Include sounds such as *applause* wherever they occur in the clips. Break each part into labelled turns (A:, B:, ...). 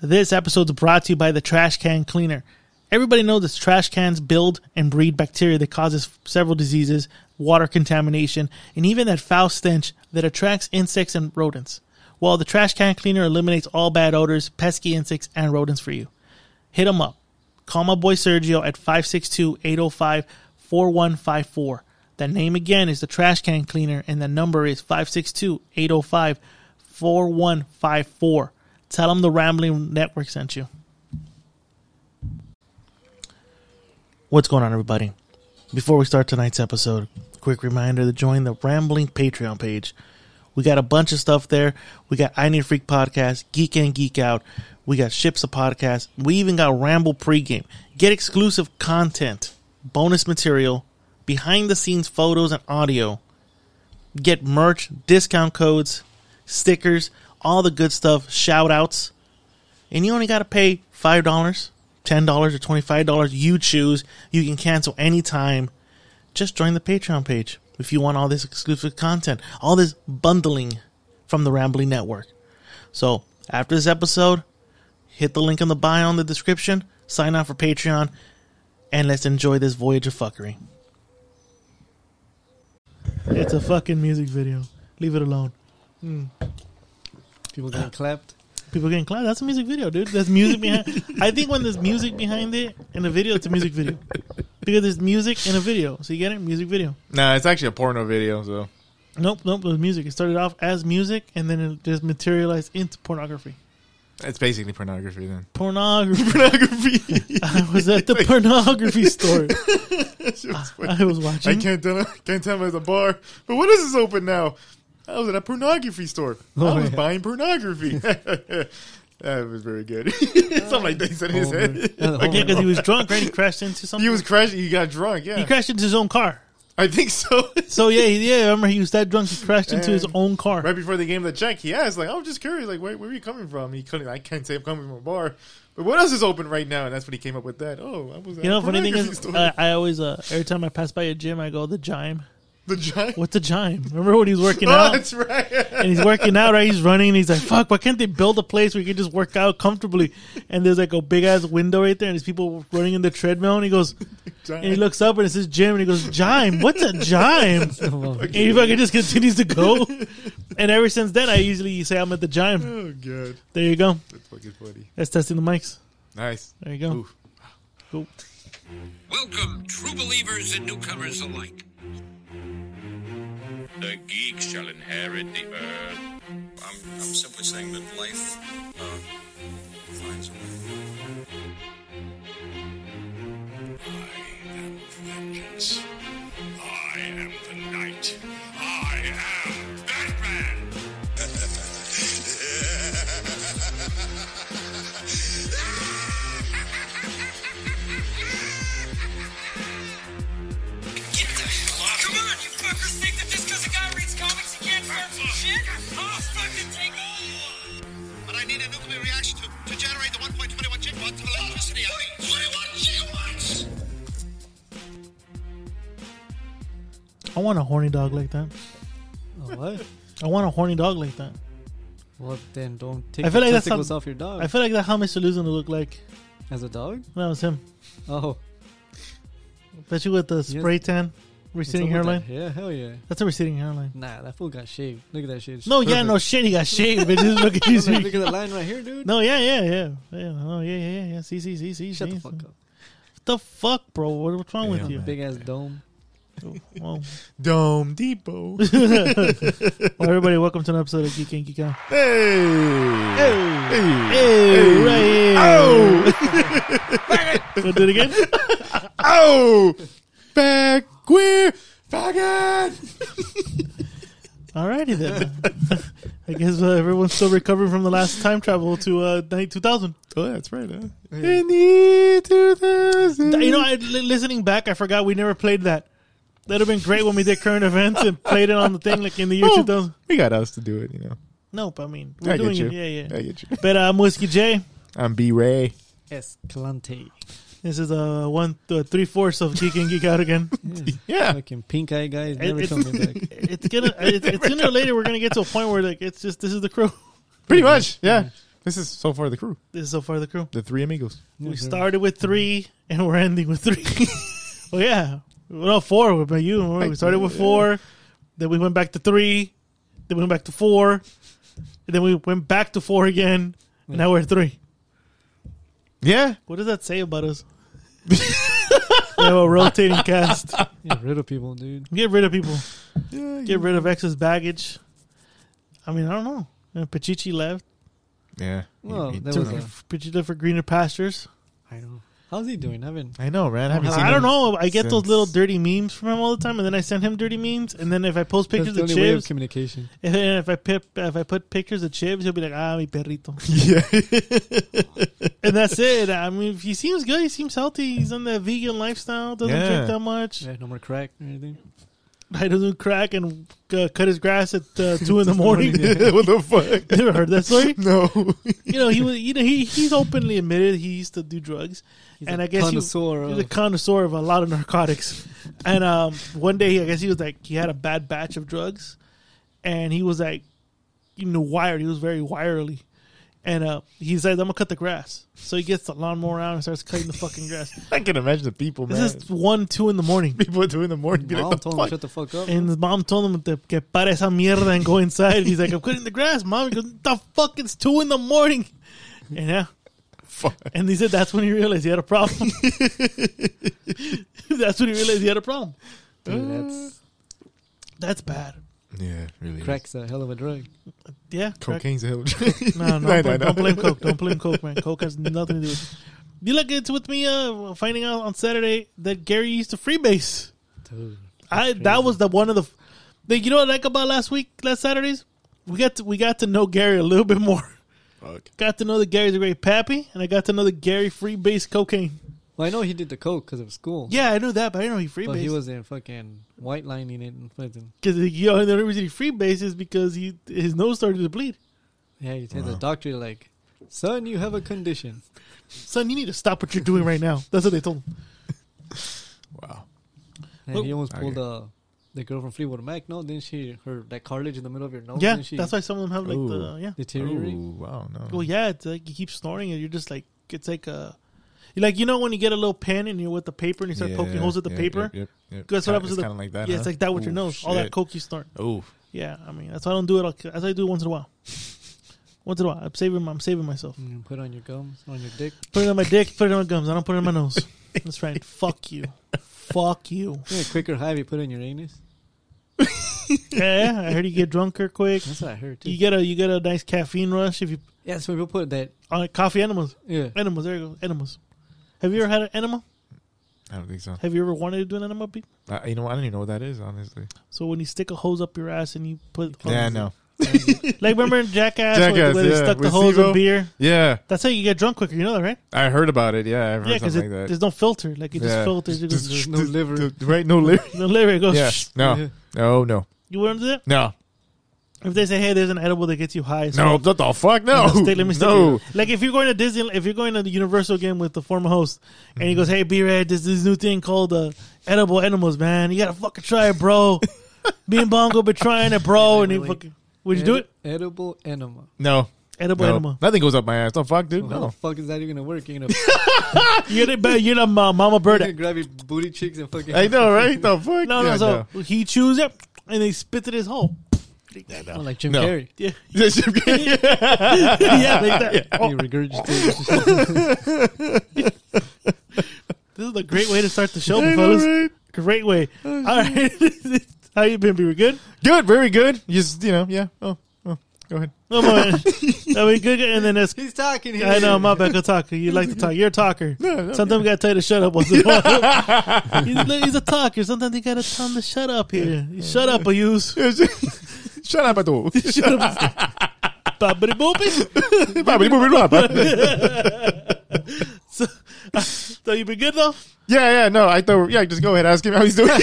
A: This episode is brought to you by the trash can cleaner. Everybody knows that trash cans build and breed bacteria that causes several diseases, water contamination, and even that foul stench that attracts insects and rodents. Well, the trash can cleaner eliminates all bad odors, pesky insects, and rodents for you. Hit 'em up. Call my boy Sergio at 562-805-4154. That name again is the trash can cleaner, and the number is 562-805-4154. Tell them the Rambling Network sent you. What's going on, everybody? Before we start tonight's episode, quick reminder to join the Rambling Patreon page. We got a bunch of stuff there. We got I Need a Freak podcast, Geek and Geek Out. We got Ships a podcast. We even got Ramble pregame. Get exclusive content, bonus material, behind the scenes photos and audio. Get merch, discount codes, stickers, all the good stuff, shout outs. And you only got to pay $5, $10, or $25. You choose. You can cancel anytime just join the Patreon page if you want all this exclusive content, all this bundling from the Rambling Network. So, after this episode, hit the link in the bio in the description, sign up for Patreon, and let's enjoy this voyage of fuckery. It's a fucking music video. Leave it alone.
B: People
C: *laughs*
B: getting clapped.
A: People getting clapped. That's a music video, dude. There's music behind. I think when there's music behind it in a video, it's a music video because there's music in a video. So you get it, music video.
C: No, it's actually a porno video. So
A: Nope, nope. It was music. It started off as music, and then it just materialized into pornography.
C: it's basically pornography. Then *laughs*
A: Pornography.
C: pornography.
A: I was at the pornography store. I was
C: *laughs* I
A: watching.
C: can't tell. Can't tell him it's a bar. But when is this open now? I was at a pornography store.
B: Oh,
C: I was
B: yeah.
C: buying
A: *laughs*
C: pornography. that was very good. *laughs* Something like that. He said in his head.
B: Homer.
A: Oh, Yeah, because he was drunk, right? He crashed into something.
C: *laughs* He was crashing. He got drunk. Yeah,
A: He crashed into his own car.
C: I think so. *laughs*
A: So yeah, he- yeah. I remember he was that drunk. He crashed into his
C: And-
A: own car.
C: right before they gave him the check, he asked, "Like, "Oh, I'm just curious. Like, where, where are you coming from?" He couldn't. I can't say I'm coming from a bar. But what else is open right now? And that's when he came up with that. Oh, I was. At
A: You know,
C: a
A: funny thing
C: pornography
A: is,
C: store.
A: uh, I always uh, every time I pass by a gym, I go the gym.
C: the *laughs* giant.
A: What's a gym? Remember when he's working
C: *laughs* oh,
A: out
C: that's right.
A: and he's working out, right? He's running. And he's like, "Fuck! Why can't they build a place where you can just work out comfortably?" And there's like a big ass window right there, and there's people running in the treadmill. And he goes,
C: *laughs*
A: And he looks up and it says Jim, and he goes, "Jime, what's a jime?" and he fucking just continues to go. And ever since then, I usually say I'm at the jime.
C: Oh god,
A: There you go.
C: that's fucking funny.
A: That's testing the mics.
C: Nice.
A: There you go.
C: Oof.
A: Cool.
D: Welcome, true believers and newcomers alike. The geek shall inherit the earth.
E: I'm, I'm simply saying that life uh, finds a way.
D: I am vengeance. I am the knight. I am Batman.
F: Get the hell out Come on, you fuckers think that just because a guy reads comics he can't learn some shit?
D: Oh,
F: I'll fucking take all you want.
D: But I need a nuclear reaction to, to generate the 1.21 gigawatts of electricity.
F: 21 gigawatts!
A: I want a horny dog like that.
B: Oh, what?
A: I want a horny dog like that.
B: Well, then don't take
A: I
B: I
A: feel like that's
B: testicles
A: some-
B: off your dog
A: I feel like that's how Mr. Luzon would look like.
B: as a dog.
A: That was him.
B: Oh,
A: Especially with the spray tan, receding
B: what's up
A: hairline.
B: with that? Yeah, hell yeah.
A: That's a receding hairline.
B: Nah, that fool got shaved. Look at that shit. It's
A: No, yeah,
B: perfect.
A: no shit. He got shaved, bitches. Look at you.
B: *laughs* Look,
A: see.
B: look at that line right here, dude.
A: No, yeah, yeah, yeah, yeah. No, yeah, yeah, yeah. See, see, see, see.
B: Shut
A: see.
B: the fuck up.
A: the fuck, bro? What, what's wrong with
C: Yeah,
A: you?
B: Big ass dome.
A: *laughs* Well,
C: Dome
A: well,
C: Depot.
A: everybody, welcome to an episode of Geek and Geek Out.
C: hey. Hey. Hey.
A: Hey, right here. *laughs*
C: Oh.
A: Wanna do it again?
C: Oh. Back queer. Faggot.
A: Alrighty then. *laughs* I guess uh, everyone's still recovering from the last time travel to uh, night 2000.
C: Oh, that's right. Huh? In the year 2000.
A: You know, I, li- listening back, I forgot we never played that. That'd have been great when we did current events and played it on the thing like in the year
C: Oh,
A: 2000.
C: we got us to do it, you know.
A: Nope, I mean, we're
C: I
A: doing
C: get you.
A: it. Yeah, yeah.
C: I get you.
A: But uh, I'm Whiskey J.
C: I'm B Ray.
B: Escalante.
A: This is uh, one, uh, three fourths of Geek and Geek Out
C: *laughs*
A: again.
C: Yeah.
B: Fucking pink eye guy is
A: It-
B: never
A: it's-
B: coming back.
A: It's gonna, it's, it's sooner or later we're gonna get to a point where like it's just this is the crew. *laughs*
C: Pretty much. Yeah. This is so far the crew,
A: This is so far the crew.
C: the three amigos.
A: We started with three and we're ending with
C: *laughs*
A: three. well, yeah. Well, four with you. remember? We started with four, then we went back to three, then we went back to four, and then we went back to four again, and now we're at three.
C: Yeah,
A: What does that say about
C: *laughs*
A: us? we have a rotating cast.
B: Get rid of people, dude.
A: Get rid of people.
C: yeah,
A: Get rid of excess baggage. I mean, I don't know. You know, Pachichi left.
C: yeah.
B: Well,
C: You- you
B: that
C: took
B: was a-
C: it.
A: Pachichi left for greener pastures.
B: I know. How's he doing? I haven't.
C: I know, man. I haven't seen
A: I
C: him
A: don't know. I get those
C: since-
A: little dirty memes from him all the time, and then I send him dirty memes. And then if I post
B: That's
A: pictures
B: the
A: of
B: only way of
A: chibs,
B: communication.
A: and then if I pip, if I put pictures of chibs, he'll be like, "Ah, mi perrito," and that's it. I mean, if he seems good. He seems healthy. He's on that vegan lifestyle. Doesn't
C: Yeah.
A: drink that much. *laughs*
B: Yeah, no more crack or anything.
A: I doesn't crack and uh, cut his grass at uh, two in the morning. *laughs*
C: *laughs* what the fuck?
A: Never heard that story.
C: *laughs* No.
A: You know, he was. You know, he he's openly admitted he used to do drugs, and
B: I
A: I guess he, he's
B: connoisseur
A: a *laughs*
B: of
A: connoisseur of a lot of narcotics. and um, one day, I guess he was like, he had a bad batch of drugs, and he was like, you know, wired. He was very wirely. And uh, he says, "I'm gonna cut the grass." So he gets the lawnmower out and starts cutting the fucking grass.
C: I can imagine the people, man.
A: This is one, two in the morning.
C: people do in the morning. Be
B: mom
C: like, the
B: told
C: fuck?
B: him shut the fuck up.
A: And his mom told him to que para esa mierda and go inside. And he's like, I'm cutting the grass, mom. He goes, the fuck, it's two in the morning. And yeah.
C: Fuck.
A: And he said that's when he realized he had a problem. that's when he realized he had a problem.
B: dude, that's
A: Mm. That's bad.
C: Yeah, really.
B: crack's a hell of a drug.
A: Yeah. crack.
C: Cocaine's a hell. *laughs*
A: No, no,
C: No, no,
A: don't,
C: no.
A: don't blame Coke. Don't blame Coke, man. Coke has nothing to do with it. You look, it's with me uh, finding out on Saturday that Gary used to freebase.
B: Dude,
A: I that was the one of the, the you know what I like about last week last Saturdays we got to, we got to know Gary a little bit more.
C: Fuck.
A: Got to know that Gary's a great pappy, and I got to know that Gary freebase cocaine.
B: Well, I know he did the coke because it was school.
A: Yeah, I knew that, but I didn't know he freebased.
B: but he was in fucking white lining it and fucking
A: because you know, the only reason he freebased is because he his nose started to bleed.
B: yeah. He said the doctor like, son, you have a condition.
A: Son, you need to stop what you're doing right now. That's what they told him.
C: Wow.
B: And
A: Well-
B: he almost pulled uh,
C: Okay.
B: the girl from Fleetwood Mac. No, didn't she? Her that cartilage in the middle of your nose.
A: Yeah,
B: didn't she
A: that's why some of them have like the
C: Ooh.
A: yeah.
B: deteriorate.
C: Ooh, wow, no.
A: Well, yeah, it's like you keep snoring and you're just like it's like a, you like you know when you get a little pen and you're with the paper and you start poking holes at the paper. That's what happens to the
C: kind of like that.
A: Yeah,
C: huh?
A: it's like that with your
C: Ooh,
A: nose. All that
C: shit.
A: coke you snort.
C: Ooh.
A: Yeah, I mean that's why I don't do it. All, as I do it once in a while. Once in a while, I'm saving. I'm saving myself.
B: And put on your gums, on your dick.
A: Put it on my dick. Put it on my gums. I don't put it on my nose. That's right. Fuck you. Fuck you.
B: Yeah, quicker high if you put it in your anus.
A: Yeah, I heard you get drunker quick.
B: That's what I heard too.
A: You get a you get a nice caffeine rush if you
B: yeah, so people put that.
A: on coffee enemas.
B: Yeah,
A: Enemas. There you go. Enemas. Have you ever had an enema?
C: I don't think so.
A: Have you ever wanted to do an enema? Pete?
C: Uh, you know, what? I don't even know what that is, honestly.
A: So when you stick a hose up your ass and you put
C: Yeah, no.
A: *laughs* like remember in Jackass, where-
C: Jackass,
A: where they
C: yeah,
A: stuck the
C: with
A: hose in
C: Steve-O.
A: beer.
C: Yeah,
A: That's how you get drunk quicker. You know that, right?
C: I heard about it. Yeah, I've heard
A: Yeah, because
C: something like that.
A: there's no filter. Like it just *laughs*
C: Yeah. *laughs*
A: filters. It goes,
B: there's no liver.
C: D- right? No liver.
A: *laughs* the liver it goes.
C: yeah.
B: Yeah.
C: No. No. No.
A: You wouldn't do that
C: No.
A: if they say, "Hey, there's an edible that gets you high." as
C: No.
A: well."
C: What the fuck? No.
A: Let's take- let me stick
C: no.
A: it. Like if you're going to Disney, if you're going to the Universal again with the former host, and
C: Mm-hmm.
A: he goes, "Hey, B Red, there's this new thing called uh, edible animals, man. You gotta fucking try it,
C: *laughs*
A: bro. Me and Bongo been trying it, bro. And he
B: Wait.
A: fucking, would you do it?
B: Edible enema.
C: No.
A: Edible
C: No.
A: animal. Oh.
C: Nothing goes up my ass. No fuck, dude.
B: How the
C: No.
B: fuck is that even gonna work?
A: *laughs*
B: You're gonna,
A: You're the ba- you're the ma- mama
B: you're
A: bird.
C: *laughs*
B: gonna *laughs* grab your booty cheeks and fucking.
C: I know, right? The fuck?
A: No, no.
C: Yeah,
A: so he chews it, and he spits it his hole.
C: *laughs*
B: Oh, like Jim
C: No.
B: Carrey.
A: Yeah, *laughs*
C: no.
A: yeah, like that.
B: He regurgitated.
A: This is a great way to start the show,
C: I know,
A: fellas.
C: right?
A: Great
C: *laughs*
A: way. All right, *laughs* how you been? We were good.
C: Good. Very good. You Just you know. Yeah. Oh. Oh. Go ahead.
A: Come
C: *laughs*
A: on, I mean, good. And then it's
B: *laughs* He's talking here.
A: I know, my bad. Go talker. You like to talk. You're a talker.
C: no,
A: Sometimes we gotta tell you to shut up. *laughs* Once in a while. he's, look, he's a talker. Sometimes you gotta tell him to shut up here. You shut up, or use.
C: *laughs* Shut up, *laughs*
A: *laughs*
C: Abdul.
A: Shut up. Boppity boopy.
C: yeah,
A: So, *laughs* so you been good though? *laughs*
C: yeah, no, I thought, yeah, just go ahead, ask him how he's doing. *laughs*
A: My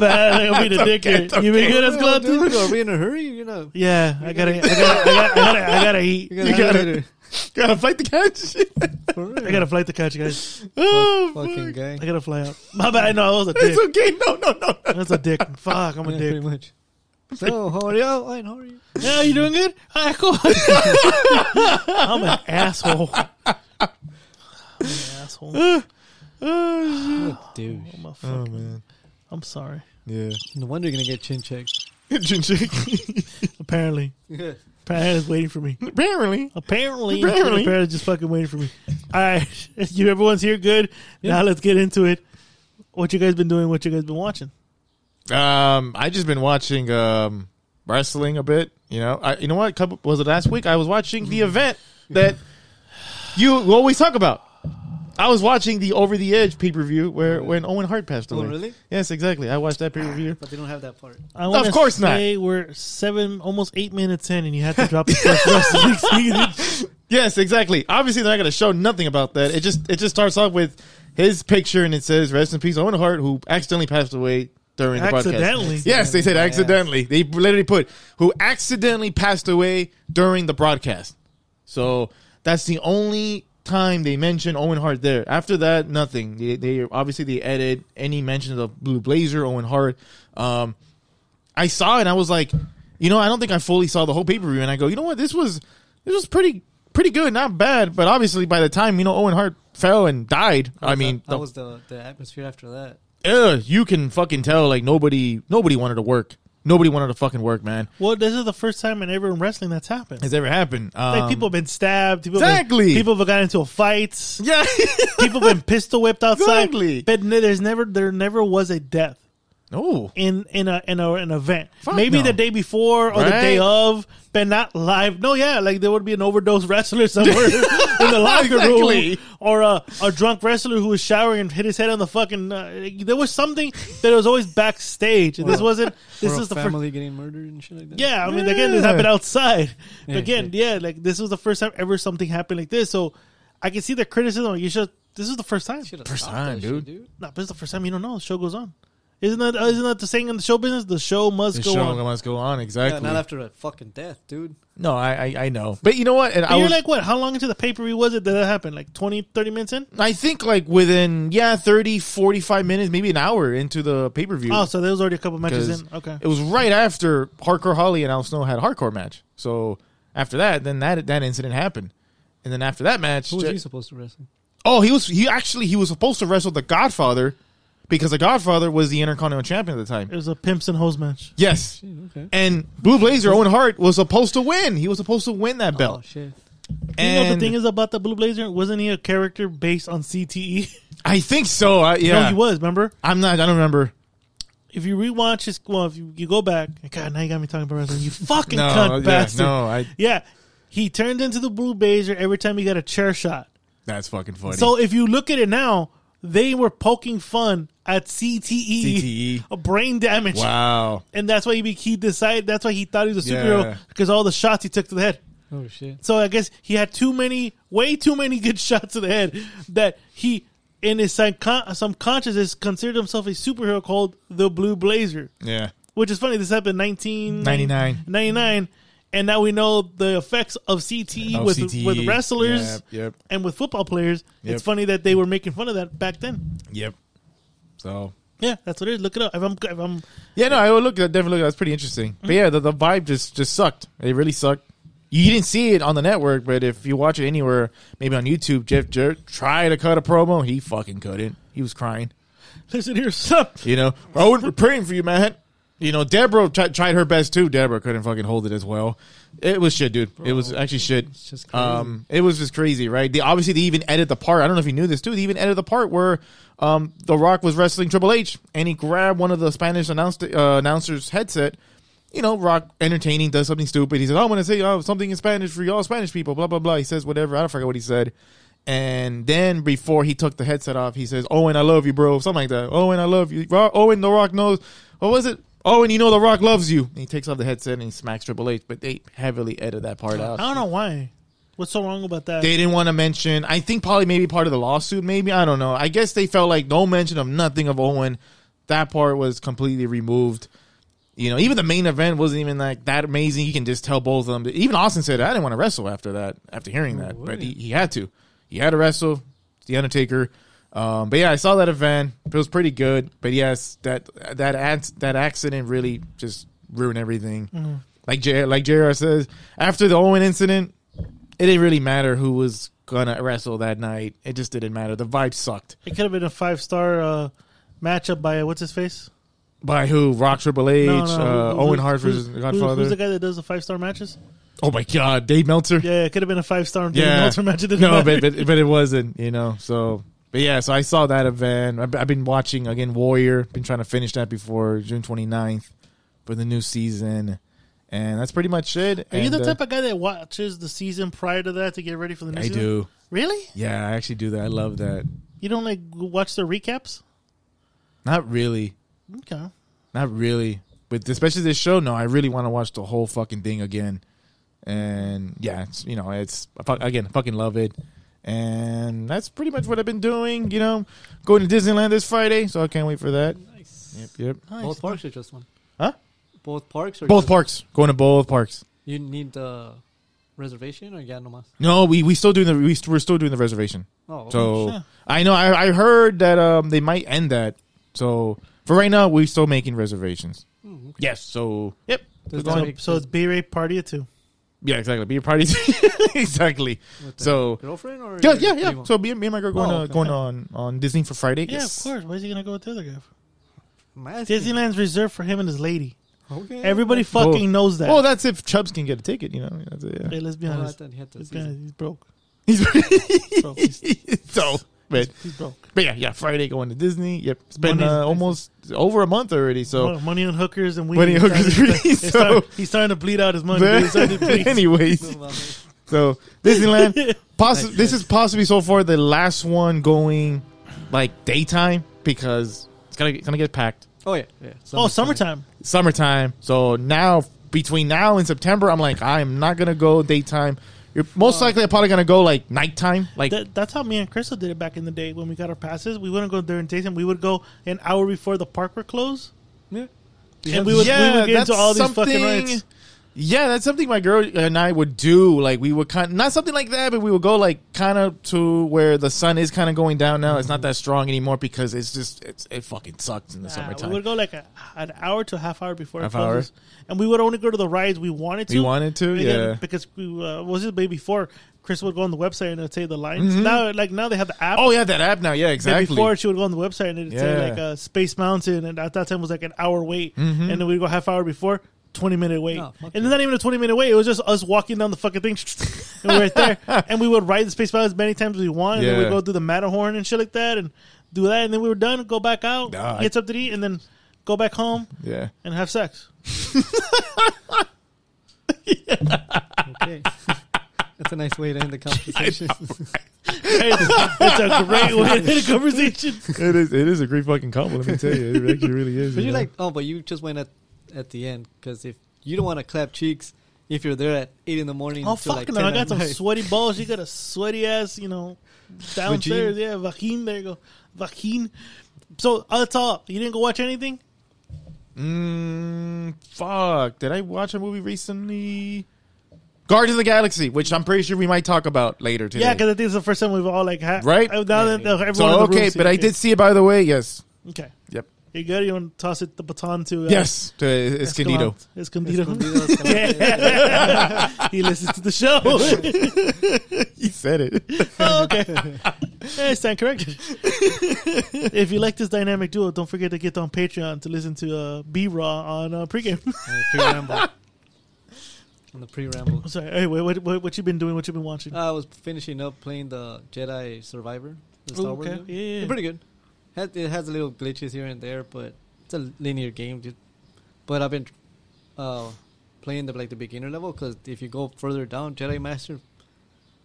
A: bad. I'm gonna be the dick here. You been good as
B: Oh,
A: Glenn?
B: *laughs* dude, are we in a hurry?
A: *laughs*
B: You know.
A: Yeah, I gotta, I gotta, I gotta, I gotta, I gotta eat.
B: You gotta,
C: You gotta-
B: have it
C: Gotta fight the catch. *laughs*
B: for real.
A: I gotta flight to catch, guys.
C: oh,
B: fucking
C: fuck.
B: guy.
A: I gotta fly out. My bad. No, I was a dick.
C: It's okay. No, no, no, no.
A: That's a dick. Fuck, I'm a
B: Yeah, pretty
A: dick.
B: much. So, how are you? Oh, fine, how are you?
A: Yeah, you doing good? All right, cool. *laughs* I'm an *laughs* asshole. I'm an asshole. I'm
B: What a douche.
A: a fuck-
C: Oh man,
A: I'm sorry.
C: yeah.
B: No wonder you're going to get chin checked.
C: Jin Chick.
A: Apparently, Apparently it's waiting for me.
C: Apparently,
A: Apparently,
C: Apparently.
A: apparently, just fucking waiting for me. All right, *laughs* you everyone's here, good. Now let's get into it. What you guys been doing? What you guys been watching?
C: um, I just been watching um wrestling a bit. You know, I you know what? Couple, was it last week? I was watching
B: Mm-hmm.
C: the event that you always talk about. I was watching the Over the Edge pay per view where when Owen Hart passed
B: Oh,
C: away.
B: really? Ah.
C: Yes, exactly. I watched that pay per view.
B: But they don't have that part.
A: I wanna
C: Of course not.
A: say We're seven, almost eight minutes in, and you had to drop the first wrestling *laughs* season.
C: Yes, exactly. Obviously, they're not going to show nothing about that. It just it just starts off with his picture and it says "Rest in peace, Owen Hart," who accidentally passed away during the broadcast.
A: Accidentally.
C: Yes, they said accidentally. They literally put who accidentally passed away during the broadcast. So that's the only time they mention Owen Hart there. After that, nothing. They, they obviously they edit any mentions of Blue Blazer, Owen Hart. Um, I saw it and I was like, you know, I don't think I fully saw the whole pay per view. And I go, you know what, this was this was pretty pretty good, not bad. But obviously, by the time you know Owen Hart fell and died, I mean,
B: that
C: the-
B: was the, the atmosphere after that.
C: ugh, you can fucking tell like nobody nobody wanted to work. Nobody wanted to fucking work, man.
A: Well, this is the first time in ever in wrestling that's happened.
C: Has ever happened? Um,
A: like people have been stabbed. People have been-
C: Exactly.
A: people have gotten into fights.
C: Um, yeah, *laughs*
A: People have been pistol whipped outside.
C: Exactly.
A: But n- there's never there never was a death
C: no,
A: in in a in a, an event.
C: Fuck
A: Maybe
C: no.
A: the day before or the
C: Right.
A: day of, but not live. No, yeah, like there would be an overdose *laughs* wrestler
C: *laughs*
A: somewhere in the locker room,
C: Exactly.
A: or a, a drunk wrestler who was showering and hit his head on the fucking. Uh, there was something that was always backstage. this wasn't. This
B: Or a
A: is the first.
B: family getting murdered and shit like that.
A: Yeah, I mean, again, this happened outside.
B: Yeah,
A: again, yeah. like this was the first time ever something happened like this. So I can see the criticism. You should. This is the first time.
B: Should've
C: First
B: stopped
C: time,
B: that shit,
C: dude.
A: No, but it's the first time you don't know. The show goes on. Isn't that isn't that the saying in the show business? The show must
C: the
A: go
C: show
A: on.
C: must go on.
B: Yeah,
C: Exactly.
B: not after a fucking death, dude.
C: no, I, I I know, but you know what? And I
A: And you're
C: was,
A: like, what? How long into the pay per view was it that that happened? Like 20, 30 minutes in?
C: I think like within yeah 30, 45 minutes, maybe an hour into the pay per view.
A: Oh, so there was already a couple matches
C: 'Cause
A: in. Okay.
C: It was right after Hardcore Holly and Al Snow had a hardcore match. So after that, then that that incident happened. And then after that match,
B: Who was
C: Ja-
B: he supposed to wrestle?
C: oh, he was he actually he was supposed to wrestle the Godfather because the Godfather was the Intercontinental Champion at the
A: It
C: time.
A: was a pimps and hoes match.
C: Yes.
B: Okay.
C: And Blue Blazer Owen Hart was supposed to win. He was supposed to win that
B: Oh,
C: belt.
B: shit.
A: You know the
C: and
A: thing is about the Blue Blazer? Wasn't he a character based on CTE?
C: I think so. I, yeah,
A: *laughs* no, he was. Remember?
C: I'm not. I don't remember.
A: if you rewatch his, well, if you, you go back, God, now you got me talking about wrestling. You fucking
C: *laughs* No,
A: cunt
C: yeah,
A: bastard.
C: no, I-
A: yeah, he turned into the Blue Blazer every time he got a chair shot.
C: That's fucking funny.
A: So if you look at it now, they were poking fun at CTE,
C: CTE.
A: a *laughs* brain damage,
C: E. wow.
A: and that's why he, be- he decided. That's why he thought he was a superhero
C: Yeah.
A: because all the shots he took to the head.
B: Oh, shit.
A: So I guess he had too many, way too many good *laughs* shots to the head that he, in his subcon- subconsciousness, considered himself a superhero called the Blue Blazer
C: Yeah.
A: which is funny. This happened in
C: 99.
A: 1999, and now we know the effects of CTE
C: Of
A: with
C: CTE.
A: with wrestlers
C: Yep, yep.
A: and with football players.
C: Yep.
A: It's funny that they were making fun of that back then.
C: Yep. So
A: Yeah, that's what it is. Look it up. If I'm, if I'm
C: Yeah, no, I would look definitely look. That's pretty interesting. But yeah, the, the vibe just just sucked. It really sucked. You didn't see it on the network, but if you watch it anywhere, maybe on YouTube, Jeff Jarrett tried to cut a promo. He fucking couldn't. He was crying.
A: listen here,
C: *laughs*
A: sup?
C: You know, Owen, we're praying for you, man. You know, Deborah tri- tried her best too. Deborah couldn't fucking hold it as well. It was shit, dude. it was actually shit.
B: just crazy.
C: um, it was just crazy, right? They obviously they even edit the part. I don't know if you knew this too. They even edit the part where um, The Rock was wrestling Triple H and he grabbed one of the Spanish announced, uh, announcer's headset. You know, Rock entertaining does something stupid. He says, "I'm going to say uh, something in Spanish for y'all Spanish people." Blah blah blah. He says whatever. I don't forget what he said. And then before he took the headset off, he says, "Owen, I love you, bro." Something like that. Owen, I love you. Ro- Owen, The Rock knows. What was it? Owen, you know The Rock loves you. And he takes off the headset and he smacks Triple H. But they heavily edit that part out.
A: I don't know why. What's so wrong about that?
C: They didn't want to mention. I think probably maybe part of the lawsuit. Maybe I don't know. I guess they felt like no mention of nothing of Owen. That part was completely removed. You know, even the main event wasn't even like that amazing. You can just tell both of them. Even Austin said, "I didn't want to wrestle after that. After hearing that, but he, he had to. He had to wrestle. It's The Undertaker." Um, but yeah, I saw that event. It was pretty good. But yes, that that ac- that accident really just ruin everything. Like J, like JR says, after the Owen incident, it didn't really matter who was gonna wrestle that night. It just didn't matter. The vibe sucked.
A: It could have been a five star uh, matchup by what's his face?
C: By who? Rock Triple H,
A: No,
C: uh,
A: no, who-
C: Owen
A: who-
C: Hart
A: who's-
C: versus
A: who's-
C: Godfather.
A: Who's the guy that does the five star matches?
C: oh my God, Dave Meltzer.
A: Yeah, it could have been a five star
C: Yeah.
A: match. It didn't
C: no,
A: matter.
C: but, but but it wasn't, you know. So, but yeah, so I saw that event. I've, I've been watching again Warrior. Been trying to finish that before June 29th for the new season, and that's pretty much it.
A: Are you the type of guy that watches the season prior to that to get ready for the new
C: uh, I
A: season?
C: do.
A: Really?
C: Yeah, I actually do that. I love that.
A: You don't like watch the recaps?
C: Not really.
A: Okay.
C: Not really. But especially this show, no, I really want to watch the whole fucking thing again. And yeah, it's you know, it's I fuck- again, I fucking love it. And that's pretty much what I've been doing. You know, going to Disneyland this Friday, so I can't wait for that.
B: Nice.
C: Yep, yep.
A: Nice.
B: Both parks or just one?
C: Huh?
B: Both parks or
C: Both
B: just-
C: parks. Going to both parks.
B: You need the reservation or ya nomás?
C: No, we we still doing the we st- we're still doing the reservation.
B: Oh,
C: so
A: sure.
C: I know I, I heard that um they might end that. So for right now, we're still making reservations. Yes. So yep.
B: Does
C: We're going-
B: that
A: So,
B: make
A: so it's B Ray Party at two.
C: Yeah, exactly. Be a party. *laughs* exactly.
B: with the
C: So
B: girlfriend or
C: yeah,
B: your-
C: yeah,
B: you
C: yeah.
B: want-
C: So me, and- me and my girl going
A: Oh,
C: uh,
A: okay.
C: going on on Disney for Friday.
A: Yeah,
C: yes.
A: of course. Where's he gonna go with the other guy? for?
B: I'm asking.
A: Disneyland's reserved for him and his lady.
B: Okay. Oh,
A: Everybody fucking
C: Well-
A: knows that.
C: Well, that's if Chubbs can get a ticket. You know. That's it, yeah.
A: hey, let's be
B: Oh, I
A: honest.
B: thought he had to
A: Let's be
B: season.
A: honest. He's broke.
C: *laughs* He's-
A: broke. He's,
C: *laughs* so, but
A: he's broke.
C: but yeah, yeah. Friday going to Disney. Yep. It's been
A: Monday's-
C: uh, almost over a month already. So
A: Mon- money on hookers and weed.
C: Money on
A: He's
C: hookers
A: starting-
C: and weed,
A: he's starting-
C: so-
A: he's starting to bleed out his money.
C: *laughs*
A: dude. He's starting to bleed.
C: anyways,
A: *laughs*
B: Oh,
C: so Disneyland. Possi- this is possibly so far the last one going like daytime because it's gonna it's gonna get packed.
B: Oh yeah, yeah.
A: oh, summertime.
C: summertime. So now between now and September, I'm like, I'm not gonna go daytime. You're most likely I'm probably gonna go like nighttime. Like
A: That, that's how me and Crystal did it back in the day when we got our passes. We wouldn't go during daytime. We would go an hour before the park would close.
B: Yeah.
A: *laughs* And we would, we would get into all these fucking
C: something-
A: rights.
C: Yeah, that's something my girl and I would do. Like we would kind not something like that, but we would go like kind of to where the sun is kind of going down now. It's not that strong anymore because it's just it's, it fucking sucks in the
A: Nah,
C: summertime.
A: We would Uh, go like a, an hour to a half hour before
C: Half
A: it closes, and we would only go to the rides we wanted to.
C: We wanted to, yeah.
A: because we uh, was it the day before. Chris would go on the website and it would say the lines. Now, like now they have the app.
C: Mm-hmm. oh yeah, that app now. Yeah,
A: But
C: exactly.
A: Before she would go on the website and it'd say
C: Yeah. Mm-hmm.
A: like uh, Space Mountain, and at that time it was like an hour wait, and then we'd go half hour before. 20 minute wait.
B: No, fuck
A: and then not even a 20 minute wait. It was just us walking down the fucking thing. *laughs* and we we're right
C: *laughs*
A: there. And we would ride the Space Mountain as many times as we want. And then we'd
C: Yeah.
A: go through the Matterhorn and shit like that and do that. And then we were done, go back out,
C: Nah,
A: get something to eat, and then go back home
C: yeah.
A: and have sex.
B: Okay. *laughs* That's a nice way to end
A: *laughs*
B: the conversation.
A: it's, it's a great way to end a conversation.
C: *laughs* It is. It is a great fucking compliment. Let me tell you, it actually really *laughs* is.
B: but you
C: know?
B: like, oh, but you just went at at the end because if you don't want to clap cheeks if you're there at eight in the morning,
A: Oh,
B: till
A: fuck
B: like
A: no.
B: 10
A: I
B: at
A: got some
B: night.
A: sweaty balls. You got a sweaty ass, you know, downstairs.
C: Vagine.
A: Yeah, vagine. There you go. Vagine. So uh, that's all. You didn't go watch anything?
C: Mm, fuck. Did I watch a movie recently? Guardians of the Galaxy, which I'm pretty sure we might talk about later today.
A: Yeah, because I think it's the first time we've all like had.
C: Right?
A: uh, Now that uh, everyone in
C: so
A: the
C: okay,
A: room's seen
C: but
A: it,
C: I did see it by the way. Yes.
A: Okay.
C: Yep.
A: You good? You want to toss it the baton to? Uh,
C: Yes. To Escondido.
A: Escalante- Escondido.
B: Escondido's coming.
A: *laughs* he listens to the
C: *laughs*
A: show.
C: He
A: *laughs*
C: said it.
A: oh, okay. Yeah, I stand corrected. *laughs* if you like this dynamic duo, don't forget to get on Patreon to listen to uh, B Raw on uh, pregame. *laughs*
B: Uh, pre-ramble. On the pre-ramble.
A: I'm sorry. Anyway, what, what what you been doing? What you been watching?
B: I was finishing up playing the Jedi Survivor, the
A: Ooh,
B: Star Wars
A: Oh, okay.
B: game.
A: Yeah, yeah, yeah.
B: Pretty good. Had, it has little glitches here and there, but it's a linear game. dude. But I've been uh, playing the like the beginner level because if you go further down, Jedi Master,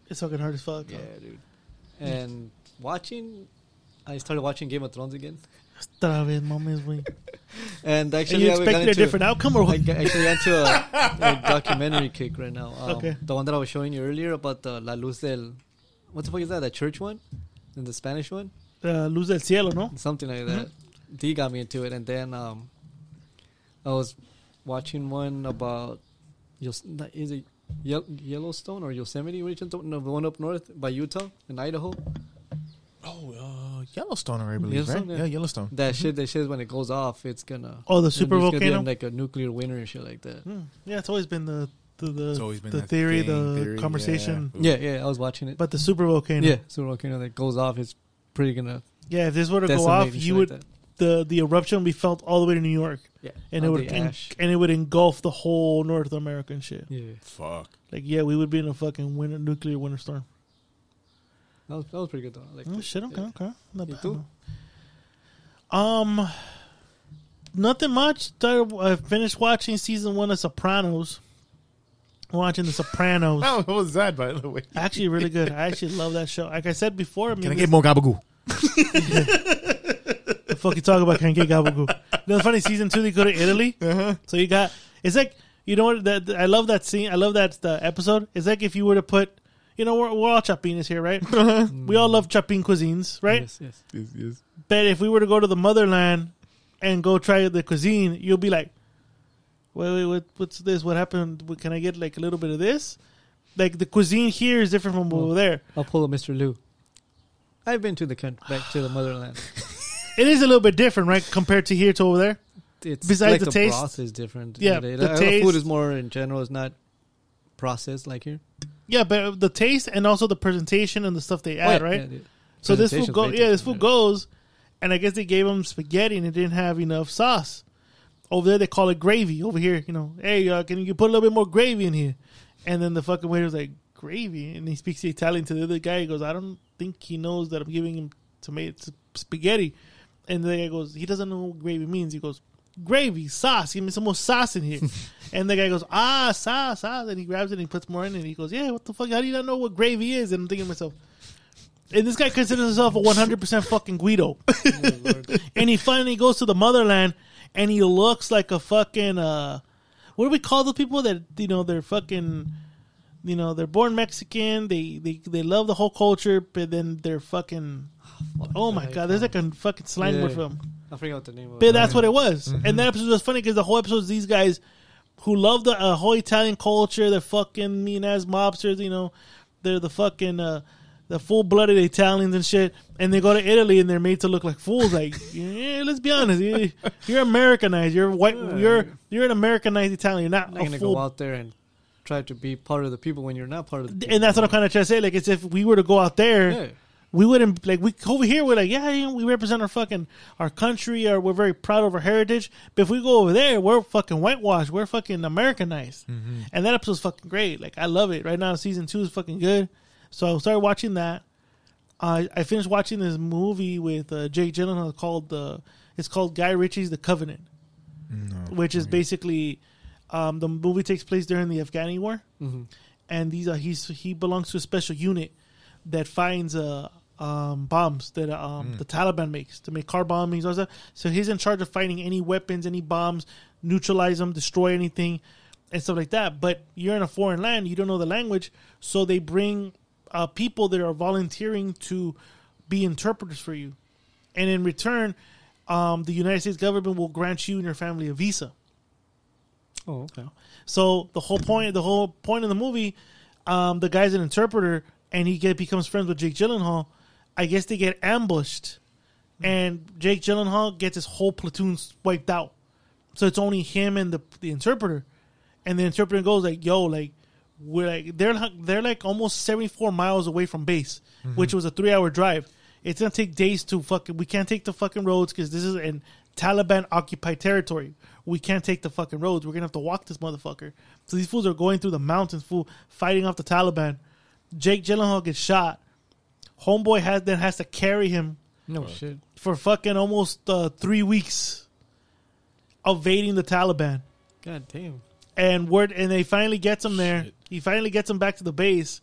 A: it's fucking hard as fuck.
B: yeah, dude. And watching, I started watching Game of
A: *laughs*
B: Thrones again,
A: Otra vez, mames,
B: *laughs*
A: güey. And
B: and actually,
A: you
B: I got
A: expected a
B: into-
A: different outcome or
B: I
A: what?
B: got- actually got into
A: *laughs*
B: a, a documentary kick right now. Um,
A: Okay.
B: The one that I was showing you earlier about the La Luz del, what the fuck is that? The church one, and the Spanish one,
A: Uh, Luz del Cielo, no?
B: something like that.
A: Mm-hmm.
B: D got me into it, and then um, I was watching one about Yos- not- is it Ye- Yellowstone or Yosemite region? Don't know, the one up north by Utah and Idaho.
C: Oh, Yellowstone, I believe, right?
B: Yellowstone, yeah.
C: Yeah, Yellowstone.
B: That shit, that shit, when it goes off, it's gonna.
A: Mm-hmm. Oh, the
B: it's
A: super
B: gonna be
A: volcano?
B: like a nuclear winter and shit like that.
A: Hmm. Yeah, it's always been the the,
C: It's
A: the,
C: always been
A: the
C: that
A: theory,
C: thing,
A: the
C: theory,
A: conversation.
C: yeah.
B: Yeah, yeah. I was watching it.
A: But the super volcano.
B: yeah, super volcano that goes off is pretty gonna
A: Yeah, if this were to
B: decimate
A: go off,
B: and shit
A: you would
B: like that.
A: the the eruption would be felt all the way to New York,
B: Yeah,
A: and
B: all
A: it would
B: the
A: en-
B: ash.
A: and it would engulf the whole North American shit.
B: Yeah,
C: Fuck. *laughs*
A: Like, yeah, we would be in a fucking winter nuclear winter storm.
B: that was, that was pretty good though. I liked
A: Oh,
B: it.
A: shit, okay,
B: Yeah.
A: okay, not
B: You
A: bad.
B: too?
A: Um, nothing much. Started- I finished watching season one of Sopranos. Watching the Sopranos,
C: *laughs* What was that, by the way?
A: actually, really good. I actually love that show. Like I said before, I mean,
C: Can I
A: this-
C: get more gabagoo?
A: the fuck you talk about can get gabagool. You know, the funny season two they go to Italy. So you got it's like you know what that I love that scene. I love that uh, episode. It's like if you were to put you know we're, we're all Chapinas here, right? we all love Chapin cuisines, right?
B: Yes, yes.
C: Yes, yes.
A: But if we were to go to the motherland and go try the cuisine, you'll be like, wait, wait, what, what's this? What happened? What- Can I get like a little bit of this? Like the cuisine here is different from over there.
B: I'll pull a Mr. Lou. I've been to the country, back to the motherland.
A: It is a little bit different, right, compared to here to over there.
B: It's
A: Besides
B: like
A: the taste?
B: broth is different. uh,
A: Yeah,
B: the,
A: the
B: food
A: taste.
B: is more in general. It's not processed like here.
A: Yeah, but the taste and also the presentation and the stuff they add,
B: Oh, yeah,
A: right?
B: yeah, the
A: So this food
B: presentation's
A: go
B: way
A: yeah, this food
B: different
A: goes, and I guess they gave them spaghetti and it didn't have enough sauce. Over there they call it gravy. Over here, you know, hey, uh, can you put a little bit more gravy in here? And then the fucking waiter's like gravy, and he speaks Italian to the other guy. He goes, I don't think he knows that I'm giving him tomato spaghetti. And the guy goes, he doesn't know what gravy means. He goes, gravy, sauce. Give me some more sauce in here. and the guy goes, ah, sauce, sauce. And he grabs it and he puts more in it. And he goes, yeah, what the fuck? How do you not know what gravy is? And I'm thinking to myself, and this guy considers himself a 100% fucking Guido. *laughs* and he finally goes to the motherland and he looks like a fucking, uh, what do we call the people that, you know, they're fucking, you know, they're born Mexican, they, they, they love the whole culture, but then they're fucking, oh my God, there's like a fucking slang word
B: Yeah.
A: for them.
B: I forgot what the name was.
A: But that's what it was.
B: Mm-hmm.
A: And that episode was funny because the whole episode is these guys who love the uh, whole Italian culture. They're fucking mean ass mobsters, you know. They're the fucking uh, the full blooded Italians and shit. And they go to Italy and they're made to look like fools. Like, *laughs* yeah, let's be honest, you- you're Americanized. You're white. You're you're an Americanized Italian. You're not
B: I'm not
A: a
B: gonna
A: full
B: go out there and try to be part of the people when you're not part of the. people.
A: and that's what I'm kind of trying to say. Like, it's if we were to go out there,
B: Yeah.
A: we wouldn't like we over here. We're like, yeah, you know, we represent our fucking our country, or we're very proud of our heritage. But if we go over there, we're fucking whitewashed. We're fucking Americanized. And that episode's fucking great. Like, I love it. Right now, season two is fucking good. So I started watching that. I I finished watching this movie with uh, Jake Gyllenhaal called the. It's called Guy Ritchie's The Covenant, which is basically um, the movie takes place during the Afghani War, and these are he's he belongs to a special unit that finds uh, um, bombs that um, the Taliban makes to make car bombings. All that. So he's in charge of finding any weapons, any bombs, neutralize them, destroy anything, and stuff like that. But you're in a foreign land, you don't know the language, so they bring uh, people that are volunteering to be interpreters for you, and in return. Um, the United States government will grant you and your family a visa.
B: Oh, okay.
A: So the whole point, the whole point of the movie, um, the guy's an interpreter, and he get becomes friends with Jake Gyllenhaal. I guess they get ambushed, and Jake Gyllenhaal gets his whole platoon wiped out. So it's only him and the the interpreter, and the interpreter goes like, "Yo, like we're like they're like, they're like almost seventy four miles away from base, which was a three hour drive. It's gonna take days to fucking. We can't take the fucking roads because this is in Taliban occupied territory. We can't take the fucking roads. We're gonna have to walk this motherfucker. So these fools are going through the mountains, fool, fighting off the Taliban. Jake Gyllenhaal gets shot. Homeboy has then has to carry him
B: No shit.
A: for fucking almost uh, three weeks, evading the Taliban
B: God damn.
A: and word and they finally gets him there. He finally gets him back to the base.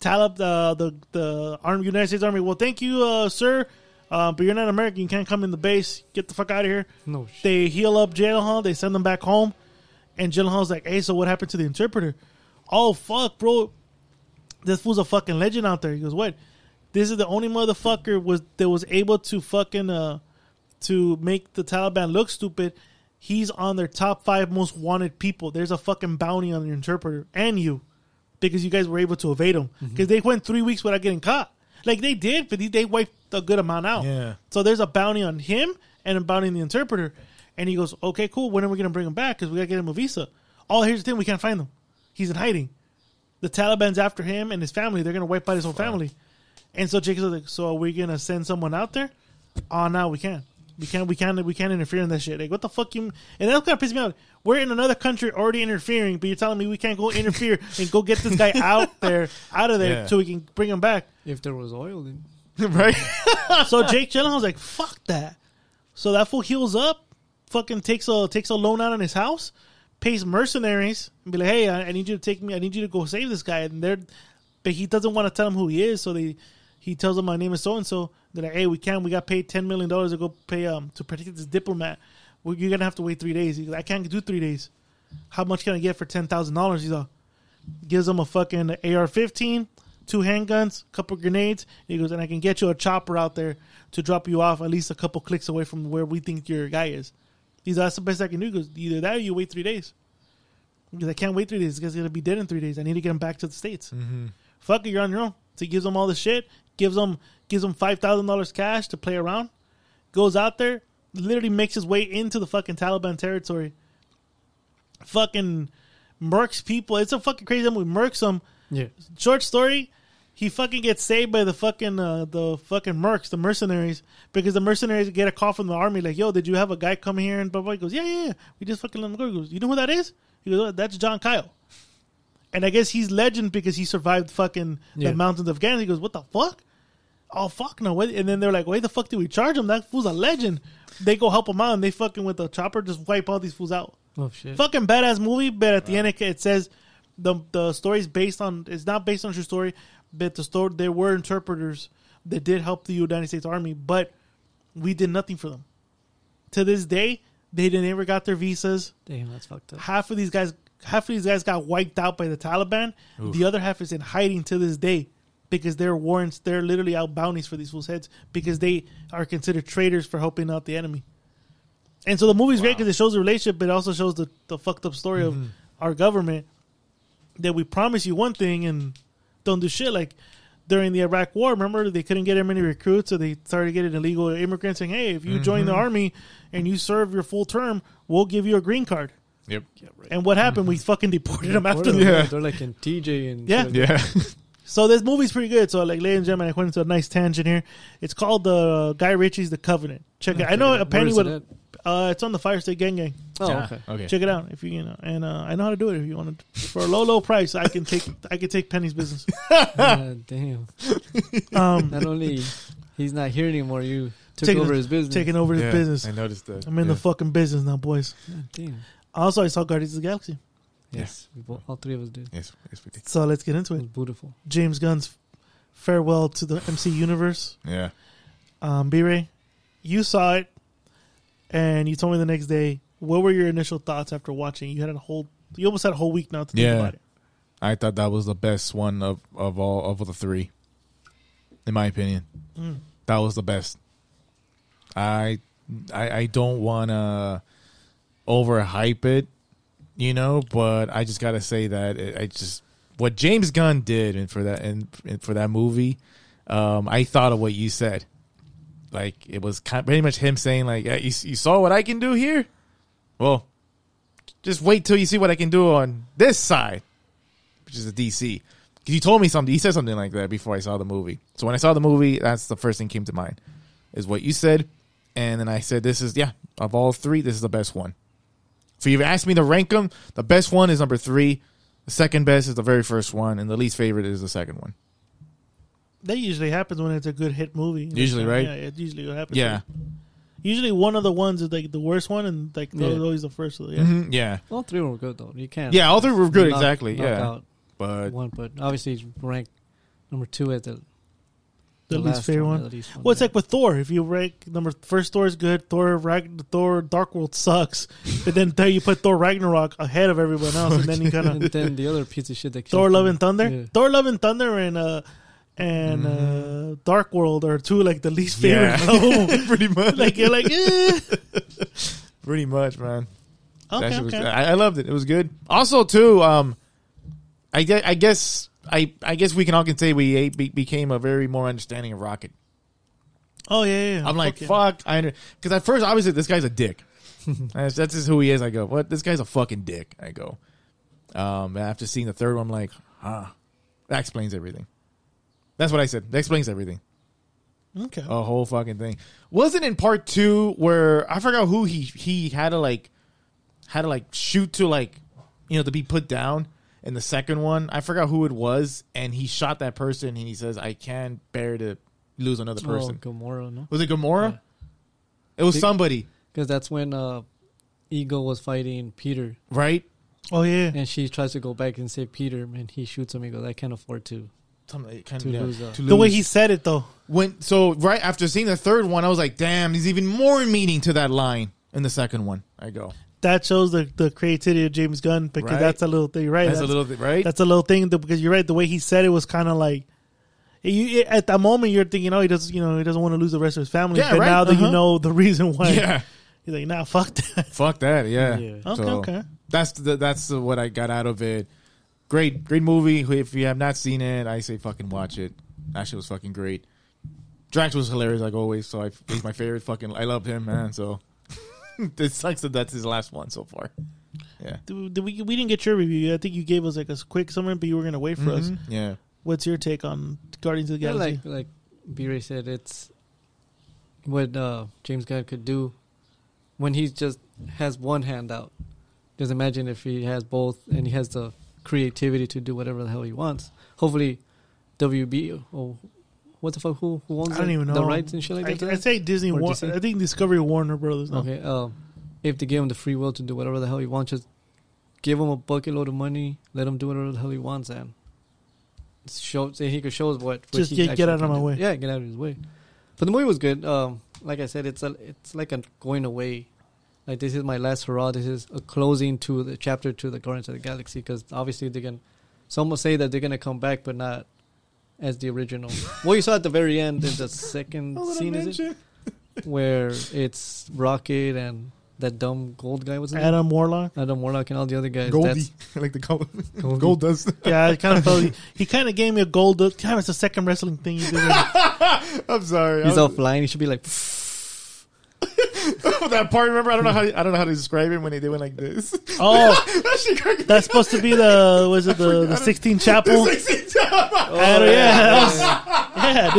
A: Talib, uh, the the arm, United States Army. Well, thank you, uh, sir, uh, but you're not American. You can't come in the base. Get the fuck out of here.
C: *laughs*
B: No shit.
A: They heal up Gyllenhaal. They send him back home, and Gyllenhaal's like, "Hey, so what happened to the interpreter? Oh fuck, bro, this fool's a fucking legend out there." He goes, "What? This is the only motherfucker was that was able to fucking uh to make the Taliban look stupid. He's on their top five most wanted people. There's a fucking bounty on your interpreter and you." Because you guys were able to evade him, because they went three weeks without getting caught. Like they did, but they- they wiped a good amount out.
C: Yeah.
A: So there's a bounty on him and a bounty on the interpreter. And he goes, okay, cool. When are we going to bring him back? Because we got to get him a visa. Oh, here's the thing. We can't find him. He's in hiding. The Taliban's after him and his family. They're going to wipe out his whole family. And so Jacob's like, so are we going to send someone out there? Oh, no, we can't. We can't, we can't, we can't interfere in that shit. Like, what the fuck you, and that's kind of pissed me off. We're in another country already interfering, but you're telling me we can't go *laughs* interfere and go get this guy out there, out of there,
C: Yeah.
A: so we can bring him back.
B: If there was oil, then
C: right?
A: *laughs* So Jake Gyllenhaal's like, "Fuck that." So that fool heals up, fucking takes a takes a loan out on his house, pays mercenaries, and be like, "Hey, I, I need you to take me. I need you to go save this guy." And they're, but he doesn't want to tell him who he is, so they he tells them my name is so and so. They're like, "Hey, we can. We got paid ten million dollars to go pay um to protect this diplomat. Well, you're gonna have to wait three days." He's like, "I can't do three days. How much can I get for ten thousand dollars?" He's like gives him a fucking AR-15, two handguns, couple grenades. And he goes, and I can get you a chopper out there to drop you off at least a couple clicks away from where we think your guy is. He's like, that's the best I can do. He goes, either that or you wait three days. Because I can't wait three days. This guy's gonna be dead in three days. I need to get him back to the states. Fuck it, you're on your own. So he gives him all the shit. Gives him gives him five thousand dollars cash to play around. Goes out there, literally makes his way into the fucking Taliban territory. Fucking murks people. It's a fucking crazy movie. Murks them.
B: yeah,
A: Short story. He fucking gets saved by the fucking uh, the fucking mercs, the mercenaries, because the mercenaries get a call from the army like, "Yo, did you have a guy come here?" And blah blah. He goes, "Yeah, yeah, yeah. We just fucking let him go." He goes, "You know who that is?" He goes, "Oh, "That's John Kyle." And I guess he's legend because he survived fucking
B: Yeah.
A: the mountains of Ghana. He goes, "What the fuck?" Oh fuck no! What? And then they're like, "Why the fuck did we charge him? That fool's a legend." They go help him out, and they fucking with the chopper just wipe all these fools out
B: oh shit,
A: fucking badass movie. But at the end, it, it says the the story is based on it's not based on a true story, but the story there were interpreters that did help the United States Army, but we did nothing for them. To this day, they didn't ever got their visas.
B: damn, that's fucked up.
A: Half of these guys, half of these guys got wiped out by the Taliban. The other half is in hiding to this day. Because their warrants, they're literally out bounties for these fools' heads because they are considered traitors for helping out the enemy. And so the movie's great 'cause great because it shows the relationship, but it also shows the, the fucked up story of our government that we promise you one thing and don't do shit. Like during the Iraq War, remember they couldn't get as many recruits, so they started getting illegal immigrants saying, "Hey, if you join the army and you serve your full term, we'll give you a green card."
C: Yep.
A: And what happened? We fucking deported them after
B: Or
A: that.
B: they're-
C: Yeah.
B: they're like in TJ and
A: Yeah.
B: shit like
C: Yeah.
A: So this movie's pretty good. So like, ladies and gentlemen, I went into a nice tangent here. It's called the uh, Guy Ritchie's The Covenant. Check it. I know
B: Where
A: apparently
B: is
A: what
B: it
A: uh, it's on the Fire State Gang Gang.
B: that. Oh,
A: *laughs*
B: okay.
C: *laughs* Okay.
A: Check it out if you, you know. And uh, I know how to do it if you want to. For a low, low price, I can take I can take Penny's business.
B: Ah, damn.
A: Um,
B: Not only he's not here anymore, you took
A: Taking
B: over
A: the-
B: his business.
A: taking over his
C: Yeah,
A: business.
C: I noticed that.
A: I'm in the fucking business now, boys.
B: God damn.
A: Also, I saw Guardians of the Galaxy.
B: Yes, we bo- all three of us did.
C: yes, yes, we did.
A: So let's get into
B: It
A: it.
B: was beautiful.
A: James Gunn's farewell to the MC universe.
C: Yeah.
A: Um, B-Ray, you saw it, and you told me the next day. What were your initial thoughts after watching? You had a whole, you almost had a whole week now to think
C: Yeah.
A: about it.
C: I thought that was the best one of, of all of the three. In my opinion. That was the best. I I, I don't wanna overhype it, you know, but I just gotta say that it, I just what James Gunn did and for that and, and for that movie, um, I thought of what you said. Like it was kind pretty much him saying like, yeah, you, you saw what I can do here. Well, just wait till you see what I can do on this side which is a DC. Because he told me something. He said something like that before I saw the movie. So when I saw the movie, that's the first thing came to mind, is what you said. And then I said, this is, yeah, of all three, this is the best one. So you've asked me to rank them. The best one is number three. The second best is the very first one. And the least favorite is the second one.
A: That usually happens when it's a good hit movie.
C: Usually, right?
A: Yeah, it usually what happens.
C: Yeah.
A: Usually, one of the ones is like the worst one, and like they're
B: Yeah.
A: always the first. one, Yeah.
C: Mhm, Yeah.
B: All three were good though. You can't.
C: Yeah, all three were good,
B: knock-
C: exactly.
B: knock
C: Yeah.
B: out
C: But
B: one, but obviously he's ranked number two at the
A: The, least
B: last
A: favorite one.
B: the least
A: Well, it's
B: yeah.
A: like with Thor. If you rank number first, Thor is good. Thor, Rag- Thor, Dark World sucks. But then there you put Thor Ragnarok ahead of everyone else, and then you *laughs* kind
B: and
A: of
B: then the other piece of shit that
A: *laughs* Thor
B: came
A: Love
B: from-
A: and Thunder.
B: Yeah.
A: Thor Love and Thunder and uh and uh Dark World are two like the least favorite.
C: Mm-hmm. *laughs* Yeah.
A: No.
C: pretty much.
A: like you're like eh.
C: pretty much, man. That
A: okay,
C: shit was-
A: okay.
C: I, I loved it. It was good. Also, too, um, I, gue- I guess I I guess we can all can say we a- be, became a very more understanding of Rocket.
A: Oh yeah, yeah, yeah.
C: I'm like,
A: Fuck yeah.
C: fuck. I because at first, obviously, this guy's a dick. *laughs* That's that's just who he is. I go, what? This guy's a fucking dick. I go. Um, and after seeing the third one, I'm like, huh, that explains everything. That's what I said. That explains everything.
A: Okay.
C: A whole fucking thing. Wasn't in part two where I forgot who he he had to like had to like shoot to like you know to be put down. In the second one, I forgot who it was, and he shot that person, and he says, "I can't bear to lose another person."
B: Oh, Gamora, no?
C: Was it Gamora? It was
B: Big-
C: somebody,
B: Because that's when uh, Ego was fighting Peter,
C: right?
A: oh yeah.
B: and she tries to go back and save Peter, and he shoots him. He goes, "I can't afford to."
C: Something kind
B: To lose, uh,
A: The way he said it though.
C: went. So right after seeing the third one, I was like, "Damn, there's even more meaning to that line." In the second one, I go,
A: That shows the, the creativity of James Gunn because
C: Right.
A: that's a little thing, right?
C: "That's, a little thing, right?"
A: That's a little thing though, because you're right. The way he said it was kind of like eh, you, it- at that moment you're thinking, oh, he doesn't, you know, he doesn't want to lose the rest of his family.
C: Yeah,
A: but
C: right,
A: now that you
C: uh-huh.
A: know the reason why,
C: yeah,
A: you're like, nah, fuck that. *laughs*
C: fuck that, yeah.
B: Yeah.
A: Okay, okay.
C: That's the, that's the, what I got out of it. Great, great movie. If you have not seen it, I say fucking watch it. That shit was fucking great. Drax was hilarious like always, so I, he's my favorite. Fucking, I love him, man. So *laughs* it sucks that that's his last one so far.
A: Did we, we didn't get your review. I think you gave us like a quick summary, but you were gonna wait for
B: Mm-hmm.
A: us.
C: Yeah.
A: What's your take on Guardians of the
B: Yeah,
A: Galaxy?
B: like like B-Ray said, it's what uh, James Gunn could do when he just has one hand out. Just imagine if he has both and he has the creativity to do whatever the hell he wants. Hopefully, WB or what the fuck who who owns
A: I don't
B: it?
A: even know
B: the rights and shit like
A: I,
B: that. to
A: I
B: that?
A: say Disney.
B: Or
A: War-
B: Disney?
A: I think Discovery Warner Brothers. No.
B: Okay. Um, if they give him the free will to do whatever the hell he wants, just give him a bucket load of money, let him do whatever the hell he wants, and show say he could show us what. what
A: Just
B: he
A: get- get
B: actually
A: out of
B: can
A: my
B: do.
A: way.
B: Yeah, get out of his way. But the movie was good. Um, like I said, it's a it's like a going away. Like this is my last hurrah. This is a closing to the chapter to the Guardians of the Galaxy because obviously they can. Some will say that they're gonna come back, but not as the
A: *laughs*
B: original. what you saw at the very end in the second scene is it? where it's Rocket and that dumb gold guy was Adam,
A: Adam
B: *laughs*
A: Warlock.
B: Adam Warlock and all the other guys.
C: Goldie,
B: That's,
C: *laughs* like the color.
B: Goldie.
C: Gold dust. *laughs*
A: Yeah, I kind of felt he, kind of gave me a gold. look. Damn, it's the second wrestling thing you did.
C: I'm sorry.
B: he's
C: I was-
B: offline. He should be like,
C: that part. Remember, I don't know how I don't know how to describe it when they, they went like this. *laughs*
A: Oh,
C: That shit cracked
A: that's supposed to be the was it the the 16
B: Oh,
A: Chapel?
B: *laughs*
C: me up.
A: I don't- yeah, that was- yeah,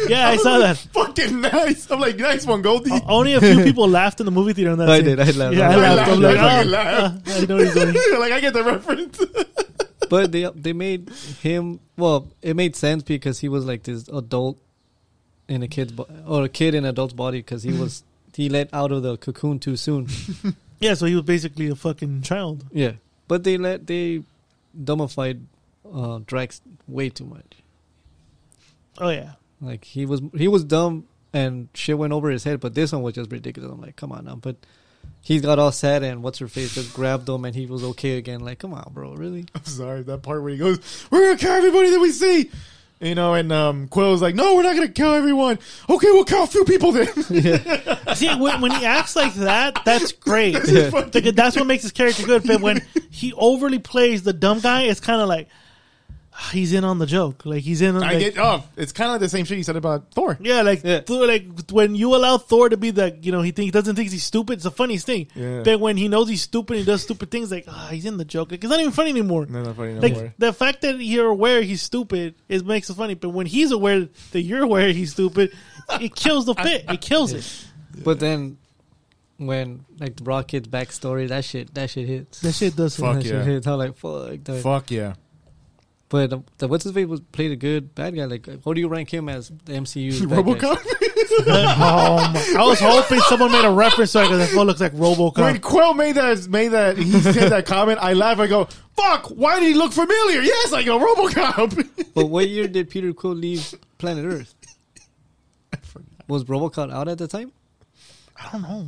A: dude. Yeah, I saw that.
C: Fucking nice. I'm like, nice one, Goldie.
A: Only a few people laughed in the movie theater on that.
B: Oh, I
A: scene.
B: did, I laughed.
A: Yeah, I
B: I
A: laughed. I'm like,
C: laughed, I
A: oh,
C: laughed.
A: uh, I know what he's doing.
C: *laughs* like I get the reference.
B: but they they made him. Well, it made sense because he was like this adult in a kid's bo- or a kid in an adult's body because he
C: *laughs*
B: was he let out of the cocoon too soon.
A: Yeah, so he was basically a fucking child.
B: Yeah, but they let they dumbified uh, Drax way too much.
A: Oh yeah,
B: Like he was he was dumb and shit went over his head, but this one was just ridiculous. I'm like, come on now. But he got all sad and what's her face just grabbed him and he was okay again. Like, come on, bro,
C: *laughs*
B: really?
C: I'm sorry, that part where he goes, "We're gonna kill everybody that we see," you know, and um, Quill's like, "No, we're not gonna kill everyone." Okay, we'll kill a few
A: *laughs*
C: people then.
A: See, when, when he acts like that, that's great.
B: Yeah.
A: Like, that's what makes his character good. But when he overly plays the dumb guy, it's kind of like ah, he's in on the joke. Like he's in. On,
C: I
A: like-
C: get. Oh, it's kind of like the same shit you said about Thor.
A: Yeah, like
B: Yeah.
A: Thor, like when you allow Thor to be the you know he think he doesn't think he's stupid. It's the funniest thing.
C: Yeah.
A: But when he knows he's stupid, he does stupid things. Like ah, he's in the joke. Like it's not even funny anymore.
C: No, not funny no
A: like
C: more.
A: the fact that you're aware he's stupid is makes it funny. But when he's aware that you're aware he's stupid, it kills the fit. It kills it.
B: But then when like the Brock kid's backstory, that shit that shit hits.
A: That shit does.
B: *laughs*
C: Fuck
B: that
C: yeah.
B: shit hits. I'm like, fuck. That.
C: Fuck yeah.
B: But um, the, what's his face was played a good bad guy. Like, how do you rank him as the
C: *laughs*
B: MCU?
C: RoboCop.
A: *laughs* oh my! I was hoping someone made a reference to it because that looks like
C: When
A: RoboCop.
C: Quill made that made that he said that comment, I laugh. I go, "Fuck! Why did he look familiar?" Yes, I go, "RoboCop."
B: But what year did Peter Quill leave
A: *laughs*
B: planet Earth? Was RoboCop out at the time?
A: I don't know.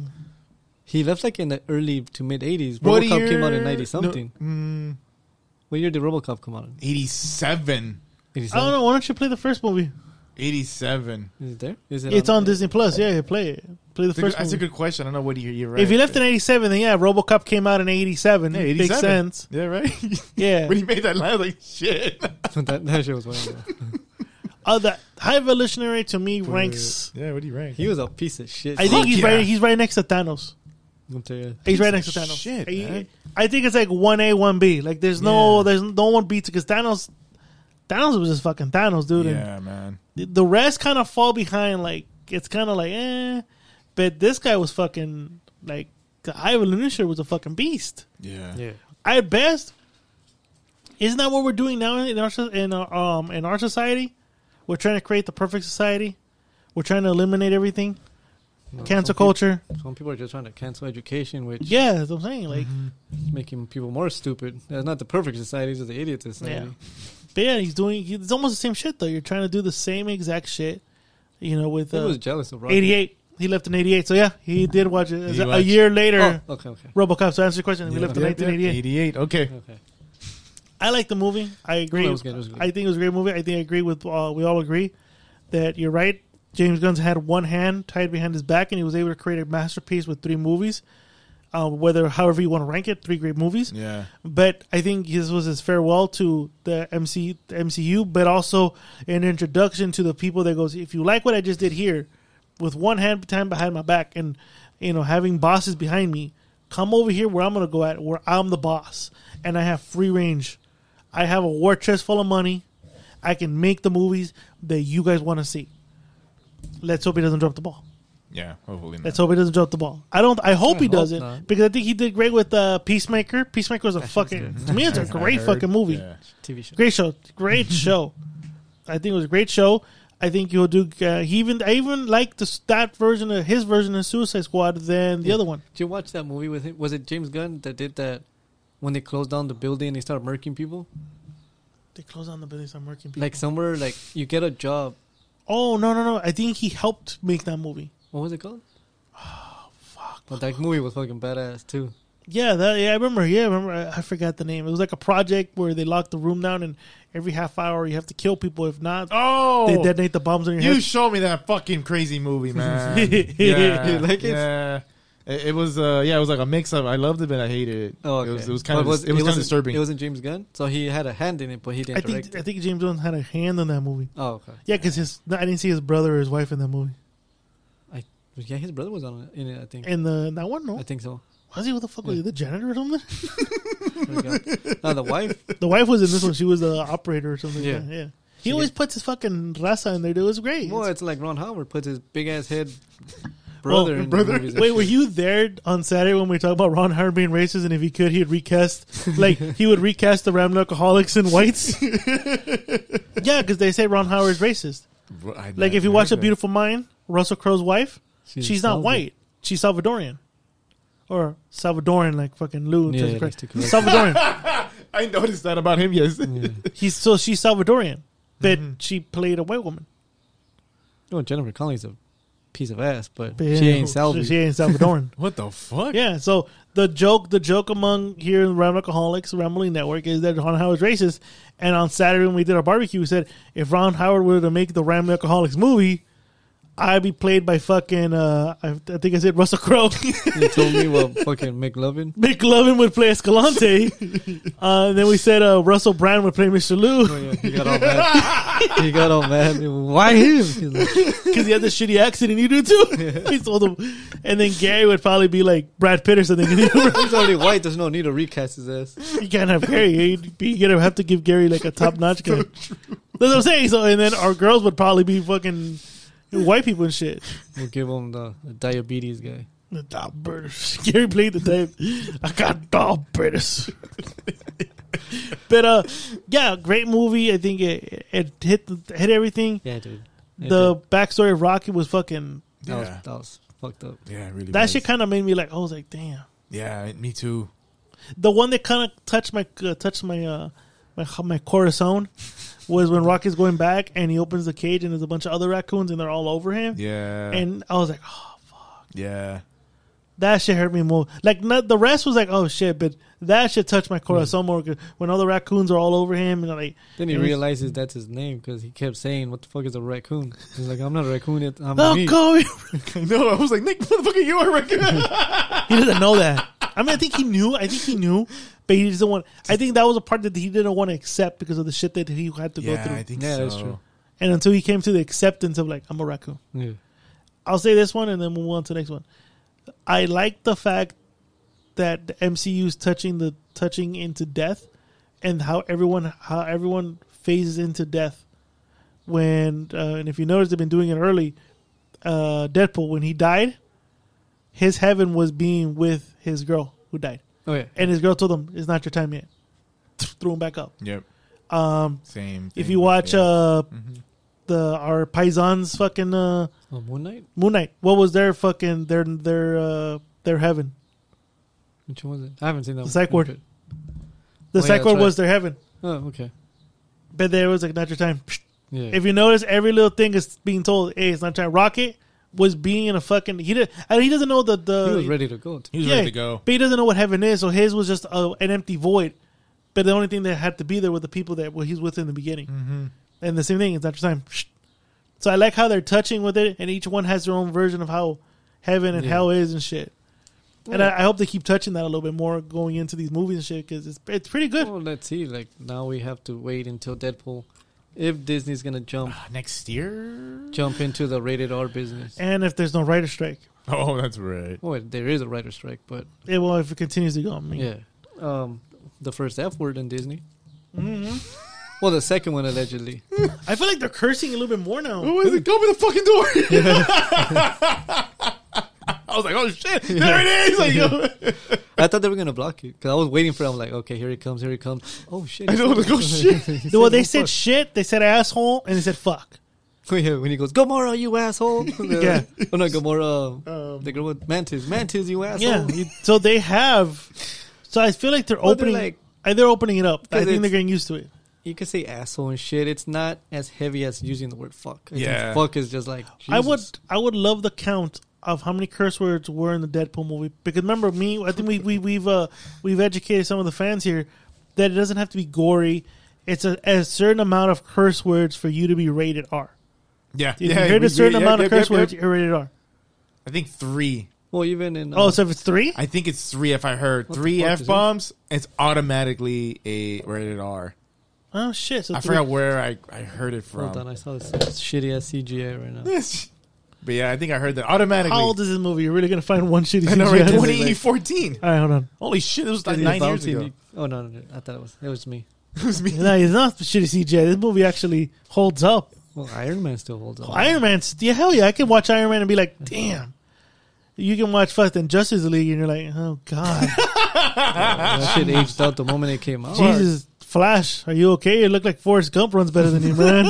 B: He left like in the early to mid '80s.
C: What
B: RoboCop came out in
C: year?
B: '90 something.
A: mm.
B: What year did RoboCop come out? In?
C: *laughs* Eighty-seven.
A: I don't
B: 87?
A: know. Why don't you play the first movie?
C: 87.
B: Is it there? Is it?
A: It's on
B: *laughs*
A: Disney Plus. Yeah, yeah, play it. Play the
C: That's a good-
A: first.
C: that's
A: movie.
C: a good question. I don't know what year you're right.
A: If he left in '87, then yeah, RoboCop came out in '87.
C: Yeah,
A: Makes sense.
C: Yeah, right? *laughs*
A: Yeah.
C: when he made that laugh, like, shit.
B: that, that shit was wild.
A: uh, the High Evolutionary to me ranks.
C: Yeah, what do you rank?
B: He was a piece of shit.
A: I
B: Fuck
A: think he's
C: uh, yeah.
A: right. He's right next to Thanos.
B: I'll tell you.
A: He's right next
C: Piece
A: to
C: of
A: Thanos.
C: shit,
A: He-
C: man.
A: I think it's like one A, one B. Like there's no, there's no one beats because Thanos, Thanos was just fucking Thanos, dude. And
C: yeah, man.
A: th- the rest kind of fall behind. Like it's kind of like, eh. But this guy was fucking like the Ivan Lunisher was a fucking beast.
C: Yeah.
B: Yeah.
A: At best, isn't that what we're doing now in our so- in our, um in our society? We're trying to create the perfect society. We're trying to eliminate everything. Cancel
B: some people-
A: culture.
B: Some people are just trying to cancel education, which
A: Yeah, that's what I'm saying. Like,
B: is making people more stupid. That's not the perfect society, it's just the idiot society.
A: but yeah, he's doing. he- It's almost the same shit though. You're trying to do the same exact shit. You know, with
B: He
A: uh,
B: was jealous of Rocky.
A: 88. He left in 88. So yeah, he did watch it.
C: He
A: a
C: watched-
A: year later.
B: Oh, okay, okay.
A: RoboCop. So answer your question. We
B: Yeah.
A: left in
C: Yep, yep,
A: 1988.
C: 88. Okay.
B: Okay.
A: I like the movie. I agree.
B: No, it was good, it was good.
A: I think it was a great movie. I think I agree with uh, we all agree that you're right. James Gunn's had one hand tied behind his back, and he was able to create a masterpiece with three movies. Uh, whether however you want to rank it, three great movies.
C: Yeah.
A: But I think this was his farewell to the MC the MCU, but also an introduction to the people that goes, if you like what I just did here, with one hand time behind my back, and you know having bosses behind me, come over here where I'm gonna go at, where I'm the boss, and I have free range. I have a war chest full of money. I can make the movies that you guys want to see. Let's hope he doesn't drop the ball.
C: Yeah. Hopefully not.
A: Let's hope he doesn't drop the ball. I don't. I hope
B: I
A: he
B: hope
A: doesn't
B: not.
A: because I think he did great with uh, Peacemaker. Peacemaker was a fucking. To me, it's a
C: I
A: great
C: heard.
A: fucking movie.
C: Yeah.
B: TV show.
A: Great show. Great show. I think it was a great show. I think he'll do. Uh, he even. I even like the that version of his version of Suicide Squad than the other one.
B: Did you watch that movie with him? Was it James Gunn that did that when they closed down the building and they started murking people?
A: They close down the buildings. I'm working. People.
B: Like somewhere, like you get a job.
A: oh no no no! I think he helped make that movie.
B: What was it called? Oh, fuck. But that movie was fucking badass too.
A: Yeah, that, yeah, I remember. Yeah, I remember. I, I forgot the name. It was like a project where they locked the room down, and every half hour you have to kill people. If not,
C: Oh.
A: they detonate the bombs on your
C: You
A: head.
C: showed me that fucking crazy movie, *laughs* man. yeah,
B: You like it?
C: Yeah. It, it was, uh, yeah, it was like a mix of I loved it, but I hated it.
B: Oh, okay.
C: it was, it was kind of
B: But
C: it was,
B: it
C: kind of
B: wasn't-
C: disturbing.
B: It wasn't James Gunn, so he had a hand in it, but he
A: I
B: didn't direct
A: think I
B: it.
A: think James Jones had a hand in that movie.
B: Oh, okay.
A: Yeah, because his no, I didn't see his brother or his wife in that movie.
B: Yeah, his brother was on it, in it. I think.
A: And the that one, no,
B: I think so.
A: was he? What the fuck was he? The janitor or something? *laughs*
B: no, the wife.
A: the wife was in this one. She was the operator or something. Yeah,
B: Yeah.
A: yeah. He always puts his fucking raza in there. dude. It was great.
B: Well, it's like Ron Howard puts his big ass head brother in the movies and
A: Wait,
B: shit.
A: were you there on Saturday when we talked about Ron Howard being racist and if he could, he'd recast, like, he would recast the Ram Alcoholics and
B: *laughs*
A: Whites? yeah, because they say Ron Howard's racist. Like, if you watch A Beautiful Mind, Russell Crowe's wife, she's,
B: She's
A: not
B: Salvador-
A: white. She's Salvadorian. Or Salvadoran, like fucking Lou.
B: Yeah,
A: Jesus
B: yeah,
A: Christ.
B: that's too correct. *laughs*
A: Salvadoran.
C: *laughs* I noticed that about him. Yes.
A: He's so she's Salvadorian, but she played a white woman.
B: No, Jennifer Connelly's a piece of ass, but,
A: But
B: she
A: yeah,
B: ain't Salvi.
A: She ain't
B: *laughs*
A: Salvadoran.
C: *laughs* what the fuck?
A: Yeah, so the joke the joke among here in Ram Alcoholics Rambling Network is that Ron Howard's racist. And on Saturday when we did our barbecue, we said if Ron Howard were to make the Ram Alcoholics movie, I'd be played by fucking uh, I, I think I said Russell Crowe. *laughs*
B: you told me what fucking McLovin.
A: McLovin would play Escalante. uh, and then we said uh, Russell Brand would play Mr. Lou
B: Oh, Yeah, he got all mad. he got all mad. Why him? He's like, *laughs*
A: because he had the shitty accent and you do too. *laughs* He told him. And then Gary would probably be like Brad Pitt or something. *laughs*
B: He's already white. There's no need to recast his ass.
A: You can't have Gary. You'd be- You're gonna have to give Gary like a top notch guy. That's what I'm saying. So and then our girls would probably be fucking white people and shit.
B: We'll give him the, the diabetes guy.
A: The top British. *laughs* Gary played the type. I got top British. *laughs* but uh, yeah, great movie. I think it, it hit the, hit everything.
B: Yeah, dude. It
A: The
B: did.
A: backstory of Rocky was fucking.
B: that, was,
C: Yeah.
B: that was fucked up.
C: Yeah, it really.
A: That
C: was.
A: shit kind of made me like, I was like, damn.
C: Yeah, me too.
A: The one that kind of touched my uh, touched my uh my my corazon was when Rocky's going back and he opens the cage and there's a bunch of other raccoons and they're all over him.
C: Yeah.
A: And I was like, oh,
C: yeah.
A: that shit hurt me more. Like not, the rest was like, oh shit, but that shit touched my corazon more 'cause when all the raccoons are all over him and like
B: Then he
A: and he's-
B: realizes that's his name because he kept saying, "What the fuck is a raccoon?" He's like, "I'm not a raccoon. It, I'm
A: Oh,
B: me."
A: Kobe.
C: no, *laughs* I was like, Nick, motherfucker, you are right.
A: *laughs* he doesn't know that. I mean, I think he knew. I think he knew, but he doesn't want. I think that was a part that he didn't want to accept because of the shit that he had to go through.
B: Yeah, that's true.
A: and until he came to the acceptance of like I'm a raccoon.
B: Yeah.
A: I'll say this one and then move on to the next one. I like the fact that the MCU's touching the touching into death and how everyone how everyone phases into death. When uh, and if you notice they've been doing it early, uh, Deadpool when he died, his heaven was being with his girl who died,
B: Oh yeah.
A: and his girl told him it's not your time yet. Threw him back up.
C: Yep. Um, Same.
A: If
C: thing
A: you
C: with
A: watch
C: the-
A: uh, the our Paisans fucking uh,
B: Oh, Moon Knight.
A: Moon Knight. What was their fucking their their uh their heaven?
B: Which one was it? I haven't seen that.
A: The
B: one.
A: psych ward.
B: Oh,
A: The
B: yeah,
A: psych
B: that's
A: ward
B: right.
A: was their heaven,
B: Oh okay.
A: but there was like not your time.
B: Yeah.
A: If you notice, every little thing is being told. Hey, it's not your time. Rocket was being a fucking he did. I mean, he doesn't know the the
B: he was ready to go.
C: he was ready to go.
A: but he doesn't know what heaven is. So his was just a, an empty void. But the only thing that had to be there were the people that were he's with in the beginning.
C: Mm-hmm.
A: And the same thing, it's not your time. So I like how they're touching with it, and each one has their own version of how heaven and
B: Yeah.
A: hell is and shit. And I, I hope they keep touching that a little bit more going into these movies and shit because it's it's pretty good.
B: Well, Oh, let's see. Like now we have to wait until Deadpool, if Disney's gonna jump
C: next year.
B: jump into the rated R business.
A: And if there's no writer strike,
C: *laughs* Oh, that's right.
B: Oh, wait, there is a writer strike, but
A: it well if it continues to go. I mean,
B: yeah, um, the first F word in Disney.
C: Mm-hmm.
B: Well, the second one
C: *laughs*
B: allegedly.
A: I feel like they're cursing a little bit more now.
C: Who is it? Go by the fucking
B: *laughs*
C: door. I was like,
A: *laughs*
C: oh shit, there it *laughs* is. Like, yo.
B: I thought they were gonna block it because I was waiting for. It. I'm like, okay, here he comes, here he comes. Oh shit!
C: I know, like, oh shit. *laughs*
A: well, they said shit, they said asshole, and they said fuck.
B: yeah, *laughs* when he goes, Gamora, you
C: *laughs*
B: asshole.
A: Yeah.
B: *laughs* oh no, Gamora.
C: Um,
B: the girl with Mantis, Mantis, you asshole.
A: Yeah. you- so they have. So I feel like they're
B: Well, they're
A: opening.
B: like-
A: uh, they're opening it up. I
B: 'Cause
A: think they're
B: it's-
A: getting used to it.
B: you could say asshole and shit. It's not as heavy as using the word fuck. I think
C: Yeah.
B: fuck is just like
A: I would.
B: Jesus.
A: I would love the count of how many curse words were in the Deadpool movie. Because remember me, I think we, we we've uh, we've educated some of the fans here that it doesn't have to be gory. It's a, a certain amount of curse words for you to be rated R.
C: yeah,
A: If
C: yeah,
A: you heard
C: we-
A: a certain
C: yeah,
A: amount
C: yep,
A: of curse
C: yep, yep.
A: words, you're rated R.
C: I think three.
B: Well, even in uh,
A: Oh, so if it's three,
C: I think it's three. If I heard
B: the
C: three
B: fuck is
C: f bombs, it's automatically a rated R.
A: oh shit! So
C: I
A: three.
C: forgot where I, I heard it from.
B: hold on, I saw this shitty ass CGI right now.
C: *laughs* but yeah, I think I heard that automatically.
A: How
C: *laughs*
A: old is this movie? You're really gonna find one shitty.
C: I know,
A: *laughs*
C: right?
A: CGI?
C: Twenty fourteen.
A: All right, hold on.
C: Holy shit! It was like
B: Is it
C: nine years
B: bouncing?
C: ago.
B: Oh no, no, no, I thought it was it was me.
C: It was me.
A: No, it's not shitty CGI. This movie actually holds up.
B: Well, Iron Man still holds up.
A: Iron Man's yeah, hell yeah. I can watch Iron Man and be like, damn. You can watch fucking Justice League and you're like, oh
C: *laughs*
A: god,
B: that shit aged out the moment it came out.
A: Jesus, Flash, are you okay? You look like Forrest Gump runs better than you,
C: *laughs*
A: man.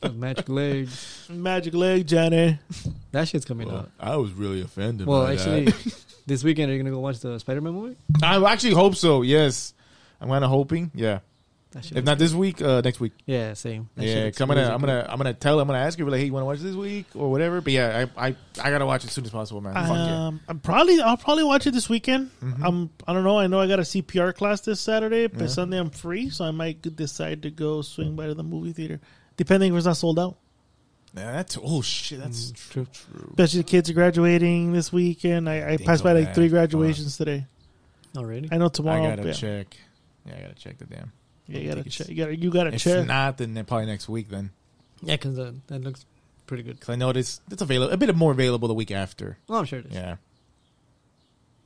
B: The Magic legs.
A: Magic leg, Johnny.
B: That shit's coming out.
C: I was really offended.
B: Well,
C: by
B: actually,
C: that. *laughs*
B: this weekend are you gonna go watch the Spider Man movie?
C: I actually hope so. Yes, I'm kind of hoping. Yeah,
B: That shit
C: if
B: was-
C: not this week, uh, next week.
B: yeah, same. That shit
C: yeah,
B: looks
C: come on.
B: amazing.
C: I'm gonna I'm gonna tell. I'm gonna ask you like, hey, you want to watch this week or whatever? But yeah, I I, I gotta watch it as soon as possible, man. Fuck yeah. Mm-hmm.
A: Um, I'm probably I'll probably watch it this weekend. I'm- I don't know. I know I got a CPR class this Saturday, but Sunday I'm free, so I might decide to go swing by to the movie theater, depending if it's not sold out.
C: Yeah, that's oh shit. That's
B: Mm.
C: true. True.
A: Especially the kids are graduating this weekend. I, I passed by like
C: man.
A: three graduations today.
B: already.
A: I know tomorrow.
C: I gotta
A: yeah.
C: check. Yeah, I gotta check the damn.
A: Yeah, you gotta
C: Tickets.
A: check. You gotta, you gotta
C: If
A: check.
C: not, then probably next week then.
B: Yeah, because that, that looks pretty good.
C: Because I know it's it's available a bit more available the week after.
B: Well, I'm sure it is.
C: Yeah,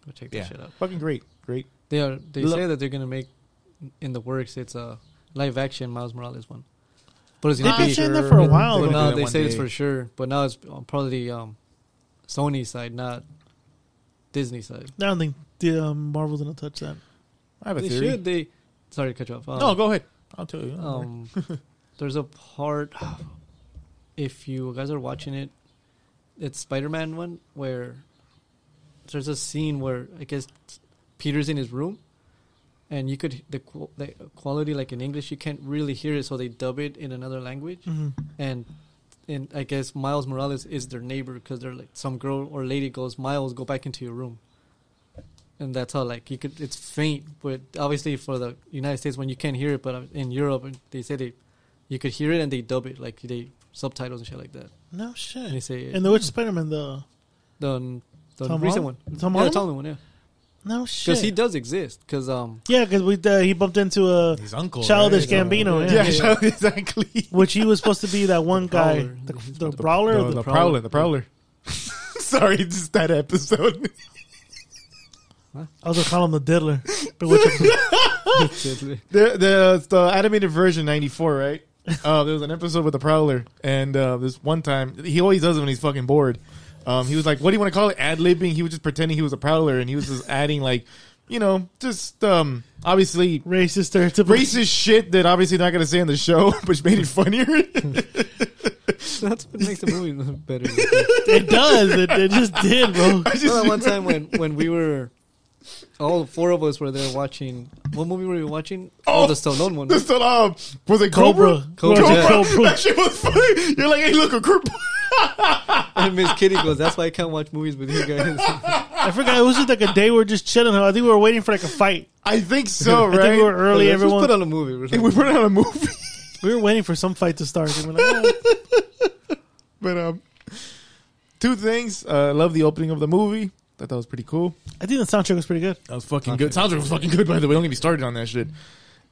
B: Go check that
C: yeah.
B: shit out.
C: Fucking great, great.
B: They are. They
C: Look-
B: say that they're gonna make in the works. It's a live action Miles Morales one. But it's
A: They've
B: gonna
A: been
B: be.
A: saying that for a
C: They're
A: while.
C: gonna
A: though.
C: do
B: No,
C: that
B: they
C: one
B: say it's
C: day.
B: for sure, but now it's on probably um, Sony side, not Disney side.
A: I don't think the, um, Marvel's gonna touch that.
C: I have a
B: They
C: theory.
B: should. They sorry to cut you off. Um,
C: Oh, No, go ahead. I'll tell you.
B: Um,
C: *laughs*
B: there's a part. If you guys are watching it, it's Spider-Man one where there's a scene where I guess Peter's in his room, and you could the qu- the quality like in English you can't really hear it, so they dub it in another language,
A: Mm-hmm.
B: and. And I guess Miles Morales is their neighbor because they're like some girl or lady goes Miles go back into your room, and that's how like you could it's faint but obviously for the united states when you can't hear it but uh, in europe they say they you could hear it and they dub it like they subtitles and shit like that
A: No
B: and they
A: shit.
B: say
A: And the which Spider Man the
B: the, the
A: Tom
B: recent
A: Holland? Tom
B: one yeah, the
A: Holland?
B: Tom Holland one yeah
A: No
B: because
A: shit.
B: he does exist. Because um, *laughs*
A: yeah, because we uh, he bumped into a
G: His uncle,
A: childish
G: right?
A: Gambino, yeah.
C: Yeah, *laughs* exactly.
A: which he was supposed to be that one guy,
B: Prowler.
A: the, the brawler. or
C: No,
A: the-
C: the prowler, the prowler. *laughs* Sorry, just that episode.
A: I was gonna call him the diddler. But which-
C: the the the animated version '94,
A: *laughs*
C: right? Uh, there was an episode with the Prowler, and uh, this one time he always does it when he's fucking bored. Um, he was like, "What do you want to call it?" Ad libbing. He was just pretending he was a Prowler, and he was just adding like, you know, just um, obviously
A: racist stereotypical.
C: racist shit that obviously not gonna say in the show, *laughs* which made it funnier.
B: that's what makes the movie *laughs* better.
A: It does. It, it just did, bro. *laughs*
B: Well, that one time when when we were all four of us were there watching what movie were we watching? Oh, the Stallone
C: *laughs*
B: one.
C: This still, um, was it Cobra?
A: Cobra. Cobra. Cobra.
C: *laughs* That shit was funny. You're like, hey, look, a Cobra. *laughs*
B: And Miss Kitty goes, "That's why I can't watch movies with you *laughs* guys."
A: I forgot. It was just like a day we were just chilling. I think we were waiting for like a fight.
C: I think
A: *laughs*
C: so,
A: I
C: right?
A: think we were early.
B: Let's just
A: everyone
B: put on a movie. We're
C: *laughs* We
B: like,
C: put on a movie.
A: we were waiting for some fight to start. And we're like, oh.
C: But um, two things. Uh, I love the opening of the movie. Thought that was pretty cool.
A: I think the soundtrack was pretty good.
C: That was fucking good. Soundtrack was fucking good. By the way, don't get me started on that shit.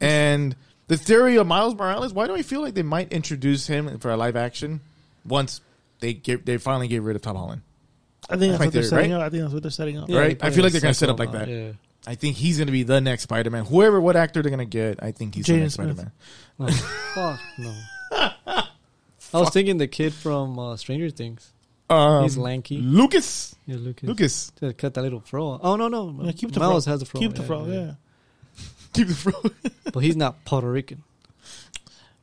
C: And the theory of Miles Morales. Why do I feel like they might introduce him for a live action once they get they finally get rid of Tom Holland?
A: I think that's
C: my
A: what they're
C: theory,
A: setting
C: right?
A: up. I think that's what they're setting up.
B: Yeah,
C: right? I feel like they're gonna set up
B: something
C: like that.
B: Yeah.
C: I think he's gonna be the next Spider Man. Whoever, what actor they're gonna get, I think he's the
A: Jaden
C: next
A: Smith.
C: Spider Man.
B: Fuck no. *laughs* I was thinking the kid from uh, Stranger Things.
C: Um,
B: He's lanky.
C: Lucas.
B: Yeah, Lucas.
C: Lucas,
B: To cut that little fro. off. Oh no no.
A: Yeah, keep the
B: Miles
A: frog.
B: has the fro.
A: Keep the frog. Yeah,
C: keep the fro.
B: But he's not Puerto Rican.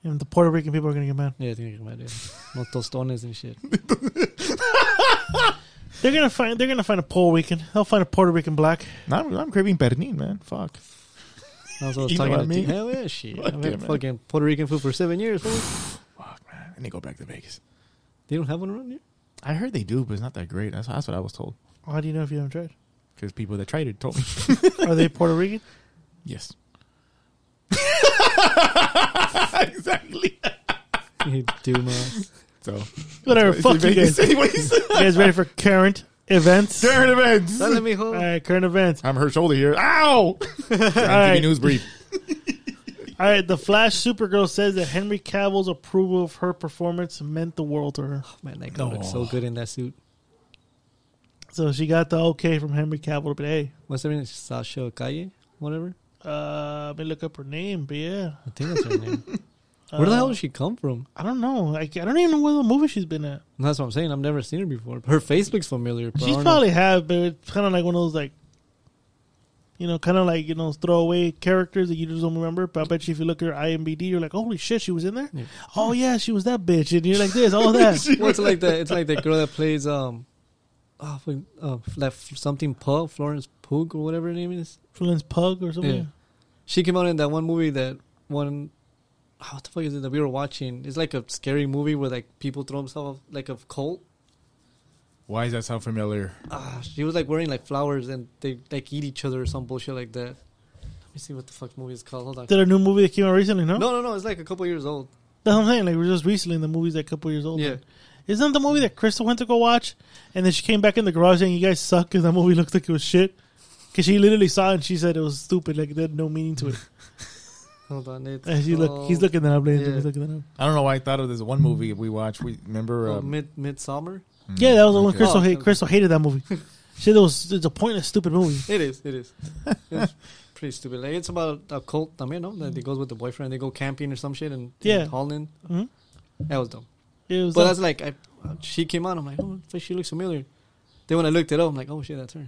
A: And the Puerto Rican people are gonna get mad.
B: Yeah, I think I can imagine. No tostones and shit.
A: They're gonna find. They're gonna find a Puerto Rican. They'll find a Puerto Rican black.
C: I'm, I'm craving Bernine, man. Fuck.
B: That's what I was
C: You know
B: talking
C: what I
B: to.
C: mean?
B: T- Hell yeah, shit.
C: Fuck
B: I've
C: yeah,
B: had
C: man.
B: fucking Puerto Rican food for seven years. fool.
C: Fuck, man. I need to go back to Vegas.
B: they don't have one around here.
C: I heard they do, but it's not that great. That's, that's what I was told.
A: How do you know if you haven't tried?
C: Because people that tried it told me.
A: Are they Puerto Rican?
C: *laughs* yes. *laughs* exactly.
B: *laughs* You dumbass.
C: So
A: Whatever. Fuck you guys. *laughs* You
C: *laughs* Anyways,
A: guys ready for current events?
C: current events. *laughs*
B: Let me hold.
A: All right, current events.
C: I'm her shoulder here. *laughs* Ow!
A: right.
C: MTV News brief.
A: All right, the Flash Supergirl says that Henry Cavill's approval of her performance meant the world to her.
B: Man, that guy looks so good in that suit.
A: So she got the okay from Henry Cavill, but hey,
B: What's her name? Sasha Calle? Whatever.
A: uh, let me look up her name. But yeah,
B: I think
C: *laughs*
B: that's her name. Where the hell does she come from?
A: I don't know. Like, I don't even know what the movie she's been at.
B: That's what I'm saying. I've never seen her before. Her face looks familiar. But I
A: She's
B: don't know.
A: probably have, but it's kind of like one of those like, you know, kind of like you know throwaway characters that you just don't remember. But I bet you if you look at her IMDb, you're like, holy shit, she was in there. Oh yeah, she was that bitch, and you're like this, all
B: *laughs*
A: that.
B: Well, it's like
C: *laughs*
B: that. It's like that girl that plays um, oh, fuck, uh, that f- something Pug, Florence Pug or whatever her name is.
A: Florence Pug or something.
B: Yeah. She came out in that one movie that one oh, what the fuck is it that we were watching? It's like a scary movie where like people throw themselves off, like a cult.
C: Why does that sound familiar?
B: Ah, she was like wearing like flowers and they like eat each other or some bullshit like that. Let me see what the fuck movie is called. Hold on.
A: Did a new movie that came out recently? No,
B: No, no, no. It's like a couple years old.
A: that's what I'm saying. Like we're just recently in the movie's like a couple years old.
B: Yeah.
A: Isn't that the movie that Crystal went to go watch, and then she came back in the garage saying, "You guys suck," because that movie *laughs* looked like it was shit. Because she literally saw it and she said it was stupid, like it had no meaning
B: *laughs*
A: to it.
B: Hold on. It's
A: And she look, he's
B: called,
A: looking that up, ladies.
B: Yeah.
A: He's looking that up.
C: I don't know why I thought of this one movie we watched. We remember
B: uh,
C: um,
B: mid midsummer.
A: Yeah, that was the one
C: Okay.
A: Crystal
B: Oh,
A: hate.
B: okay.
A: Crystal hated that
B: *laughs*
A: movie. She said it was it's a pointless, stupid movie.
B: It is.
A: *laughs*
B: It is. It's pretty stupid. Like it's about a cult. I mean, no, that they goes with the boyfriend. They go camping or some shit in,
A: Yeah.
B: in Holland.
A: Mhm.
B: That was dumb.
A: It was
B: But
A: like-
B: that's like I, she came out. I'm like, oh, fuck, she looks familiar. Then when I looked it up, I'm like, oh shit, that's her.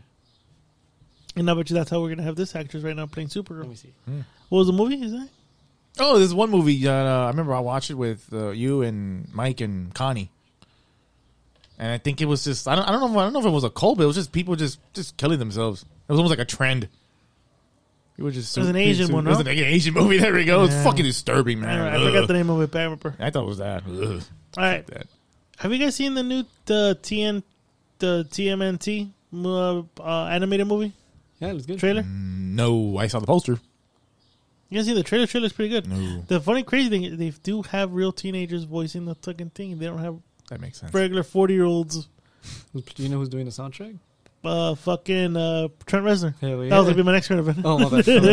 A: and I bet you that's how we're gonna have this actress right now playing
B: Let me
A: Supergirl.
B: see.
A: What was the movie? Is that?
C: Oh, there's one movie that uh, I remember I watched it with uh, you and Mike and Connie. And I think it was just I don't I don't know I don't know if it was a cult, but it was just people just just killing themselves. It was almost like a trend. It was just
A: It was an Asian one,
C: It was
A: no?
C: an Asian movie. *laughs* There we go. It's
A: Yeah.
C: fucking disturbing,
A: I,
C: man.
A: don't know, I
C: Ugh.
A: forgot the name of it, but I remember.
C: I thought it was that. Ugh.
A: All right,
C: That.
A: have you guys seen the new the TN the TMNT uh, uh, animated movie
B: Yeah, it looks good.
A: trailer?
C: Mm. No, I saw the poster.
A: You guys see the trailer? Trailer's pretty good.
C: No,
A: The funny, crazy thing is they do have real teenagers voicing the fucking thing. They don't have
C: that makes sense.
A: regular forty year olds.
B: Who- Do you know who's doing the soundtrack?
A: uh, fucking uh, Trent Reznor.
B: Hell yeah.
A: That was gonna be my next current event.
B: Oh my bad.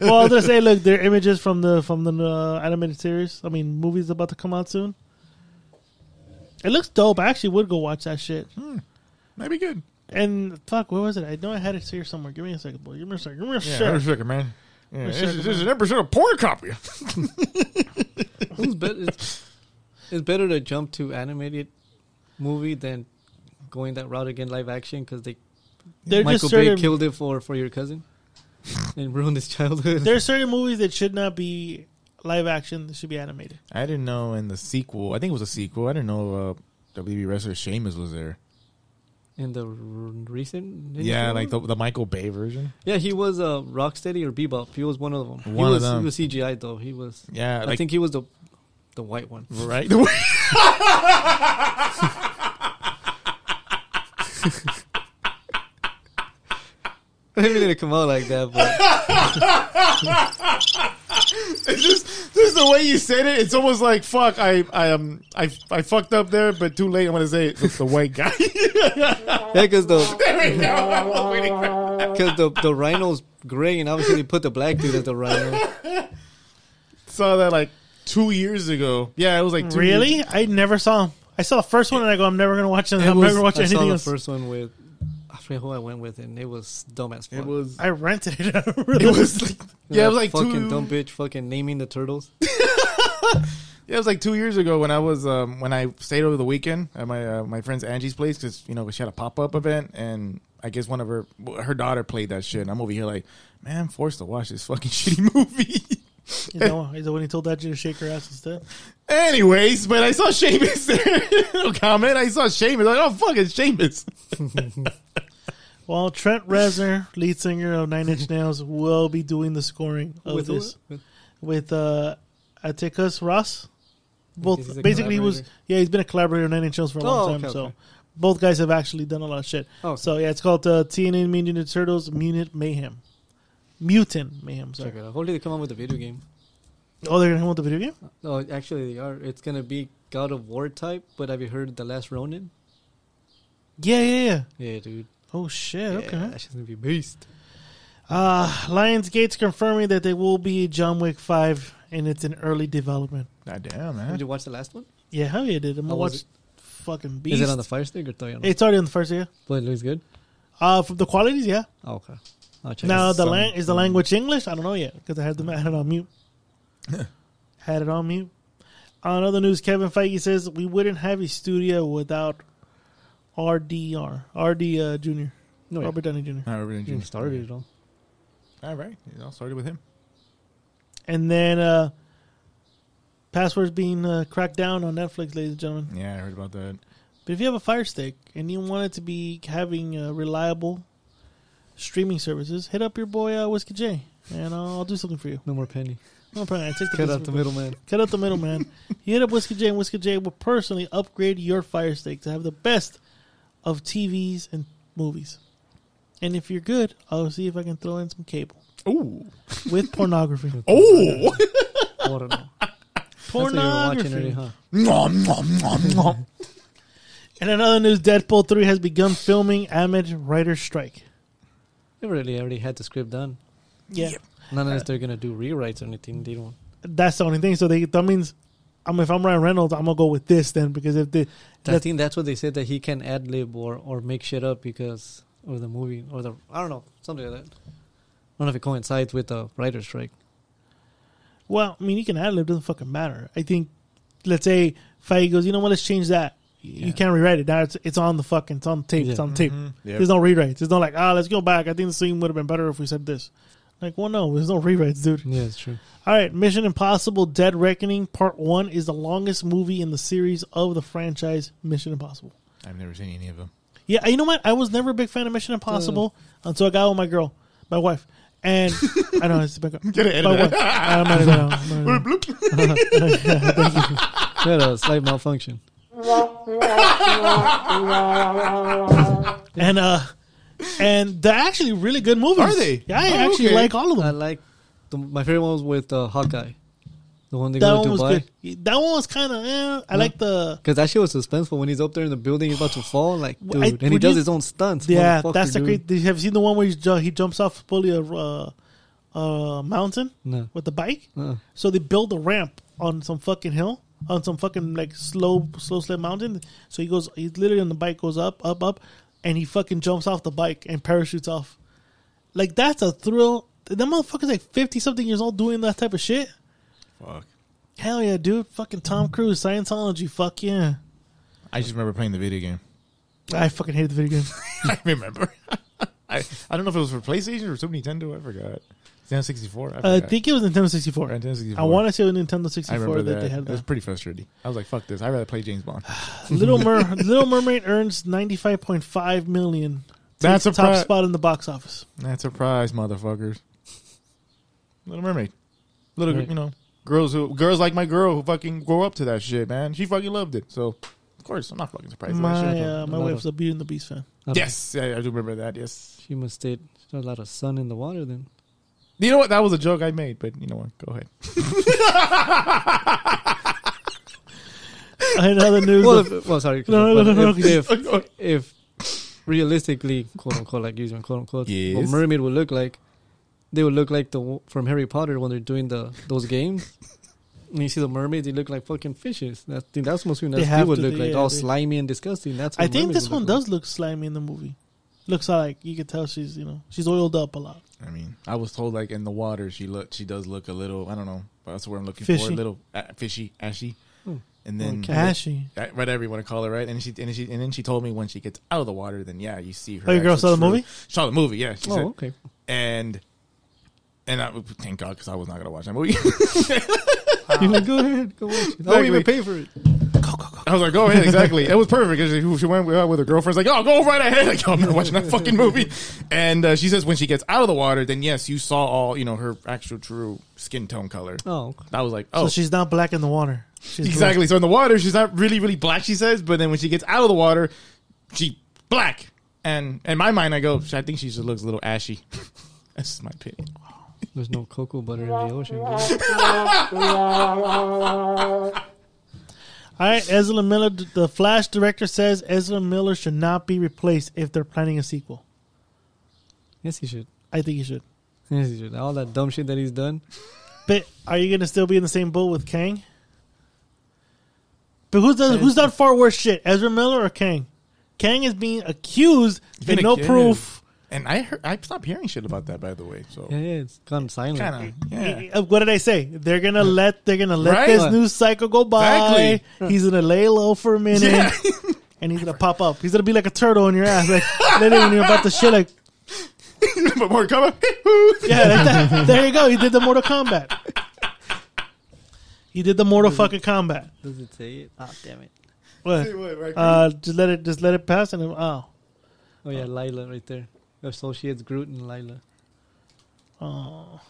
A: *laughs* well, I was gonna say, look, they're images from the from the uh, animated series. I mean, movies about to come out soon. It looks dope. I actually would go watch that shit.
C: Might be good.
A: And fuck, where was it? I know I had it here somewhere. Give me a second, boy. Give me a second. Give me a
C: Yeah,
A: second.
C: Sure. Sugar, man. Yeah, this,
A: Sugar
C: is, this is an episode of porn copy.
B: it's, bet- it's, it's better to jump to animated movie than going that route again live action because they
A: They're
B: Michael
A: just
B: Bay
A: certain,
B: killed it for for your cousin and ruined his childhood.
A: There are certain movies that should not be live action. That should be animated.
C: I didn't know in the sequel. I think it was a sequel. I didn't know uh, WWE wrestler Sheamus was there.
B: in the r- recent
C: Yeah, like the, the Michael Bay version.
B: yeah he was a uh, Rocksteady or Bebop. He was one of them. he
C: One of
B: was,
C: them.
B: He was CGI though. He was.
C: Yeah,
B: I
C: like
B: think he was the the white one. *laughs*
C: *laughs* right.
B: I didn't mean to come out like that, but
C: *laughs* It's just just the way you said it. It's almost like fuck. I I um I I fucked up there, but too late. I'm gonna say it. it's the white guy. *laughs*
B: yeah, because the
C: Right now, *laughs* I'm waiting for-
B: because the the rhino's gray, and obviously they put the black dude as
A: *laughs*
B: the rhino.
C: Saw that like two years ago. Yeah, it was like two years-
A: Really? I never saw him. I saw the first one and I go, I'm never gonna watch it. I'm
B: It was-
A: never gonna watch
B: I
A: anything
B: saw
A: else.
B: the first one with I forget who I went with, and it was dumb as fuck.
C: It was.
A: I rented it. *laughs* I
C: It
A: really-
C: was like yeah, it was
B: That
C: like
B: fucking
C: two.
B: dumb bitch, fucking naming the turtles.
A: *laughs*
C: Yeah, it was like two years ago when I was um, when I stayed over the weekend at my uh, my friend's Angie's place because you know she had a pop up event and I guess one of her her daughter played that shit and I'm over here like man I'm forced to watch this fucking *laughs* shitty movie.
A: you know, is it when he told that you to shake her ass instead?
C: Anyways, but I saw Sheamus *laughs* there. no comment. I saw Sheamus. Like, oh fuck, it's Sheamus.
A: Well, Trent Reznor, lead singer of Nine Inch Nails, will be doing the scoring of
B: With who?
A: this with uh, Atticus Ross. Both
B: He's a
A: basically he was
B: collaborator.
A: yeah he's been a collaborator of Nine Inch Nails for a long
B: Oh,
A: time.
B: okay,
A: so
B: okay.
A: both guys have actually done a lot of shit.
B: Oh.
A: So yeah, it's called uh, TNA Mutant Ninja Turtles Mutant Mayhem. Mutant Mayhem. Sorry.
B: Check it out. Hopefully they come out with a video game.
A: Oh, they're gonna come with the video game.
B: No, actually they are. It's gonna be God of War type. But have you heard the Last Ronin?
A: Yeah, yeah, yeah.
B: Yeah, dude.
A: Oh shit.
B: Yeah,
A: okay.
B: that shit's gonna be beast.
A: Uh, Lionsgate's confirming that they will be John Wick Five, and it's in early development.
C: God damn
B: Did
C: man.
B: you watch the last one?
A: Yeah, hell yeah, dude. I'm gonna
B: How was
A: watch
B: it?
A: fucking Beast.
B: Is it on the Fire Stick or Toyota?
A: It's already on the first, yeah.
B: but it looks good.
A: Uh, from the qualities, yeah.
B: Oh, okay. I'll check.
A: Now
B: it.
A: the
B: Some- Mm.
A: lang- is the language English? I don't know yet because I had them I had it on
B: *laughs*
A: mute. had it on mute. On other news, Kevin Feige says we wouldn't have a studio without RDR RD uh, Junior
B: No, Oh, yeah.
A: Robert Downey Jr.
C: All right, we're gonna
B: You
C: do-
B: started it all.
C: All right, it all started with him.
A: And then uh, passwords being uh, cracked down on Netflix, ladies and gentlemen.
C: Yeah, I heard about that.
A: But if you have a Fire Stick and you want it to be having uh, reliable streaming services, hit up your boy uh, Whiskey J, and I'll, I'll do something for you.
B: No
A: *laughs*
B: more penny.
A: No problem. I take the
B: Cut
A: business
B: out the middleman.
A: Cut out the middleman. you *laughs* hit up Whiskey J, and Whiskey J will personally upgrade your Fire Stick to have the best of TVs and movies. And if you're good, I'll see if I can throw in some cable
C: Ooh.
A: with *laughs* pornography.
C: Oh.
B: Water. That's what you were watching already,
A: pornography.
B: huh?
C: *laughs* nom, nom, nom,
A: *laughs*
C: nom.
A: And another news: Deadpool three has begun filming amid writer's strike.
B: They really already had the script done.
A: Yeah,
B: Not
A: Uh,
B: unless they're gonna do rewrites or anything. They don't.
A: that's the only thing. So they, that means, I mean, if I'm Ryan Reynolds, I'm gonna go with this then because if the
B: I think that's what they said that he can ad lib or or make shit up because or the movie or the I don't know something like that. I don't know if it coincides with the writer's strike.
A: Well, I mean, you can ad lib. Doesn't fucking matter. I think, let's say Feige goes, you know what? Let's change that. You can't rewrite it now. It's it's on the fucking. It's on tape. It's
B: Yeah.
A: on tape.
C: Yep.
A: There's no rewrites. There's no like, ah, let's go back. I think the scene would have been better if we said this. Like, well, no, there's no rewrites, dude.
B: Yeah, it's true.
A: All right, Mission Impossible: Dead Reckoning Part One is the longest movie in the series of the franchise Mission Impossible.
C: I've never seen any of them.
A: Yeah, you know what? I was never a big fan of Mission Impossible until I got with my girl, my wife,
C: *laughs*
A: and I know it's my girl.
C: Get it, edit
A: My
C: that.
A: wife. I'm not gonna- I'm not gonna-
B: Had a uh, slight malfunction.
A: and uh and they're actually really good movies.
C: Are they?
A: Yeah, I
C: Oh,
A: actually
C: okay.
A: like all of
B: I
A: them.
B: like the, my favorite one was with uh, Hawkeye. The one they
A: That
B: go
A: one
B: to
A: was
B: Dubai.
A: good. That one was kind of. Eh, I like the.
B: Because that shit was suspenseful when he's up there in the building, he's about to fall. Like,
A: Well,
B: dude.
A: I-
B: and he
A: would
B: does
A: you-
B: his own stunts.
A: Yeah,
B: motherfucker,
A: that's the
B: dude.
A: great. Did you have seen the one where he, ju- he jumps off fully a uh, uh, mountain
B: No.
A: with the bike?
B: Uh-uh.
A: So they build a ramp on some fucking hill, on some fucking like slow, slow slip mountain. So he goes, he's literally on the bike, goes up, up, up, and he fucking jumps off the bike and parachutes off. Like that's a thrill. That motherfucker's like fifty something years old doing that type of shit.
C: Fuck.
A: Hell yeah, dude! Fucking Tom Cruise, Scientology. Fuck yeah!
C: I just remember playing the video game. *laughs*
A: I fucking hate the video game.
C: I remember. *laughs* I, I don't know if it was for PlayStation or Super Nintendo. I forgot. Nintendo 64. I,
A: I
C: forgot.
A: Uh, think it was Nintendo sixty four.
C: Nintendo 64.
A: I want to say it was Nintendo
C: I
A: sixty four
C: remember
A: that,
C: that.
A: they had
C: It was *laughs*
A: that.
C: pretty frustrating. I was like, fuck this. I'd rather play James Bond.
A: Little Mer- Little Mermaid earns ninety five point five million.
C: That's a
A: top
C: pri-
A: spot in the box office.
C: That's a prize, motherfuckers. Little Mermaid. Little,
B: Right.
C: you know, girls who girls like my girl who fucking grow up to that shit, man. She fucking loved it. So, of course, I'm not fucking surprised. by that
A: My
C: shit.
A: uh, my
B: A lot
A: wife's a Beauty and the Beast fan.
B: I don't-
C: yes, yeah, I do remember that. Yes.
B: She must stay. She had a lot of sun in the water then.
C: You know what? That was a joke I made, but you know what? Go ahead.
A: In other news,
B: Well,
A: the-
B: if, well sorry.
A: No, no, no, no,
B: but
A: no,
B: If, if, if realistically, quote unquote, like using quote unquote, what
C: Yes.
B: mermaid would look like, they would look like the w- from Harry Potter when they're doing the those games. And you see the mermaids, they look like fucking fishes. That, I think that's what
A: They
B: they,
A: have
B: would
A: to,
B: look
A: they-
B: like,
A: yeah,
B: all
A: they-
B: slimy and disgusting. That's what
A: I think
B: mermaids
A: this
B: would
A: one
B: look
A: does look slimy in the movie. Looks like you can tell she's you know she's oiled up a lot.
C: I mean, I was told like in the water she look she does look a little I don't know but that's what I'm looking for
A: Fishy.
C: a little uh, fishy ashy, and then
B: Okay.
A: Ashy.
C: Uh, whatever you want to call it right and she and she and then she told me when she gets out of the water then yeah you see her.
A: Oh, your girl
C: actual
A: saw the
C: true-
A: movie?
C: Saw the movie, yeah. She
B: like.
C: said,
B: Oh, okay.
C: and and I thank God because I was not gonna watch that movie. *laughs*
B: You're like, go ahead, go watch it. I won't even
C: Exactly.
B: pay for it.
C: I was like, go ahead, exactly. it was perfect because she, she went out with her girlfriend's like, oh, go right ahead. *laughs* Like, yo, I'm not
A: *laughs*
C: watching that fucking movie. And uh, she says when she gets out of the water, then yes, you saw all you know her actual true skin tone color.
B: Oh, okay.
C: I was like, oh,
A: So she's not black in the water.
C: *laughs*
A: She's
C: exactly. So in the water, she's not really, really black. She says, but then when she gets out of the water, she black. And in my mind, I go, I think she just looks a little ashy. *laughs* That's my opinion.
B: there's no cocoa butter in the ocean. dude.
A: black. All right, Ezra Miller, the Flash director says Ezra Miller should not be replaced if they're planning a sequel.
B: Yes, he should.
A: I think he should.
B: Yes, he should. All that dumb shit that he's done.
A: But are you gonna still be in the same boat with Kang? But who's done who's done far worse shit, Ezra Miller or Kang? Kang is being accused
C: been
A: with no
C: accused.
A: proof.
C: And I heard, I stopped hearing shit about that, by the way. So
B: Yeah, yeah, it's gone silent.
C: kind of, yeah.
A: Uh, What did I say? They're gonna let they're gonna let
C: Right.
A: this news cycle go by. *laughs*
C: Exactly.
A: He's gonna lay low for a minute,
C: Yeah. *laughs*
A: and he's gonna pop up. He's gonna be like a turtle in your ass, like *laughs* literally when you're about to shit. Like
C: but more cover.
A: yeah, like that. there you go. He did the Mortal Kombat. He did the Mortal fucking combat.
B: Does it say it? Ah, damn it.
A: What? Uh, just let it just let it pass, and it, oh,
B: Oh yeah, Lila right there. Associates Groot and Lila.
A: Oh.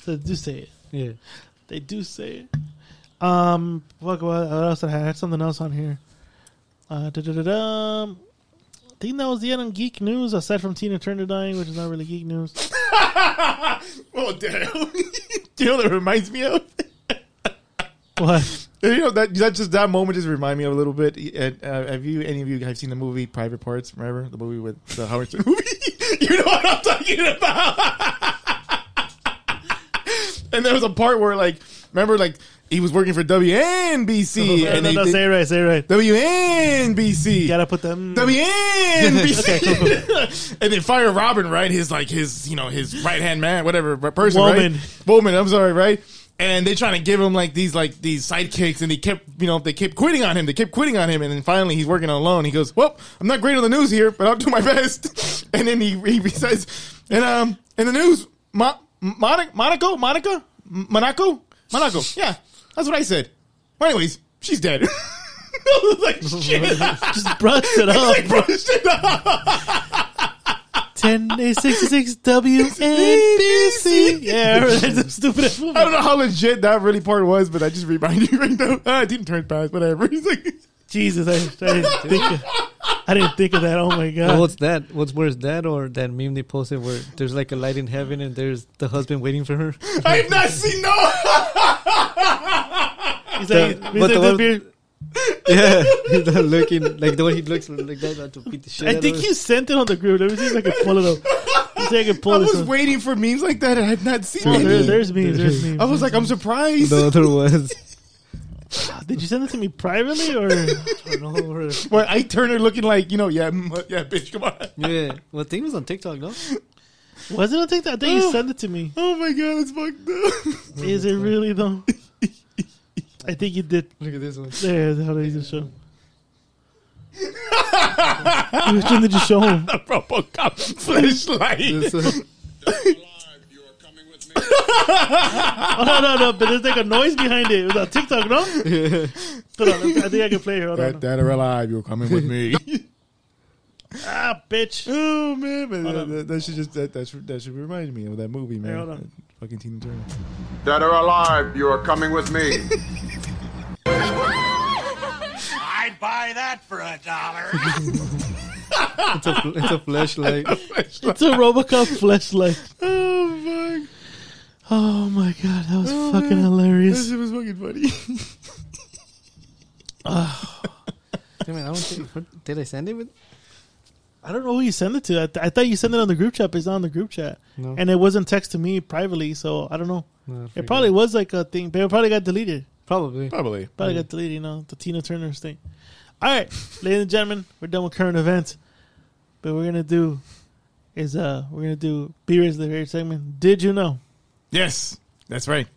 A: So they do say it.
B: Yeah.
A: They do say it. Um, what, what else? did I, have? I had something else on here. Uh, da-da-da-dum. I think that was the end on geek news, aside from Tina Turner dying, which is not really geek news.
C: *laughs* Oh damn! *laughs* you know what it reminds me of?
A: *laughs*
C: *laughs*
A: What?
C: You know that that just that moment just remind me of a little bit. And, uh, have you any of you have seen the movie Private Parts? Remember the movie with the Howard Stern movie? *laughs* you know what I'm talking about. *laughs* and there was a part where like remember like he was working for
A: *laughs* *laughs*
C: WNBC
A: no,
C: and
A: no,
C: they
A: no,
C: did-
A: say it right, say it right.
C: WNBC.
A: You gotta put
C: *laughs*
A: them.
C: WNBC.
A: *laughs* Okay, cool, cool.
C: *laughs* and then fire Robin, right? His like his you know his right hand man, whatever person,
A: Woman.
C: right? Woman, I'm sorry, right? And they trying to give him like these like these sidekicks, and he kept you know they kept quitting on him. They kept quitting on him, and then finally he's working alone. He goes, "Well, I'm not great on the news here, but I'll do my *laughs* best." And then he he says, "And um, in the news, Mo- Monica, Monaco, Monica, Monaco, Monaco, yeah, that's what I said." Well, anyways, she's dead. *laughs* I was like, "Shit."
A: *laughs* Just brush it up.
C: *laughs* Like, bro, shut up.
A: 1066 WNBC. *laughs* Yeah, that's a stupid ass movie.
C: I don't know how legit that really part was, but I just remind you right now. *laughs* Ah, I didn't turn past, whatever. *laughs* He's like,
A: Jesus, I, I didn't think of, I didn't think of that. Oh my
B: Well,
A: god.
B: what's that? What's worse, that or that meme they posted where there's like a light in heaven and there's the husband waiting for her?
C: I have not seen no.
A: He's
B: The-
A: like,
B: but
A: he's like
B: the
A: this
B: one-
A: beer.
B: *laughs* yeah, *laughs* he's not looking like the way he looks like that. Not to beat the shit.
A: I
B: out
A: think
B: of
A: you sent it on the group. Let me see if I can pull it up. Let me see if I can pull
C: I
A: this
C: was
A: up.
C: waiting for memes like that, and I've not seen
A: Oh,
C: it.
A: there, there's memes. There's memes.
C: I was like, I'm surprised.
B: the other *laughs* was.
A: Did you send it to me privately or?
C: Where I Turner looking like, you know, yeah, m- yeah, bitch, come on. *laughs*
B: Yeah, well, thing was on TikTok, no?
A: Was it on TikTok? I think you sent it to me.
C: Oh my god, it's fucked up.
A: *laughs* Is it really though? I think you did.
B: Look at this one.
A: There, how did you show? Which one did you show him? *laughs*
C: The RoboCop *laughs* flashlight.
B: This *laughs* one.
E: You are coming with me.
A: Oh, no, no, no, but there's like a noise behind it. It was on TikTok, no? Hold on, I think I can play here. Hold
C: That,
A: on.
C: that are alive, you're coming with me. *laughs*
A: Ah, bitch.
C: oh man, man,
A: on.
C: that, that, that should just that, that should that should remind me of that movie, man.
A: Hey, hold on.
C: Fucking Tina Turner.
E: Dead or alive, you are coming with me.
D: *laughs* I'd buy that for a
C: *laughs*
D: dollar.
B: It's a, it's a flashlight.
A: It's a Robocop flashlight.
C: Oh fuck,
A: Oh my god, that was
C: Oh,
A: fucking
C: man.
A: hilarious.
C: this was fucking funny. *laughs*
B: Damn it, I don't think. *laughs* what- Did I send it with?
A: I don't know who you sent it to. I, th- I thought you sent it on the group chat, but it's not on the group chat.
B: No.
A: And it wasn't text to me privately, so I don't know.
B: No, I
A: It
B: forget.
A: probably was like a thing, but it probably got deleted.
B: Probably.
C: Probably.
A: Probably got deleted, you know, the Tina Turner thing. All right, *laughs* ladies and gentlemen, we're done with current events. But we're gonna do is uh we're gonna do B is the favorite segment. Did you know?
C: Yes, that's right.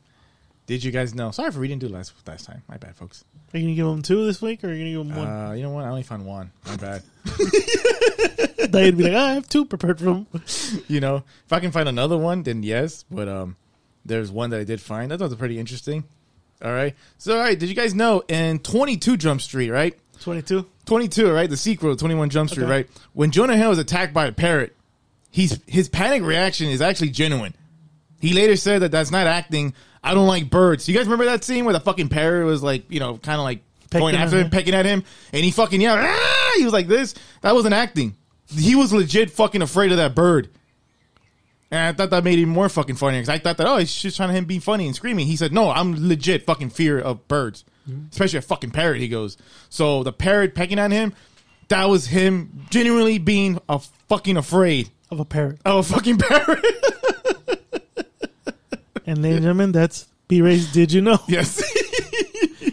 C: Did you guys know? Sorry for we didn't do last last time. My bad, folks.
A: Are you gonna give them two this week, or are you gonna give them one?
C: Uh, you know what? I only found one. My bad.
A: They'd be like, "Ah, I have two prepared for them.
C: you know, if I can find another one, then yes. But um, there's one that I did find. I thought it was pretty interesting. All right. So, all right. Did you guys know in 22 Jump Street, right?
A: *laughs* Twenty-two.
C: 22, right? The sequel to 21 Jump Street,
A: Okay.
C: right? When Jonah Hill is attacked by a parrot, he's his panic reaction is actually genuine. He later said that that's not acting. I don't like birds. You guys remember that scene where the fucking parrot was like, you know, kind of like going
A: Pecking
C: after
A: at
C: him,
A: him.
C: pecking at him, and he fucking yelled. "Ah!" He was like this. That wasn't acting. He was legit fucking afraid of that bird. And I thought that made him more fucking funny because I thought that oh he's just trying to him be funny and screaming. He said no, I'm legit fucking fear of birds,
A: Mm-hmm.
C: especially a fucking parrot. He goes so the parrot pecking at him, that was him genuinely being a fucking afraid
A: Of a parrot.
C: of a Oh, fucking *laughs* parrot.
A: And ladies and gentlemen, that's B Ray's Did You Know? *laughs*
C: yes,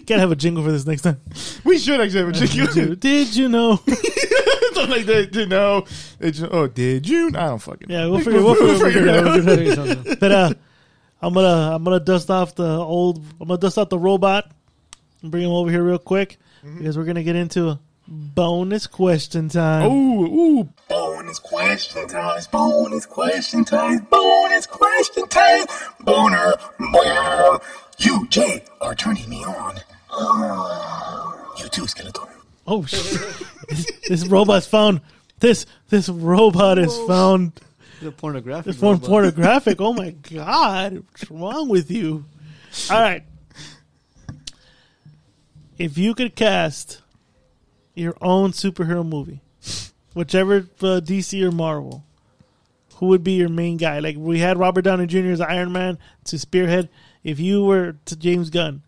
A: Gotta have a jingle for this next time.
C: *laughs* we should actually have a chicken. *laughs*
A: Dude, Did *laughs* you know?
C: Something like that. You know, It's- oh did you? I don't fucking.
A: Yeah, we'll figure, we'll figure, we'll figure it out. We'll
B: *laughs*
A: figure it out. But uh, I'm gonna I'm gonna dust off the old I'm gonna dust off the robot and bring him over here real quick because we're gonna get into bonus question time.
C: Oh. Ooh, ooh,
G: Bonus question time, bonus question time, bonus question time. Boner, boner. You, Jay, are turning me on. *sighs* You too, Skeletor.
A: Oh, shit. *laughs* this, this robot's found this this robot is found
B: The pornographic.
A: It's more
B: robot.
A: pornographic. Oh my god, what's wrong with you? All right. If you could cast your own superhero movie, whichever uh, DC or Marvel, who would be your main guy? Like we had Robert Downey Jr. as Iron Man to Spearhead. If you were to James Gunn,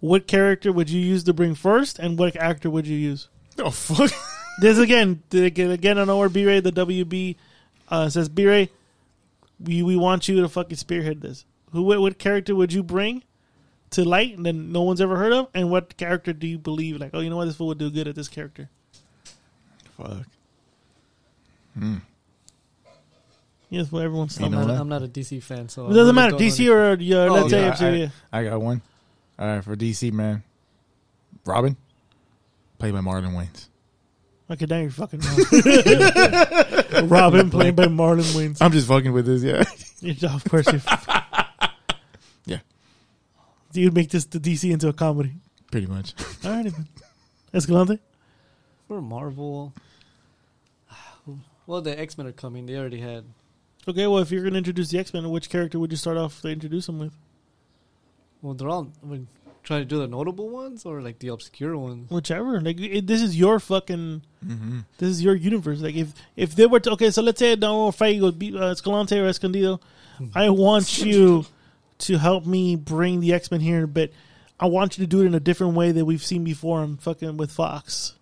A: what character would you use to bring first, and what actor would you use?
C: oh fuck. *laughs*
A: This again, again, I know where B Ray, the WB, uh, says B Ray, we, we want you to fucking spearhead this. Who, what, what character would you bring to light that no one's ever heard of, and what character do you believe like? Oh, you know what, this fool would do good at this character.
C: Fuck.
A: Yes, well, everyone's
C: You
B: I'm,
C: know
B: not,
C: what?
B: I'm not a DC fan, so
A: It doesn't matter, DC or uh, let's say
C: Oh, Yeah,
A: MCU.
C: I, I got one. All right, for DC, man. Robin, played by Marlon Wayans.
A: Okay, now you're
C: *laughs*
A: fucking wrong. Oh, Robin played by Marlon *laughs* Wayans.
C: I'm just fucking with this, yeah. *laughs*
A: Yeah, of course, you
C: yeah,
A: you'd make this the DC into a comedy.
C: pretty much.
A: *laughs* All right, man. Escalante.
B: or Marvel. *sighs* Well, the X Men are coming. They already had.
A: Okay, well, if you're gonna introduce the X Men, which character would you start off to introduce them with?
B: Well, they're all. I mean, try to do the notable ones or like the obscure ones.
A: Whichever. Like it, this is your fucking. This is your universe. Like if if they were to okay, so let's say Don will fight you with uh, Escalante or Escondido. I want you to help me bring the X Men here, but I want you to do it in a different way that we've seen before. I'm fucking with Fox.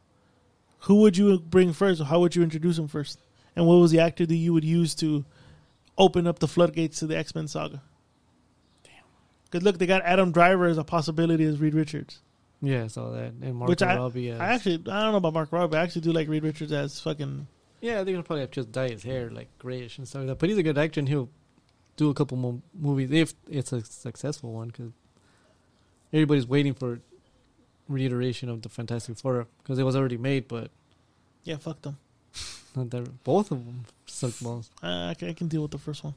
A: Who would you bring first? How would you introduce him first? And what was the actor that you would use to open up the floodgates to the X Men saga? Damn. Because look, they got Adam Driver as a possibility as Reed Richards.
B: Yeah, so that and Marco
A: Which I,
B: Robbie. As,
A: I actually, I don't know about Mark Robbie. I actually do like Reed Richards as fucking.
B: yeah, I think he'll probably have just dye his hair like grayish and stuff like that. But he's a good actor, and he'll do a couple more movies if it's a successful one, because everybody's waiting for reiteration of the Fantastic Four because it was already made, but
A: Yeah, fuck them.
B: not that both of them suck balls.
A: Uh, I, can, I can deal with the first one.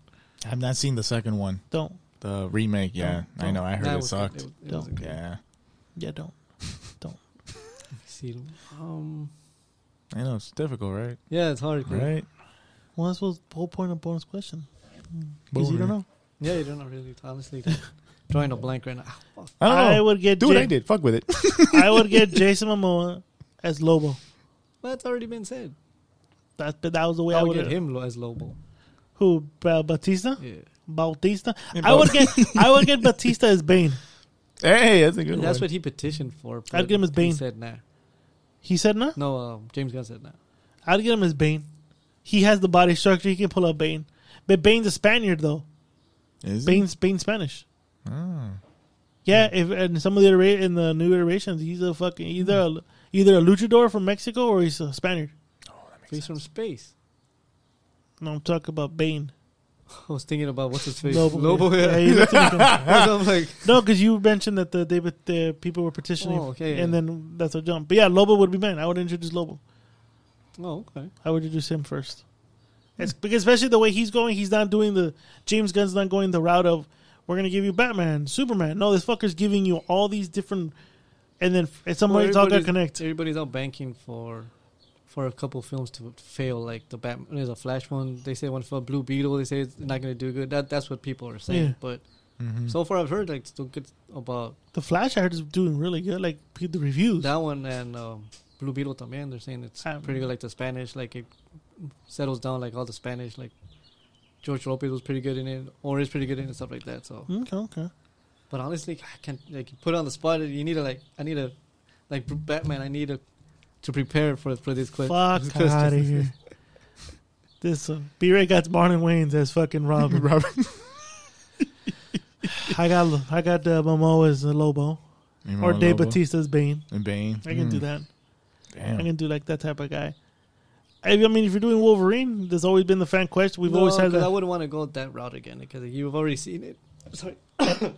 C: I've not seen the second one,
A: Don't.
C: the remake. Yeah,
A: Oh,
C: I know. I heard
B: That
C: it
B: was good.
C: sucked.
B: It, was- it was
A: Don't.
B: good.
C: Yeah,
A: Yeah, don't.
B: See, um,
C: I know it's difficult, right?
B: yeah, it's hard. 'cause-
C: Right.
A: Well, that's what the whole point of bonus question. Because you don't know.
B: Yeah, you don't know really. Honestly, drawing a blank right now. Ah, fuck.
C: I don't
A: I
C: know.
A: would get
C: Do what I
A: Ja-
C: did. Fuck with it.
A: I would get Jason Momoa as Lobo.
B: That's already been said.
A: That but that was the way
B: I
A: I
B: would
A: would
B: get him lo- as Lobo.
A: Who Ba- Batista?
B: Yeah.
A: Bautista? I would get I would
B: *laughs*
A: get Batista as Bane.
C: hey, that's a good
B: That's
C: one.
B: what he petitioned for.
A: I'd give him his
B: but
A: Bane.
B: He said nah.
A: He said no.
B: No, um, James Gunn said nah.
A: I'd get him as Bane. He has the body structure. He can pull up Bane. But Bane's a Spaniard though.
C: Is it?
A: Bane's Bane's Spanish.
B: Hmm.
A: Yeah, if and some of the itera- in the new iterations, he's a fucking either a, either a luchador from Mexico or he's a Spaniard.
B: Face from space. *laughs*
A: No, I'm talking about Bane.
B: I was thinking about what's his face.
A: Lobo. *laughs* Yeah,
B: yeah. *laughs*
A: he looked at me going,
B: I'm like,
A: no, because you mentioned that the David the people were petitioning,
B: Oh, okay, yeah.
A: and then that's what jump. But yeah, Lobo would be mine. I would introduce Lobo.
B: oh, okay.
A: I would introduce him first. It's because especially the way he's going, he's not doing the James Gunn's not going the route of we're gonna give you Batman, Superman. No, this fucker's giving you all these different, and then f- at some
B: Well,
A: way it's all gonna
B: everybody's-
A: connect.
B: Everybody's out banking for for a couple films to fail, like the Batman. There's a Flash one. They say one for Blue Beetle. They say it's not going to do good. That that's what people are saying.
A: Yeah.
B: But
C: Mm-hmm.
B: so far, I've heard like still good about
A: The Flash I heard is doing really good. Like p- the reviews,
B: that one and um, Blue Beetle. También they're saying it's
A: Um,
B: pretty good. Like the Spanish, like it settles down. Like all the Spanish, like George Lopez was pretty good in it, or is pretty good in it, stuff like that. So
A: Mm, okay, okay.
B: But honestly, I can't like you put it on the spot. You need to like I need to like Batman. I need to to prepare for for this question. *laughs*
A: Fuck out of here. This uh, B Ray got Marlon Wayne's as fucking
B: *laughs*
A: Robin.
C: *laughs* Robin.
A: I got I got uh, Momoa as Lobo or
C: Remember
A: Dave
C: Lobo?
A: Batista as Bane.
C: and Bane.
A: I
B: Mm.
A: can do that. I
C: Damn.
A: can do like that type of guy. I I mean, if you're doing Wolverine, there's always been the fan question. We've
B: No,
A: always had
B: 'cause I
A: that.
B: wouldn't want to go that route again because you've already seen it. Sorry, *coughs*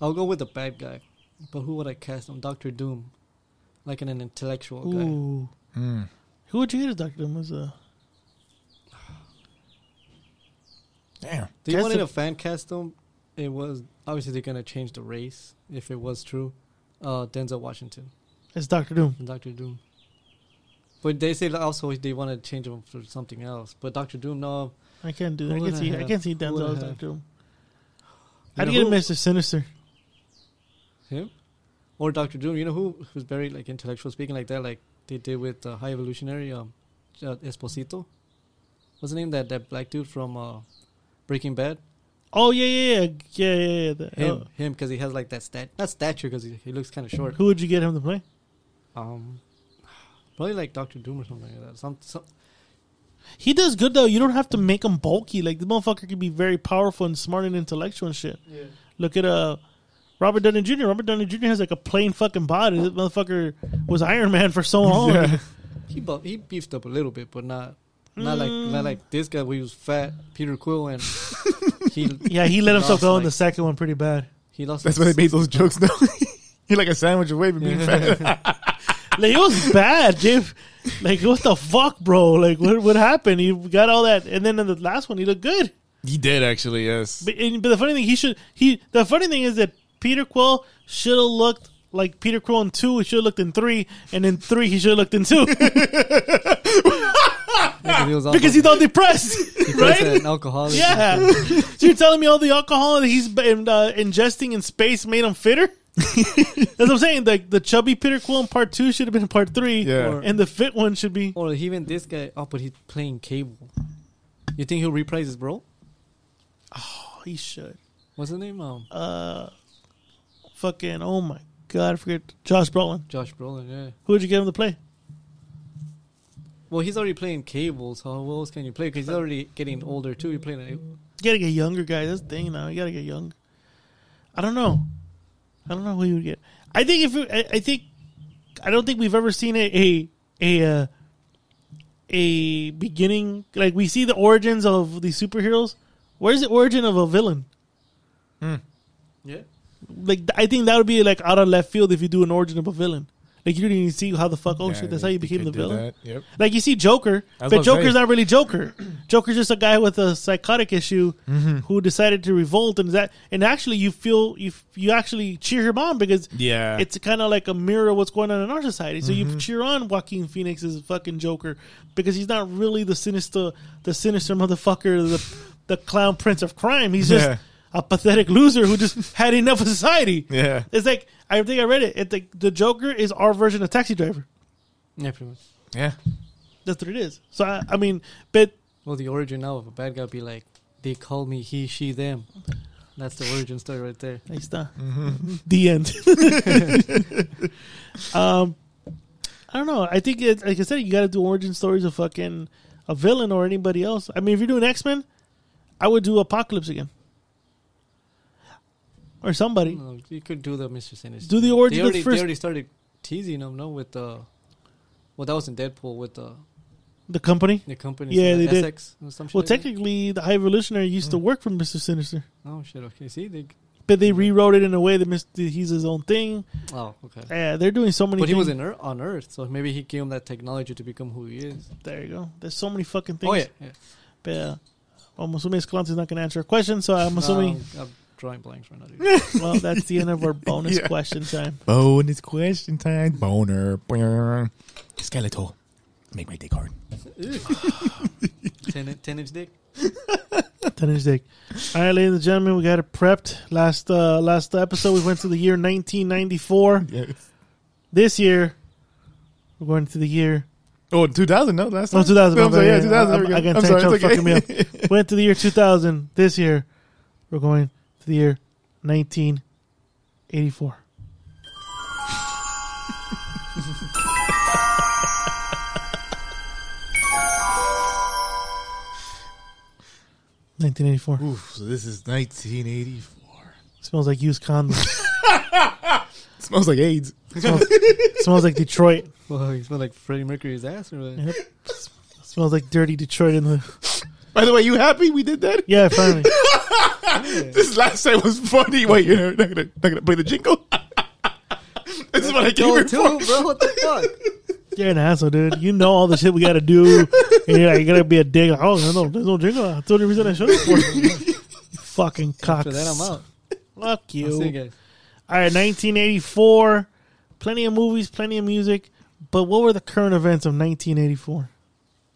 B: I'll go with the bad guy. But who would I cast? I'm Doctor Doom, like an, an intellectual guy.
A: Ooh.
C: Hmm.
A: Who would you get as Doctor Doom? Was uh,
C: Damn.
B: They
A: That's
B: wanted
A: a-
B: a fan cast him. It was obviously they're gonna change the race if it was true. Uh, Denzel Washington.
A: as Doctor Doom?
B: Doctor Doom. But they say that also they want to change him for something else. But Doctor Doom, no.
A: I can't do
B: Who
A: that. I can
B: would I
A: see. I
B: have?
A: can see
B: Who would
A: Denzel as
B: I have?
A: Doctor Doom.
B: You
A: I'd
B: know
A: get
B: who?
A: Mister Sinister.
B: Him or Doctor Doom. You know who who's very like intellectual speaking like that, like they did with uh, High Evolutionary um, uh, Esposito. What's the name that that black dude from uh, Breaking Bad?
A: Oh yeah, yeah, yeah, yeah, yeah. yeah. The-
B: Him,
A: oh.
B: him, because he has like that stat, not stature, because he, he looks kind of short.
A: Who would you get him to play?
B: Um, probably like Doctor Doom or something like that. Some, some
A: He does good though. You don't have to make him bulky. Like the motherfucker can be very powerful and smart and intellectual and shit. Look at uh Robert Downey Jr. Robert Downey Jr. has like a plain fucking body. This motherfucker was Iron Man for so
B: *laughs*
A: long.
B: he bu- he beefed up a little bit, but not not like not like this guy. We was fat Peter Quill, and he
A: Yeah, he let himself
B: Lost,
A: go in
B: like-
A: the second one pretty bad.
B: he lost.
C: That's
B: like,
C: why they made those jokes *laughs* now. You're like a sandwich away from *laughs* being fat.
A: Like it was bad, Jim. Like what the fuck, bro? Like what what happened? He got all that, and then in the last one, he looked good.
C: He did actually, yes.
A: But, and, but the funny thing, he should he. The funny thing is that Peter Quill should have looked like Peter Quill in two. He should have looked in three, and in three he should have looked in two *laughs*
B: because he was
A: because he's all depressed, right?
B: an alcoholic.
A: Yeah. so you're telling me all the alcohol that he's been uh, ingesting in space made him fitter? That's what I'm saying. Like the chubby Peter Quill in part two should have been in part three,
C: Yeah.
A: and the fit one should be.
B: Or even this guy. Oh, but he's playing Cable. You think he'll reprise his role?
A: Oh, he should.
B: What's his name? Um,
A: Fucking oh my god, I forget Josh Brolin.
B: Josh Brolin. Yeah.
A: Who would you get him to play?
B: Well, he's already playing Cable, so how else can you play? Because he's already getting older too. You're playing a,
A: You gotta get younger, guys. That's the thing now. You gotta get young. I don't know. I don't know who you would get. I think if it- I, I think I don't think we've ever seen a a a, uh, a beginning like we see the origins of the superheroes. Where's the origin of a villain?
B: yeah.
A: Like th- I think that would be like out of left field if you do an origin of a villain. Like you didn't even see how the fuck. Oh shit! That's how you became the villain.
C: Yep.
A: Like you see Joker,
C: was
A: but
C: about to
A: Joker's
C: say.
A: not really Joker. *clears throat* Joker's just a guy with a psychotic issue
C: Mm-hmm.
A: who decided to revolt, and that and actually you feel you f- you actually cheer him on because
C: Yeah. Mm-hmm.
A: it's kind of like a mirror of what's going on in our society. So you cheer on Joaquin Phoenix's fucking Joker because he's not really the sinister the sinister motherfucker the the clown prince of crime. He's just
C: Yeah.
A: a pathetic loser who just had enough of society.
C: Yeah.
A: It's like I think I read it. It's like the Joker is our version of Taxi Driver.
B: Yeah, pretty much.
C: Yeah.
A: That's what it is. So I, I mean, but
B: Well, the origin now of a bad guy would be like they call me he, she, them. That's the origin story right there.
A: ahí está.
B: Mm-hmm.
A: The end. *laughs* um, I don't know. I think, it, like I said, you got to do origin stories of fucking a villain or anybody else. I mean, if you're doing X Men, I would do Apocalypse again, or somebody.
B: No, you could do the Mister Sinister.
A: Do the origin
B: They
A: of
B: already,
A: first-
B: they already started teasing him, no? With the well, that was in Deadpool with the
A: The company.
B: the company.
A: Yeah, they did.
B: Essex Or some shit
A: Well,
B: like that?
A: technically, the High Evolutionary used
B: Mm.
A: to work for Mister Sinister,
B: Oh shit! Okay, see, they.
A: but they rewrote it in a way that Mr. he's his own thing.
B: Oh, okay.
A: Yeah, they're doing so many.
B: But he was
A: things.
B: in Earth, on Earth, so maybe he gave him that technology to become who he is.
A: There you go. There's so many fucking things.
B: Oh yeah, yeah.
A: But uh, I'm assuming Escalante's not going to answer a question, so I'm assuming.
B: No, Um, I'm drawing blanks right now.
A: *laughs*
B: Dude.
A: well, that's the end of *laughs* our bonus question *laughs* time.
C: Bonus question time. Boner. Brr. Skeletal. Make my dick hard.
B: ten, ten inch dick.
A: Tennis dick. All right, ladies and gentlemen, we got it prepped. Last uh, last episode, we went to the year 1994.
C: Yes.
A: This year, we're going to the year.
C: Oh, 2000, no? Last
A: No,
C: time?
A: 2000.
C: I'm sorry, yeah,
A: yeah,
C: 2000.
A: I'm,
C: there we go.
A: I got
C: I'm
A: tech
C: sorry,
A: choked
C: it's
A: fucking me
C: okay.
A: up.
C: *laughs*
A: Went to the year 2000. This year, we're going to the year 1984. *laughs* Nineteen eighty four.
C: Oof, so this is 1984.
A: Smells like used condoms.
C: smells like AIDS.
A: smells, smells like Detroit.
B: Well, he smelled like Freddie Mercury's ass. Or what?
A: Yep. smells like dirty Detroit in the
C: By the way, you happy we did that?
A: Yeah, finally.
C: This last time was funny. Wait, you're not gonna, not gonna play the jingle? *laughs* this is what I came
B: *laughs* Yo,
C: here
B: too,
C: for.
B: bro. What the fuck?
A: You're an asshole, dude. You know all the shit we gotta do, and you're like, you're gonna be a dick. Like, oh, there's no, there's no jingle. That's the only reason I showed up for. it. Fucking cock.
B: After that, I'm out.
A: Fuck you.
B: See you guys.
A: All right, 1984. Plenty of movies, plenty of music, but what were the current events of 1984?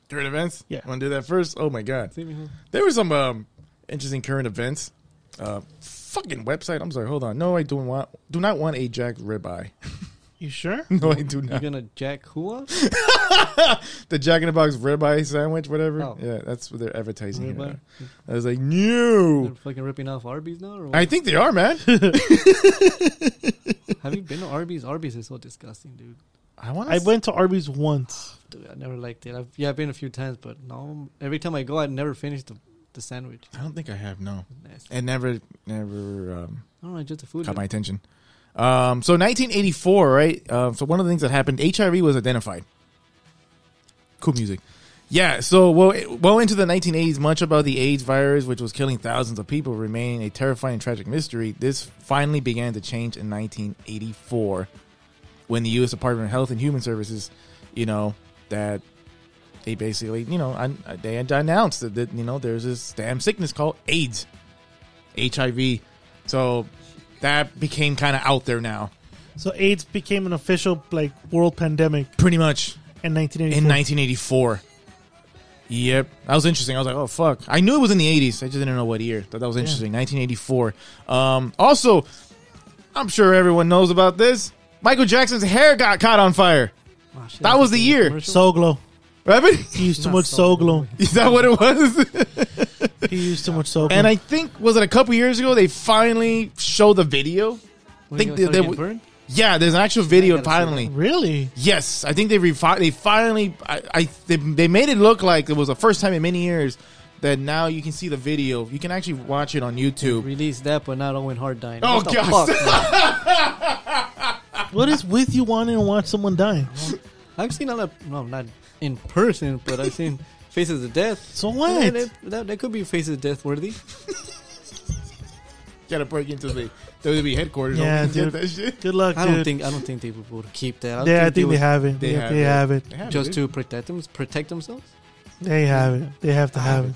C: Current events?
A: Yeah.
C: Want to do that first? Oh my God.
B: See me. home.
C: There were some um, interesting current events. Uh, fucking website. I'm sorry. Hold on. No, I do want do not want a jack ribeye. *laughs*
A: You sure?
C: No, I do
B: You
C: not.
B: gonna jack who
A: *laughs*
B: up?
C: The Jack in the Box ribeye sandwich, whatever.
B: Oh.
C: Yeah, that's what they're advertising.
B: Ribeye?
C: Ribeye. I was like, no.
B: They're fucking ripping off Arby's now. Or what?
C: I think they
A: *laughs*
C: are, man.
B: Have you been to Arby's? Arby's is so disgusting, dude.
C: I want.
A: I went to Arby's once.
B: Dude, I never liked it. I've, yeah, I've been a few times, but no. Every time I go, I never finish the, the sandwich.
C: I don't think I have. No,
B: Nasty.
C: it never, never um,
B: I don't know, just the food.
C: caught my
B: dude.
C: attention. Um, so 1984, right? Uh, so one of the things that happened, HIV was identified. Cool music. Yeah, so well, it- well into the 1980s, much about the AIDS virus, which was killing thousands of people, remaining a terrifying and tragic mystery. This finally began to change in 1984, when the U.S. Department of Health and Human Services, you know, that they basically, you know, an- they had announced that, that you know there's this damn sickness called AIDS, HIV. So that became kind of out there now,
A: So AIDS became an official like world pandemic
C: pretty much
A: in 1984.
C: in 1984. Yep, that was interesting. I was like, oh fuck, I knew it was in the 80s. I just didn't know what year. Thought that was interesting. 1984. Um, also, I'm sure everyone knows about this. Michael Jackson's hair got caught on fire.
B: Ah, shit,
C: That
B: I
C: was
B: think it
C: the year.
B: commercial.
A: Soglo.
C: *laughs* Right?
A: He used too
B: Not
A: much
B: Soglo.
A: Soglo.
C: Is that what it was? *laughs*
A: You use too much soap.
C: And I think was it a couple years ago they finally showed the video.
B: What,
C: think
B: you guys
C: they- they
B: started
C: would-
B: getting burned?
C: Yeah, there's an actual video
B: gotta see
C: finally.
A: really
C: Yes, I think they refi- they finally I, I they, they made it look like it was the first time in many years that now you can see the video. You can actually watch it on YouTube.
B: Release that, but not Owen Hart dying.
C: Oh,
B: What the
C: gosh.
A: *laughs*
B: fuck, man?
A: what is with you wanting to watch someone die?
B: I've seen a lot. No, not in person, but I've seen Faces of Death.
A: So
B: Yeah,
A: what?
B: That, that, that could be Faces of Death worthy.
C: Got to break into the WWE headquarters.
A: Yeah,
C: Get
A: dude.
C: that shit.
A: Good luck,
B: I don't
A: dude.
B: think I don't think they would keep that. I
A: yeah, I think
B: would-
A: they have it.
C: They
A: They,
C: have
A: they
C: it.
A: have it.
C: They have it,
B: just
C: dude.
B: to protect them, protect themselves.
A: They have it. They have to have it.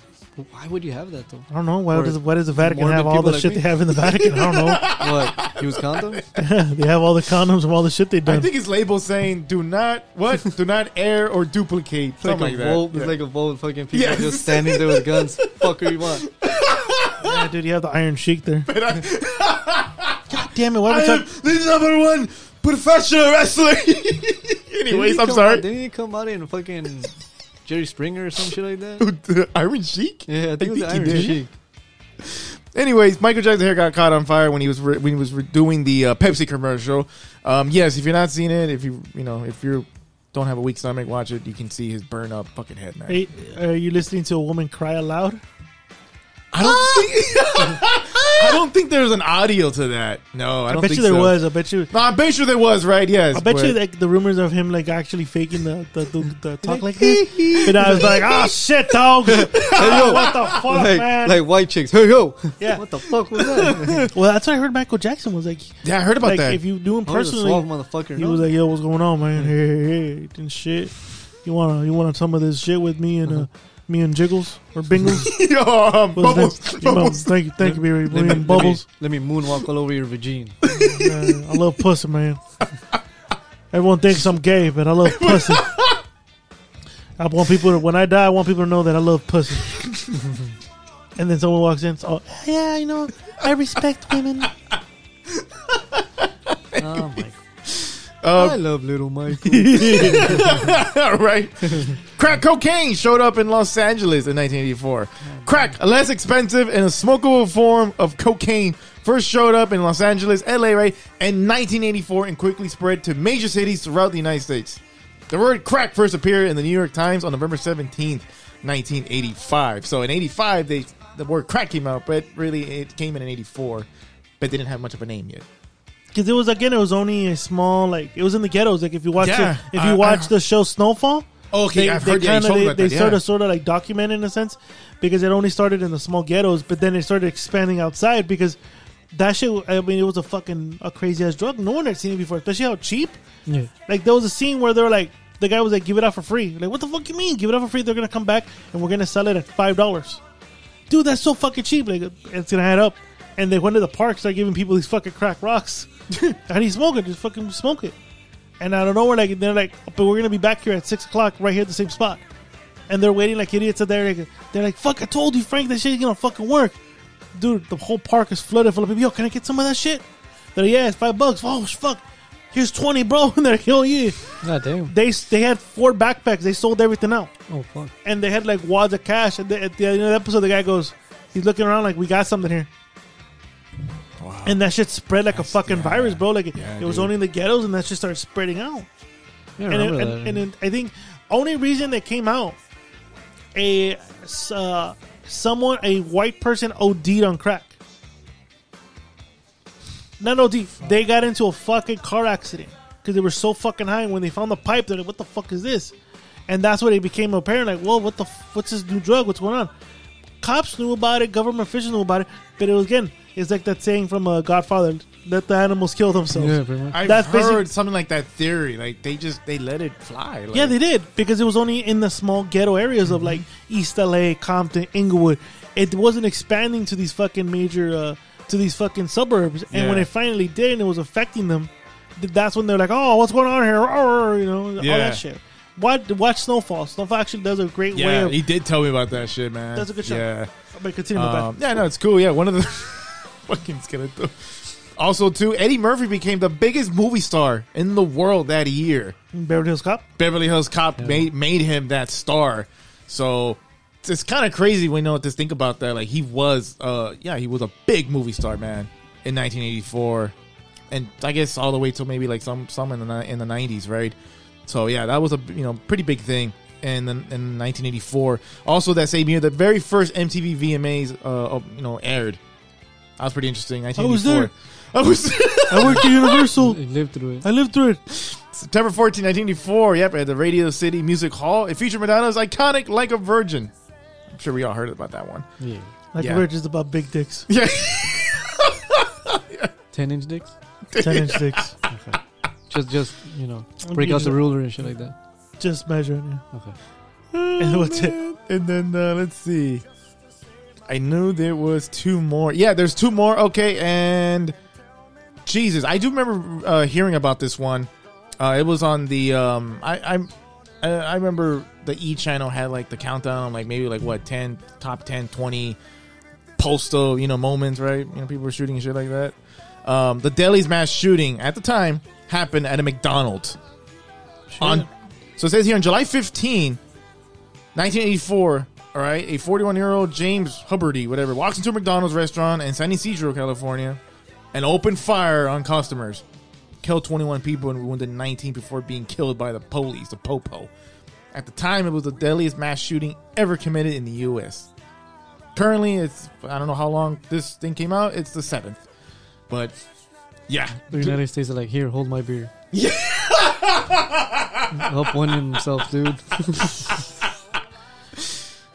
B: Why would you have that though?
A: I don't know. Why
B: Or
A: does, why does the Vatican
B: morbid
A: have all
B: people
A: the
B: like
A: shit
B: me?
A: they have in the Vatican? I don't know.
B: What use condoms?
A: they have all the condoms and all the shit they've
C: I
A: done.
C: think it's labeled saying "Do not what? Do not air or duplicate."
B: It's like,
C: Something
B: a
C: like that.
B: bowl. It's
C: Yeah.
B: like a bowl of fucking people
C: Yes.
B: just standing there with
A: *laughs*
B: guns. Fucker, you want?
A: yeah, dude, you have the Iron Sheik
C: *laughs*
A: there. God damn it! Why
C: I
A: are we
C: am
A: talking?
C: the number one professional wrestler. *laughs*
B: Didn't
C: Anyways,
B: he
C: I'm
B: come
C: sorry.
B: Out, didn't he come out in fucking Jerry Springer or some shit like that?
C: The *laughs* Iron Sheik.
B: Yeah, I think, it was
C: think he
B: Iron
C: did.
B: Sheik.
C: Anyways, Michael Jackson hair got caught on fire when he was re- when he was re- doing the uh, Pepsi commercial. Um, yes, if you're not seeing it, if you you know if you don't have a weak stomach, watch it. You can see his burn up fucking head, man.
A: Hey, are you listening to a woman cry aloud?
C: I
A: Ah!
C: don't think *laughs* I don't think there's an audio to that. No, I
A: I,
C: don't.
A: bet
C: think
A: you there
C: so.
A: was. I bet you.
C: No, I bet you there was. Right? Yes.
A: I bet you
C: *laughs* but-
A: like the rumors of him like actually faking the the, the,
C: *laughs*
A: the talk like that, and I was like, oh shit, dog! what the fuck, *laughs*
B: Like,
A: man?
B: like white chicks. Hey yo,
A: Yeah.
B: what the fuck was
A: *laughs*
B: that?
A: well, that's what I heard. Michael Jackson was like,
C: Yeah, I heard about
A: like
C: that.
A: if you do him
B: Oh, he's a
A: personally,
B: suave motherfucker.
A: he
B: no?
A: was like, yo, what's going on, man? Hey, hey, hey, and shit. You wanna you want some of this shit with me and
B: Uh-huh.
A: uh, me and Jiggles or
C: *laughs*
A: Bingles?
C: *laughs* Yo, um,
A: What was
C: bubbles,
A: that? You know,
C: bubbles.
A: Thank you, thank you, baby.
B: let
A: Me
B: me,
A: and Bubbles.
B: Let me, let me moonwalk all over your
A: *laughs*
B: vagina.
A: Man, I love pussy, man. Everyone thinks I'm gay, but I love pussy. I want people to, when I die, I want people to know that I love pussy.
B: *laughs*
A: and then someone walks in, it's, oh, yeah, you know, I respect women.
B: Oh my!
C: Uh,
A: Um,
B: I love little
A: *laughs*
B: Michael.
C: *laughs* right? Crack cocaine showed up in Los Angeles in 1984. Crack, a less expensive and a smokable form of cocaine, first showed up in Los Angeles, LA, right, in 1984 and quickly spread to major cities throughout the United States. The word crack first appeared in the New York Times on November 17th, 1985. So in 85, they the word crack came out, but really it came in in 84, but they didn't have much of a name yet.
A: Because it was, again, it was only a small, like, it was in the ghettos. Like, if you watch
C: Yeah,
A: it, if you
C: I-
A: watch
C: I-
A: the show Snowfall,
C: Oh, Okay, I've heard yeah, you
A: kinda-
C: told me
A: they,
C: about
A: they
C: that, yeah.
A: sort of sort of like documented in a sense because it only started in the small ghettos, but then it started expanding outside because that shit. I mean, it was a fucking a crazy ass drug. No one had seen it before, especially how cheap.
B: Yeah.
A: Like there was a scene where they were like, the guy was like, "Give it out for free." Like, what the fuck you mean? Give it out for free? They're gonna come back and we're gonna sell it at five dollars. Dude, that's so fucking cheap. Like, it's gonna add up. And they went to the park, started giving people these fucking crack rocks. *laughs* How do you smoke it? Just fucking smoke it. And out of nowhere, like they're like, but we're gonna be back here at six o'clock, right here at the same spot. And they're waiting like idiots out there. Like, they're like, "Fuck! I told you, Frank, that shit ain't gonna fucking work." Dude, the whole park is flooded full of people. Yo, can I get some of that shit? They're like, "Yeah, it's five bucks." Oh fuck! Here's twenty, bro. *laughs* And they're like, "Yo, yeah."
B: God damn!
A: They they had four backpacks. They sold everything out,
B: Oh fuck!
A: and they had like wads of cash. And they, at the end of the episode, the guy goes, "He's looking around like we got something here." And that shit spread like a fucking virus, bro. Like it,
C: Yeah,
A: it was
C: dude.
A: only in the ghettos, and that shit started spreading out
B: Yeah, I
A: and,
B: remember
A: and,
B: that.
A: and, I think only reason they came out a uh, someone a white person OD'd on crack. Not OD. They got into a fucking car accident because they were so fucking high. And when they found the pipe, they're like, "What the fuck is this?" And that's when it became apparent. Like, well, what the f- what's this new drug? What's going on? Cops knew about it. Government officials knew about it. But it was again, it's like that saying from uh, Godfather: "Let the animals kill themselves."
B: yeah, pretty much.
C: I've
A: That's basic-
C: heard something like that theory. Like they just they let it fly. Like, Mm-hmm.
A: Yeah, they did because it was only in the small ghetto areas of like East LA, Compton, Inglewood. It wasn't expanding to these fucking major, uh, to these fucking suburbs. And when
C: Yeah.
A: it finally did, and it was affecting them, th- that's when they're like, "Oh, what's going on here?" Arr, you know, all
C: Yeah.
A: that shit. Watch, watch Snowfall. Snowfall actually does a great way
C: Yeah,
A: of.
C: he did tell me about that shit, man.
A: That's a good show.
C: Yeah,
A: but continue my
C: um,
A: bad.
C: yeah, no, it's cool. Yeah, one of the *laughs* fucking skeleton. Also, too, Eddie Murphy became the biggest movie star in the world that year.
A: Beverly Hills Cop.
C: Beverly Hills Cop made made him that star. So it's, it's kind of crazy when you know to think about that. Like he was, uh, yeah, he was a big movie star, man, in 1984, and I guess all the way till maybe like some some in the ni- in the 90s, right? So yeah, that was a you know pretty big thing. And then in 1984, also that same year, the very first MTV VMAs, uh, uh, you know, aired. That was pretty interesting. I
A: was there.
C: I was *laughs*
A: I worked at Universal.
B: It lived through it.
A: I lived through it.
C: September 14, 1984. Yep, at the Radio City Music Hall. It featured Madonna's iconic "Like a Virgin." I'm sure we all heard about that one.
B: Yeah.
A: Like
C: Yeah.
A: we we're just about big dicks,
C: *laughs* Yeah.
B: Ten inch dicks.
A: ten inch
C: *laughs*
A: dicks.
B: Just, just you know, break out the ruler and shit like that.
A: Just measuring. Yeah.
B: Okay.
A: *laughs* And what's it?
C: And then uh, let's see. I knew there was two more. Yeah, there's two more. Okay, and Jesus, I do remember uh, hearing about this one. Uh, it was on the um, I I'm I, I remember the E channel had like the countdown, like maybe like what ten top 10, 20 postal you know moments, right? You know, people were shooting and shit like that. Um, the Delhi's mass shooting at the time happened at a McDonald's. On so it says here on July 15, 1984, all right, a 41 year old James Hubbardy, whatever, walks into a McDonald's restaurant in San Isidro, California, and opened fire on customers. Killed 21 people and wounded 19 before being killed by the police, the Popo. At the time, it was the deadliest mass shooting ever committed in the U.S. Currently, it's, I don't know how long this thing came out, it's the seventh. But, yeah.
B: The United States are like, here, hold my beer. Yeah. Help one himself,
C: *laughs*
B: dude.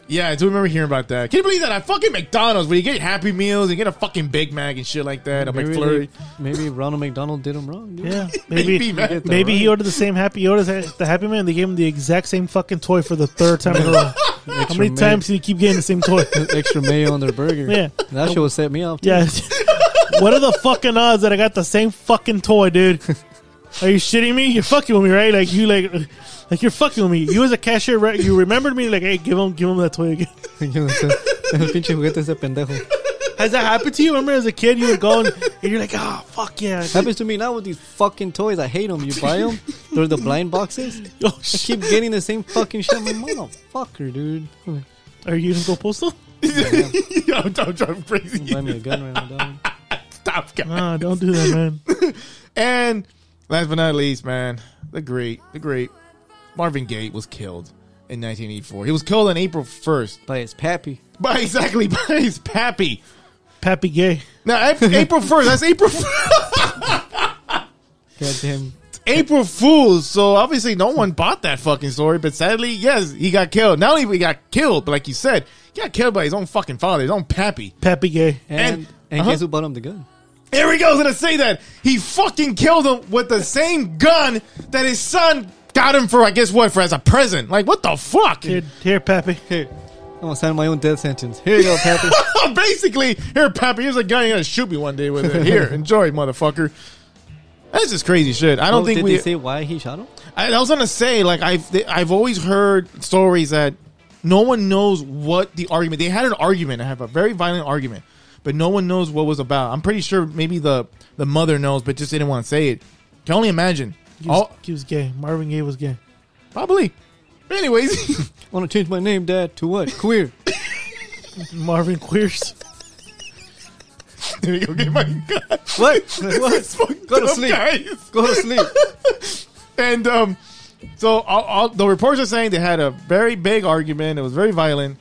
C: Yeah, I do remember hearing about that. Can you believe that? At fucking McDonald's, where you get Happy Meals and get a fucking Big Mac and shit like that,
B: *laughs*
C: a
B: maybe,
C: McFlurry.
B: they- maybe Ronald McDonald did him wrong. Dude.
A: *laughs* Yeah, maybe
C: Maybe,
A: maybe,
C: man.
A: he ordered the same Happy Yoda as the Happy Man. They gave him the exact same fucking toy for the third time in a *laughs* row. How many
B: mayo.
A: times do you keep getting the *laughs* same toy?
B: *laughs* Extra mayo on their burger.
A: Yeah.
B: That shit would set me off.
A: Yeah. *laughs* what are the fucking odds that I got the same fucking toy, dude? Are you shitting me? You're fucking with me, right? Like you like like you're fucking with me. You as a cashier, right? You remembered me like, hey, give him *laughs* give him that toy again.
B: El *laughs* pinche juguete ese pendejo.
A: Has that happened to you? Remember as a kid you would go and, and you're like, oh fuck *laughs* yeah.
B: Happens to me now with these fucking toys. I hate them. You buy them,
C: *laughs*
B: they're the blind boxes.
A: Oh
B: I
A: shit.
B: keep getting the same fucking shit. I'm like, motherfucker, dude. Buy
A: Are you gonna go *laughs* postal?
C: *laughs* Yo, I'm, I'm driving crazy.
B: me a gun right now. dog.
C: *laughs* Stop, guys.
A: Nah, don't do that, man.
C: And last but not least, man, the great, the great Marvin Gaye was killed in 1984. He was killed on April 1st
B: Buy his pappy.
C: by *laughs* exactly by his pappy.
A: Pappy gay.
C: Now, Ap- April 1st, that's April
B: Goddamn.
C: *laughs* April Fools. So obviously, no one bought that fucking story. But sadly, yes, he got killed. Not only he got killed, but like you said, he got killed by his own fucking father, his own pappy.
A: Pappy gay.
B: And,
C: And- uh-huh.
B: and, guess who bought him the gun?
C: Here we go. I was gonna say that he fucking killed him with the same gun that his son got him for. I guess what for as a present. Like what the fuck?
A: Here, here, Pappy.
B: Here. I'm gonna sign my own death sentence. Here you go, pappy.
C: *laughs* Basically, here, Pappy, here's a gun you're gonna shoot me one day with it.
B: *laughs*
C: Here, enjoy, motherfucker. That's just crazy shit. I don't
B: Oh,
C: think
B: did
C: we.
B: they say why he shot him?
C: I, I was gonna say like I've they, I've always heard stories that no one knows what the argument. They had an argument. I have a very violent argument, but no one knows what was about. I'm pretty sure maybe the the mother knows, but just didn't want to say it. Can only imagine.
A: He was,
C: Oh,
A: he was gay. Marvin Gaye was gay.
C: probably. Anyways, *laughs*
B: Wanna change my name, dad, to what? Queer.
A: Marvin Queers.
C: there you go. Get my gun.
B: what?
C: It's fucked
B: Go to
C: up,
B: sleep.
C: guys.
B: Go to sleep.
C: And um, so all, all, the reports are saying they had a very big argument. It was very violent,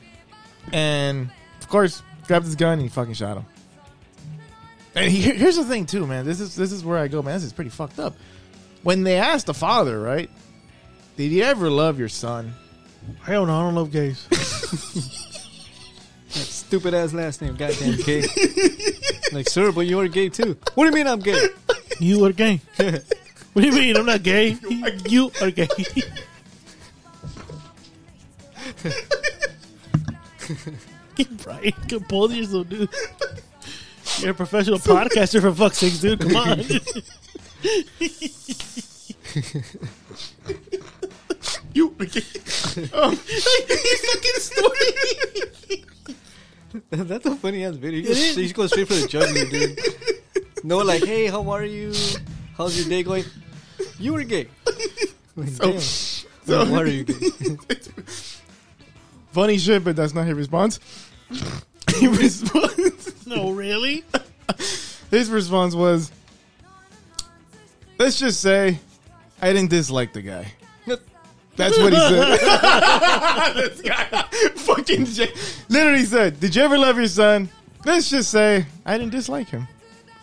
C: and of course, grabbed his gun and he fucking shot him. And he, here's the thing, too, man. This is this is where I go, man. This is pretty fucked up. When they asked the father, right, did you ever love your son?
A: I don't know. I don't love gays.
B: Stupid ass last name, goddamn gay. like, sir, but you are gay too. What do you mean I'm gay? *laughs*
A: You are *laughs* gay. What do you mean? I'm not gay. You are gay. Brian, compose yourself, dude. You're a professional podcaster for fuck's sakes, dude. Come *laughs* on.
C: You again? um, fucking story.
B: That's a funny ass video. You
A: It
B: just,
A: is.
B: you just go straight for the jugular, dude. No, like, hey, how are you? How's your day going? You were gay. Like, damn. Like, why are you gay?
C: Funny shit, but that's not his response. *laughs* his response.
A: No, really?
C: His response was, "Let's just say, I didn't dislike the guy." That's what he said.
B: *laughs*
C: this guy fucking j- literally said, "Did you ever love your son?" Let's just say, I didn't dislike him.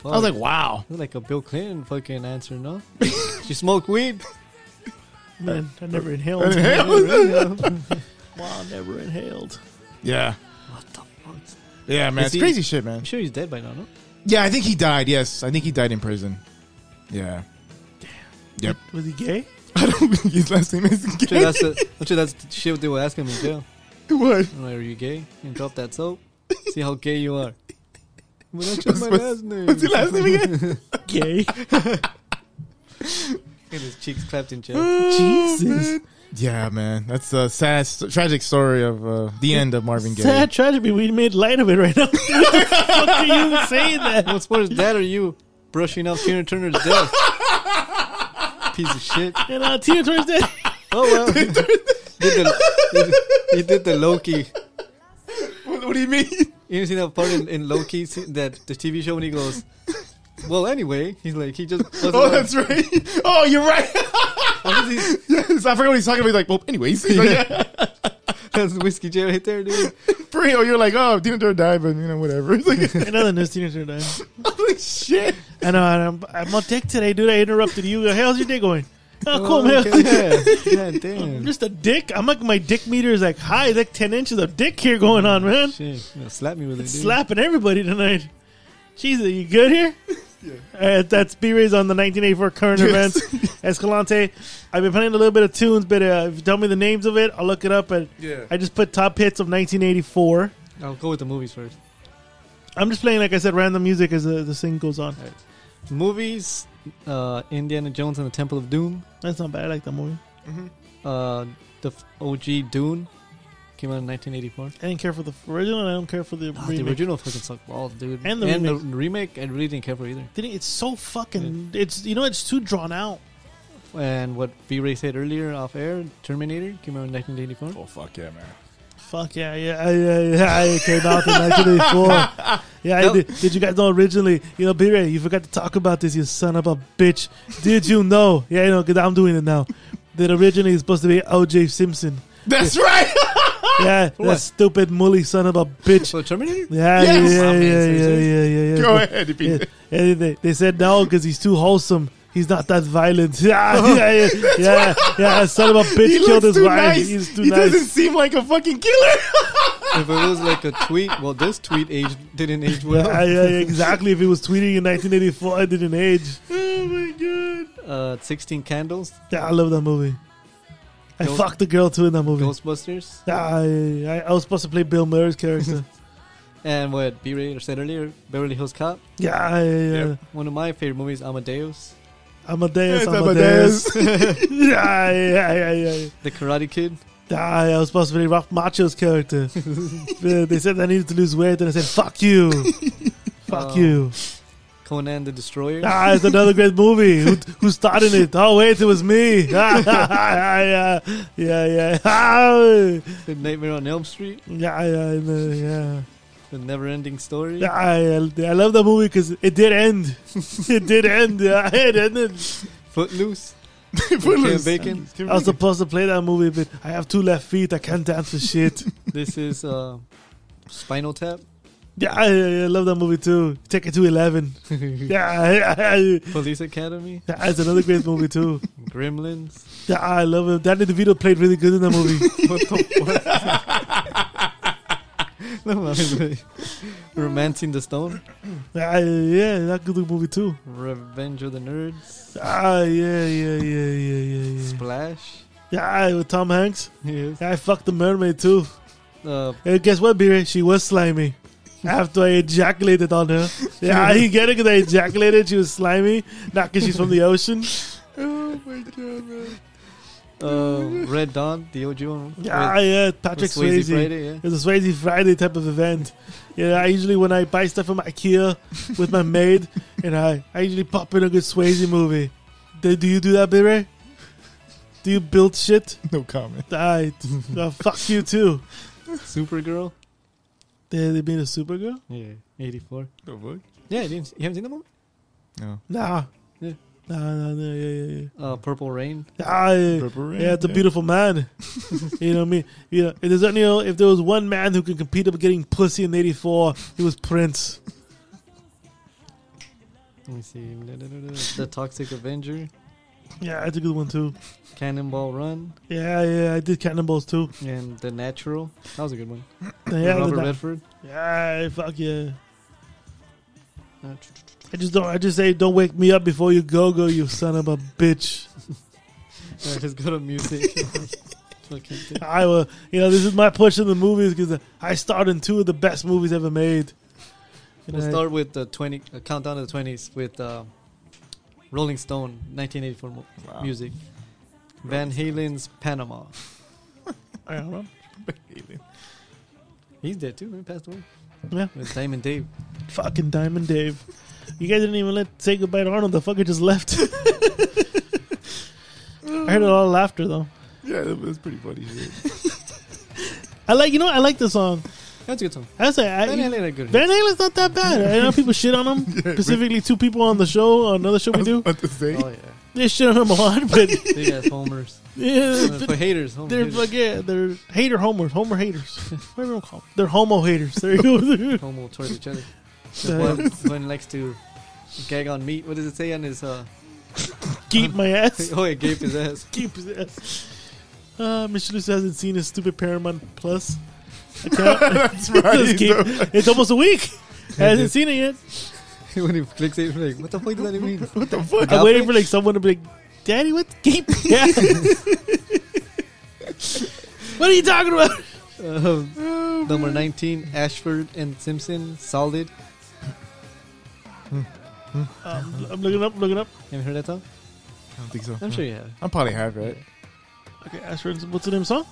C: I was
B: *laughs*
C: like, "Wow."
B: That's like a Bill Clinton fucking answer, no? you smoke weed?
A: Man, I never inhaled. Wow, never inhaled.
C: yeah,
B: What the fuck?
C: yeah, man,
B: Is
C: it's
B: he-
C: crazy shit, man.
B: I'm sure he's dead by now, no?
C: Yeah, I think he died. Yes, I think he died in prison. Yeah. *laughs* Damn. Yep.
A: Was he gay?
C: I don't think his last name is
B: Sure,
C: gay.
B: that's the, I'm sure that's the shit they will ask him in jail.
C: *laughs* what?
B: I'm like, are you gay? And drop that soap. See how gay you are. Well, that's
C: What's-
B: just my
C: what's-
B: last name.
C: What's *laughs* his last name again?
A: Gay? *laughs*
B: And his cheeks clapped in jail.
A: Jesus.
C: Mm-hmm. Yeah, man, that's a sad, st- tragic story of uh, the end of Marvin Gaye.
A: Sad tragedy. We made light of it right now. *laughs* what the fuck are you saying that?
B: What's worse, that or you brushing off Tina Turner's death? Piece of shit.
A: And uh, Tina Turner's dead.
B: Oh well. did the, he, did the Loki.
C: *laughs* What, what do you mean?
B: You see that part in, in Loki see- that the TV show when he goes. Well, anyway, he's like he
C: *laughs*
B: just. doesn't
C: Oh,
B: like-
C: that's right. *laughs* Oh, you're right.
B: what is he-
C: yes, I forgot what he's talking about. He's like, well, anyways, He's like, yeah.
B: that's whiskey jail right there, dude.
C: *laughs* for real, you're like, oh, Tina Turner died, but you know, whatever. *laughs* It's like,
A: *laughs* *laughs* Another news. Tina Turner died.
C: I'm like, shit.
A: I know. I'm, I'm on deck today, dude. I interrupted you. How's your day going? *laughs* Oh, cool, man.
C: *laughs*
B: Okay, yeah, God damn.
A: *laughs* Just a dick. I'm like my dick meter is like high, like ten inches of dick here going on, man.
B: Shit, you know, slap me with it, dude.
A: Slapping everybody tonight. Jesus, you good
C: *laughs*
A: here? Yeah. that's B Rays on the 1984 current
C: Yes. *laughs*
A: events. Escalante, I've been playing a little bit of tunes, but uh, if you tell me the names of it, I'll look it up. And
C: Yeah.
A: I just put top hits of 1984.
B: I'll go with the movies first.
A: I'm just playing, like I said, random music as the, the thing goes on.
B: Movies, uh, Indiana Jones and the Temple of Doom,
A: That's not bad. I like that movie.
B: uh, the f- OG Dune, came out in 1984.
A: I didn't care for the original, and I don't care for the
B: Ah, the
A: remake.
B: original fucking sucked balls, dude.
A: And the
B: the remake, I really didn't care for either.
A: Didn't- It's so fucking. It's you know, it's too drawn out.
B: And what V-Ray said earlier off air, Terminator came out in 1984.
C: Oh, fuck yeah, man.
A: Fuck yeah, yeah, I, I, I it came out in 1984. Yeah, I
B: No.
A: did. did you guys know originally? You know, B Ray, you forgot to talk about this, you son of a bitch. Did you know? Yeah, you know, because I'm doing it now. That originally it's supposed to be O.J. Simpson.
C: That's right. *laughs*
A: Yeah,
B: What?
A: that stupid mully son of a bitch.
B: So Terminator?
A: Yeah,
C: Yes.
A: yeah,
B: I mean,
A: yeah, yeah,
B: seriously?
A: yeah, yeah, yeah.
C: Go ahead, if
A: Yeah,
C: you-
A: yeah, they, they said no because he's too wholesome. He's not that violent. *laughs* Yeah, yeah,
C: *laughs*
A: yeah, yeah, yeah. Son of a bitch
C: Oh. He
A: killed
C: looks
A: his
C: too
A: wife.
C: nice.
A: He's too
C: he
A: nice.
C: *laughs* doesn't seem like a fucking killer.
B: *laughs* if it was like a tweet, well, this tweet age didn't age well.
A: Yeah, yeah,
B: *laughs*
A: yeah, exactly. If he was tweeting in 1984, I didn't age.
C: oh my god.
B: Uh, 16 Candles,
A: Yeah, I love that movie. I
B: Ghost-
A: fucked the girl too in that movie.
B: Ghostbusters,
A: Ah, yeah, I, I was supposed to play Bill Murray's character.
B: and what B-Ray said earlier, Beverly Hills Cop.
A: yeah, yeah, yeah.
C: Yep.
B: One of my favorite movies, Amadeus, *laughs*
A: Amadeus,
C: Yes, *laughs*
A: Amadeus. *laughs* yeah, yeah, yeah, yeah. yeah.
B: The Karate Kid.
A: Ah, I was supposed to play Ralph Macho's character. they they said I needed to lose weight, and I said, "Fuck you, fuck
B: Oh.
A: you."
B: Conan the Destroyer.
A: Ah, it's another great movie. Who, who starred in it? Oh wait, it was me. *laughs* Ah, yeah, *laughs* yeah, yeah. Ah,
B: The Nightmare on Elm Street.
A: Yeah, yeah, I know, yeah. Ah,
B: The Never Ending Story.
A: yeah I, I love that movie because it did end. *laughs* it did end. Yeah, it ended.
B: Footloose.
C: Footloose.
B: Bacon.
A: I was supposed to play that movie, but I have two left feet. I can't dance for shit. *laughs*
B: This is uh, Spinal Tap.
A: yeah, I, I love that movie too. Take it to eleven. Yeah, *laughs* yeah, yeah.
B: Police Academy.
A: That's another great movie too. *laughs*
B: Gremlins.
A: Yeah, I love it. Danny DeVito played really good in that movie.
B: What the fuck? No, I was like, *laughs* Romancing the Stone.
A: yeah, yeah, that good movie too.
B: Revenge of the Nerds.
A: Ah, yeah, yeah, yeah, yeah, yeah, yeah.
B: Splash.
A: Yeah, with Tom Hanks.
B: Yes.
A: Yeah, I fucked the mermaid too.
B: Uh,
A: And guess what, B-Ray? She was slimy. After I ejaculated on her. Yeah, you get it? Because I ejaculated, she was slimy. Not because she's from the ocean.
C: Oh my god, man.
B: uh, Red Dawn. The OG one.
A: Yeah, yeah,
B: With-
A: Patrick
B: with Swayze
A: Swayze.
B: Friday, yeah.
A: It's a Swayze Friday type of event. Yeah, I usually, when I buy stuff from Ikea with my maid, and I, I usually pop in a good Swayze movie. Do, do you do that, B-Ray? Do you build shit?
C: No comment.
A: I, fuck you too.
B: Supergirl.
A: They, they made a Supergirl?
B: Yeah, eighty four.
C: The fuck?
B: Yeah, you, didn't, you haven't seen the movie?
C: No.
A: Nah.
B: Yeah.
A: Nah, nah, nah, yeah, yeah, yeah.
B: Uh, Purple Rain.
A: Ah, yeah.
C: Purple Rain,
A: yeah, it's a
C: yeah.
A: beautiful man. you know what I mean? You know, if there's any, if there was one man who could compete with getting pussy in '84, it was Prince.
B: Let me see. the Toxic Avenger,
A: Yeah, it's a good one too.
B: Cannonball Run,
A: Yeah, yeah, I did Cannonballs too.
B: and The Natural. That was a good one.
A: Yeah,
B: Robert
A: the-
B: Redford.
A: yeah, fuck yeah.
B: Uh,
A: I just don't. I just say, don't wake me up before you go go, you son of a bitch.
B: Alright, let's go
A: *laughs*
B: to music. Fucking thing.
A: I will. You know, this is my push in the movies because I starred in two of the best movies ever made. You
B: We'll
A: know,
B: start with the 20 uh, countdown to the 20s with uh, Rolling Stone 1984 mo-
C: Wow.
B: music. Van Halen's Panama.
A: I don't know.
B: He's dead too, man. Passed away.
A: Yeah.
B: With Diamond Dave.
A: Fucking Diamond Dave. You guys didn't even let say goodbye to Arnold. The fucker just
B: *laughs*
A: left. I heard a lot of laughter though.
C: Yeah, that was pretty funny. *laughs* Shit.
A: I like you know I like the song.
B: That's a good song.
A: I say I,
B: Van Halen had good.
A: Van Halen's not that bad. I know people shit
B: *laughs*
A: on him. Specifically, two people on the show, on another show we do,
C: What to say?
B: oh yeah.
A: they shit on him a lot. But
B: Big
A: *laughs*
B: ass homers.
A: yeah,
B: Uh, For haters, homers.
A: they're
B: haters.
A: like yeah, they're hater homers, homer haters, whatever you call them. They're homo haters. There you *laughs* go.
B: homo towards each other.
A: Uh,
B: The one, one likes to gag on meat. What does it say on his? Uh, *laughs*
A: Keep my ass.
B: oh, it gaped his ass.
A: Keep his ass. Uh, Michelus hasn't seen his stupid Paramount Plus account.
C: That's right.
A: *laughs* Just keep- it's almost a week. hasn't seen it yet.
B: *laughs* when he clicks it, he's like, what the fuck does that even mean? *laughs* what the fuck?
A: I'm waiting for like someone to be like, "Daddy, what game? Yeah. *laughs* what are you talking about?"
B: Um, number 19, Ashford and Simpson, Solid.
A: Um, I'm looking up, looking up.
B: Have you heard that song?
C: I don't think so.
B: I'm sure you have.
C: I'm probably half right.
A: Okay, Ashford, what's the name of the song?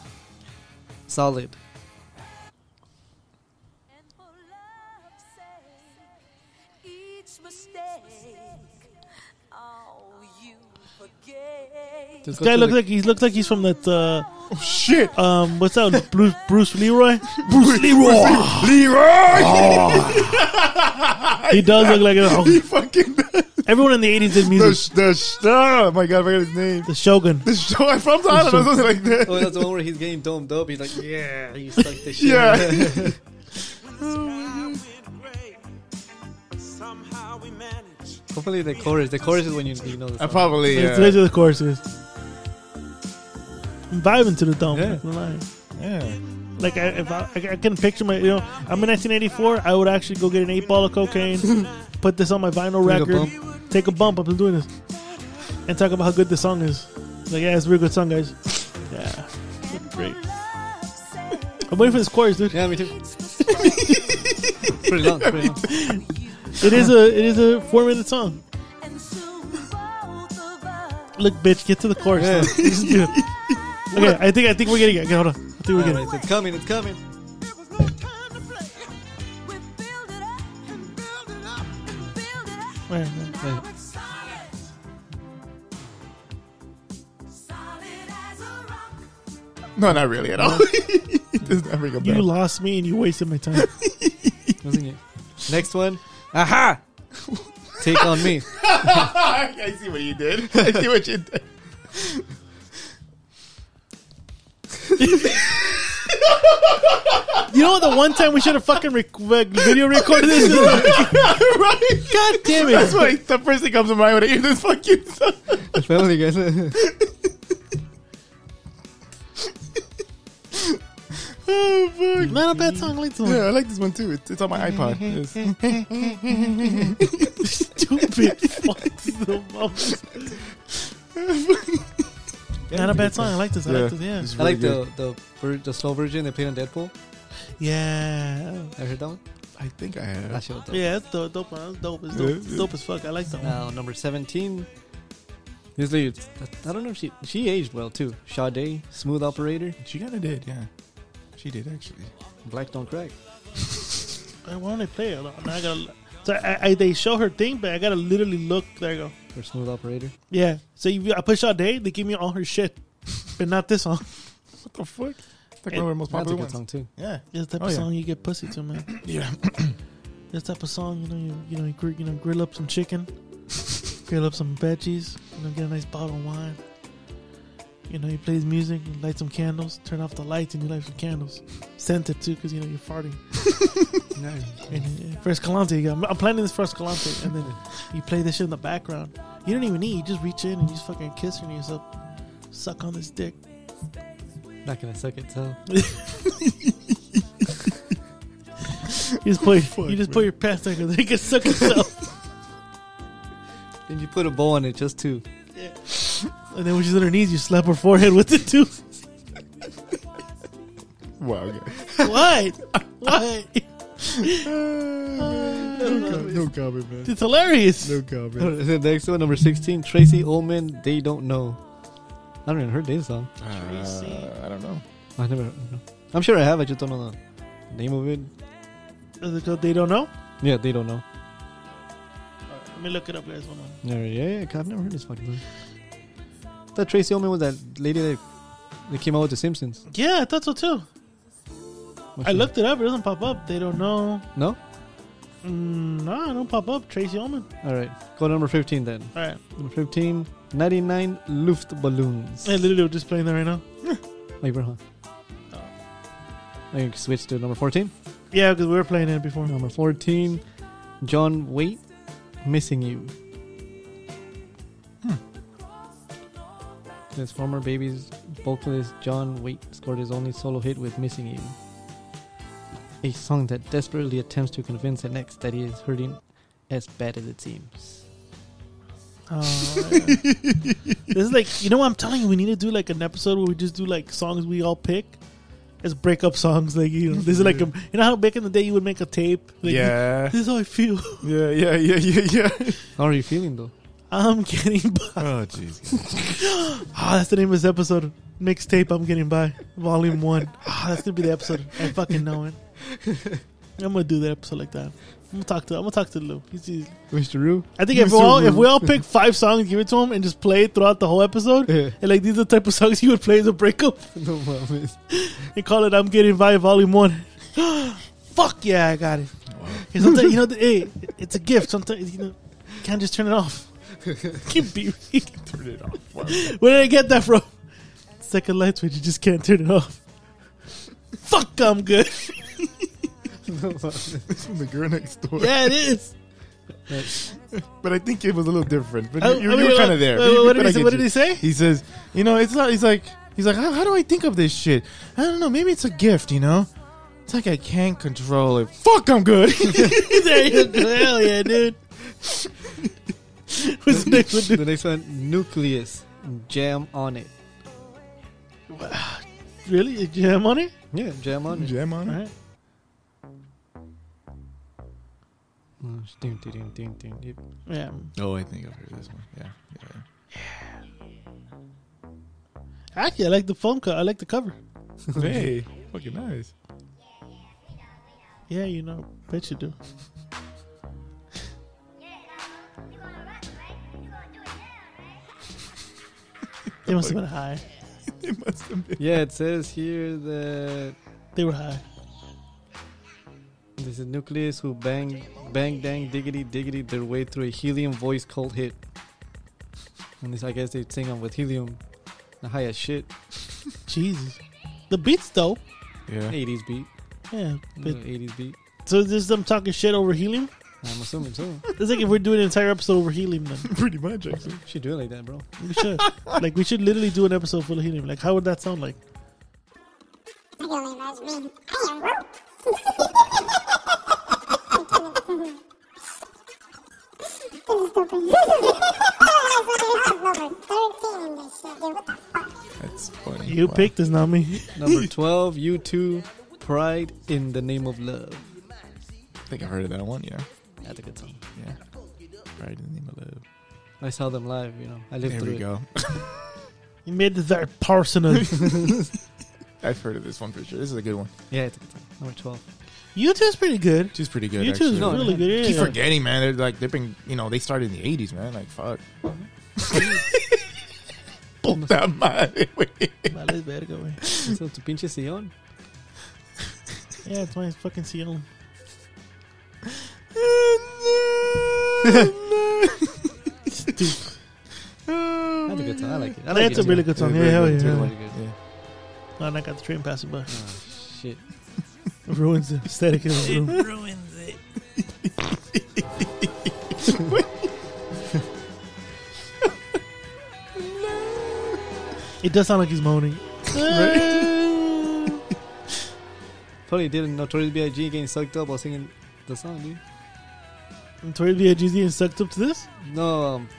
B: Solid.
H: And for love's sake, each mistake, oh, you forgave.
B: Just
A: This guy
B: to
A: looks
B: the-
A: like he looks like he's from that. Uh,
C: Shit.
A: um, what's
B: *laughs*
A: that? Bruce Bruce Leroy.
C: Bruce Leroy. Oh. Leroy.
A: He does look like
C: *laughs*
B: *laughs*
C: He
A: it.
C: fucking the
A: everyone in the '80s did music.
C: sh- the sh- oh my god, I forgot his name.
A: The Shogun.
C: The show *laughs* I'm from Thailand or something like
B: *laughs*
C: that.
B: Oh, that's the one where he's getting domed up. He's like, yeah, you suck the shit.
C: Yeah.
F: Somehow we manage.
B: *laughs* Hopefully the chorus. The chorus is when you, you know the
C: I
B: song.
C: probably uh,
A: It's
C: yeah.
A: basically the choruses. I'm vibing to the dome.
B: Yeah.
A: not gonna lie.
C: yeah.
A: Like I, if I, I, I can picture my, you know, I'm in 1984. I would actually go get an eight ball of
B: *laughs*
A: cocaine, put this on my vinyl
B: Take a
A: record, take a bump. I've been doing this, and talk about how good the song is. Like, yeah, it's a real good song,
B: *laughs*
A: guys. Yeah,
H: And for
A: great. *laughs*
H: love's sake,
A: I'm waiting for this chorus, dude.
B: Yeah, me too.
H: each mistake,
B: Pretty long. Pretty *laughs* long.
A: It is a, it is a four minute song.
H: and soon both of us.
A: Look, bitch, get to the chorus.
B: Yeah.
A: though. Just do it. okay, I think, I think we're getting it. Okay, hold on. I think we're getting
B: Alright,
A: it.
B: it's coming. It's coming.
F: There was no time to play.
H: We build it up
F: And build it up.
H: and build it up.
A: All right, all right.
H: Now it's solid. Solid as a rock.
C: No, not really at all. *laughs* it does not ring a
A: You
C: bell.
A: lost me and you wasted my time. *laughs*
B: Wasn't it? Next one. Aha! *laughs* Take on *laughs* me.
C: Ah, I see what you did. I see what
A: *laughs*
C: you did.
A: You know what? The one time we should have fucking rec- like, video recorded this.
C: *laughs* right?
A: God damn
C: That's
A: it!
C: what the first thing comes to mind when I hear this fucking *laughs* song.
B: The family guys. That's
C: Oh, fuck.
A: Not a bad song. I like this one.
C: Yeah, I like this one too. It's, it's on my iPod.
A: Mm-hmm,
C: Yes.
A: Stupid fucks the most. Not a bad song. I like this. I like this. Yeah.
C: It's
B: I like
C: really
B: the the vir- the slow version they played on Deadpool.
A: Yeah.
B: Have you heard that one?
C: good. I think I have.
B: That shit was dope.
A: Yeah, that's dope. dope. That's dope. It's dope. It's dope as fuck. I like that one.
B: Now Uh, number seventeen. This lady, I don't know if she she aged well too. Sade, smooth operator,
C: She kind of did, yeah. She did actually.
B: black don't crack.
A: I want to play it. Now I gotta. So I, I, they show her thing, but I gotta literally look. There you go.
B: Or smooth operator.
A: Yeah. So you, I push out day. They give me all her shit, but not this song.
C: What the fuck? like one of the most
B: That's a
C: popular
B: good
C: ones.
B: song too.
C: Yeah,
A: It's the type
C: Oh,
A: of
C: yeah.
A: song you get pussy to, man. *coughs*
C: yeah.
A: It's the type of song you know you you know you grill, you know grill up some chicken, grill up some veggies, you know get a nice bottle of wine. You know you play his music, you light some candles, turn off the lights, and you light some candles. Scented too, because you know you're farting. And uh, for Escalante, you go, I'm planning this for Escalante, and then you play this shit in the background. You don't even need. You just reach in and you just fucking kiss her and you just uh, suck on this dick.
B: Not gonna suck it. So
A: You just put you just put your pants there because it can suck itself.
B: then you put a bow on it just *laughs* to.
A: and then when she's on her knees, you slap her forehead with it *laughs* too.
C: Wow. Okay. *laughs*
A: what? *laughs* What?
C: no, com- no comment, man.
A: It's hilarious.
C: No comment.
B: the next one, number sixteen, Tracy Ullman. They don't know. I don't even heard this song.
C: Uh, I don't know.
B: I never. Heard, no. I'm sure I have. I just don't know the name of it.
A: Is it called They don't know.
B: Yeah, they don't know.
A: Alright, let me look it up, guys. Hold on.
B: Yeah, yeah, yeah. 'cause I've never heard this fucking song. That Tracy Ullman was that lady that, that came out with The Simpsons.
A: Yeah, I thought so too.
B: What's
A: I
B: her name?
A: looked it up. It doesn't pop up. They don't know.
B: No.
A: Mm, nah, it don't pop up. Tracy Ullman.
B: All right. Go to number fifteen then.
A: All right.
B: Number 15, 99 Luftballons.
A: Hey, literally, we're just playing that right now.
B: Wait, bro, Oh, huh? Oh. I can switch to number 14.
A: Yeah, because we were playing it before.
B: Number 14, John Waite, Missing You. Hmm. His former baby's vocalist John Waite scored his only solo hit with Missing You. A song that desperately attempts to convince an ex that he is hurting as bad as it seems.
A: Oh, yeah. *laughs* this is like you know what I'm telling you. We need to do like an episode where we just do like songs we all pick as breakup songs. Like you know, this is like a, you know how back in the day you would make a tape. Like,
C: yeah.
A: this is how I feel. *laughs*
C: yeah. Yeah. Yeah. Yeah. Yeah.
B: How are you feeling though?
A: I'm getting by.
C: *laughs* oh jeez.
A: Ah, that's the name of this episode. Mixtape. I'm getting by. Volume one. Ah, that's gonna be the episode. I fucking know it. I'm gonna do that episode like that. I'm gonna talk to. I'm gonna talk to Lou. He's, he's,
B: Mr. Rue?
A: I think if we all if we all pick five songs, give it to him, and just play it throughout the whole episode,
B: Yeah.
A: and like these are the type of songs he would play as a breakup.
B: no, mames.
A: They call it "I'm Getting By" Volume One. *gasps* Fuck yeah, I got it. And sometimes you know, the, hey, it's a gift. Sometimes you know, you can't just turn it
C: *laughs*
A: off. Can't be.
C: Turn it off. Wow.
A: Where did I get that from? Second light switch. You just can't turn it off. Fuck, I'm
C: *laughs*
A: good.
B: No, mames.
C: This is the girl next door.
A: Yeah, it is.
C: But I think it was a little different. But
A: I-
C: you,
A: I
C: you
A: mean,
C: were kind
A: what-
C: of there.
A: what-
C: You-
A: what
C: you
A: did he
C: kinda
A: say-
C: get
A: what did
C: you.
A: he say? *laughs*
C: *laughs* He says, you know, it's not. He's like, he's like, how, how do I think of this shit? I don't know. Maybe it's a gift. You know, it's like I can't control it. Fuck, I'm good.
A: There you go. Hell yeah,
C: *laughs*
A: dude. What's the next one, dude?
B: the next one, Nucleus, Jam on it.
A: Really? Did you have money?
B: Yeah, jam on it.
C: Jam on
A: All right.
B: Mm, sh- ding, ding, ding, ding, ding. Yep.
A: Yeah.
C: Oh, I think I've heard this one. Yeah. yeah.
A: Actually, I like the phone cut. I like the cover.
C: Hey, fucking nice. *laughs*
A: Yeah, you know. Bet you do. They must have been high.
C: It must have been.
B: Yeah, it says here that
A: They were high.
B: this is Nucleus who bang, bang, dang, diggity, diggity their way through a helium voice cult hit. And this, I guess they sing on with helium, the high as shit,
A: Jesus. The beats, though.
C: Yeah.
B: 80s beat,
A: Yeah.
B: you
A: But,
B: know, 80s beat.
A: So is this them talking shit over helium?
B: I'm assuming *laughs* so.
A: It's like if we're doing an entire episode over helium, then
C: *laughs* Pretty much, actually.
B: Should do it like that, bro.
A: we *laughs* should. like, we should literally do an episode full of helium. Like, how would that sound like?
C: That's funny.
A: You
C: Wow.
A: picked this, not me.
B: Number 12, U2, Pride in the Name of Love.
C: I think I've heard of that one. Yeah.
B: That's a good song.
C: Yeah. Right in the name of love.
B: I saw them live, you know. I lived
C: There
B: through
C: we
B: it.
C: go. *laughs*
A: You made this very *laughs* personal.
C: I've heard of this one for sure. This is a good one.
B: Yeah, it's a good song. Number 12.
A: You two's pretty good.
C: She's pretty good.
A: You
C: actually.
A: two's really
B: Yeah.
A: good. Yeah,
C: Keep
A: yeah.
C: forgetting, man. *laughs* They're like they've been, you know, they started in the '80s, man. *laughs* Like fuck. Puta madre, güey.
A: Vale, verga, güey.
B: Eso, tu pinche sillón.
A: Yeah, it's my fucking *laughs* seal.
B: That's a good song. I like it. I like
A: That's
B: it
A: a
B: too.
A: really good song.
B: It's
A: Yeah,
B: really
A: hell
B: good. It's
A: yeah.
B: really good. Oh,
A: Oh, and I got the train passing by.
B: Shit.
A: ruins the aesthetic of the room. It does sound like he's moaning.
B: Probably didn't Notorious B.I.G. getting sucked up while singing the song, dude.
A: And Tori VIGZ is sucked up to this?
B: No, um,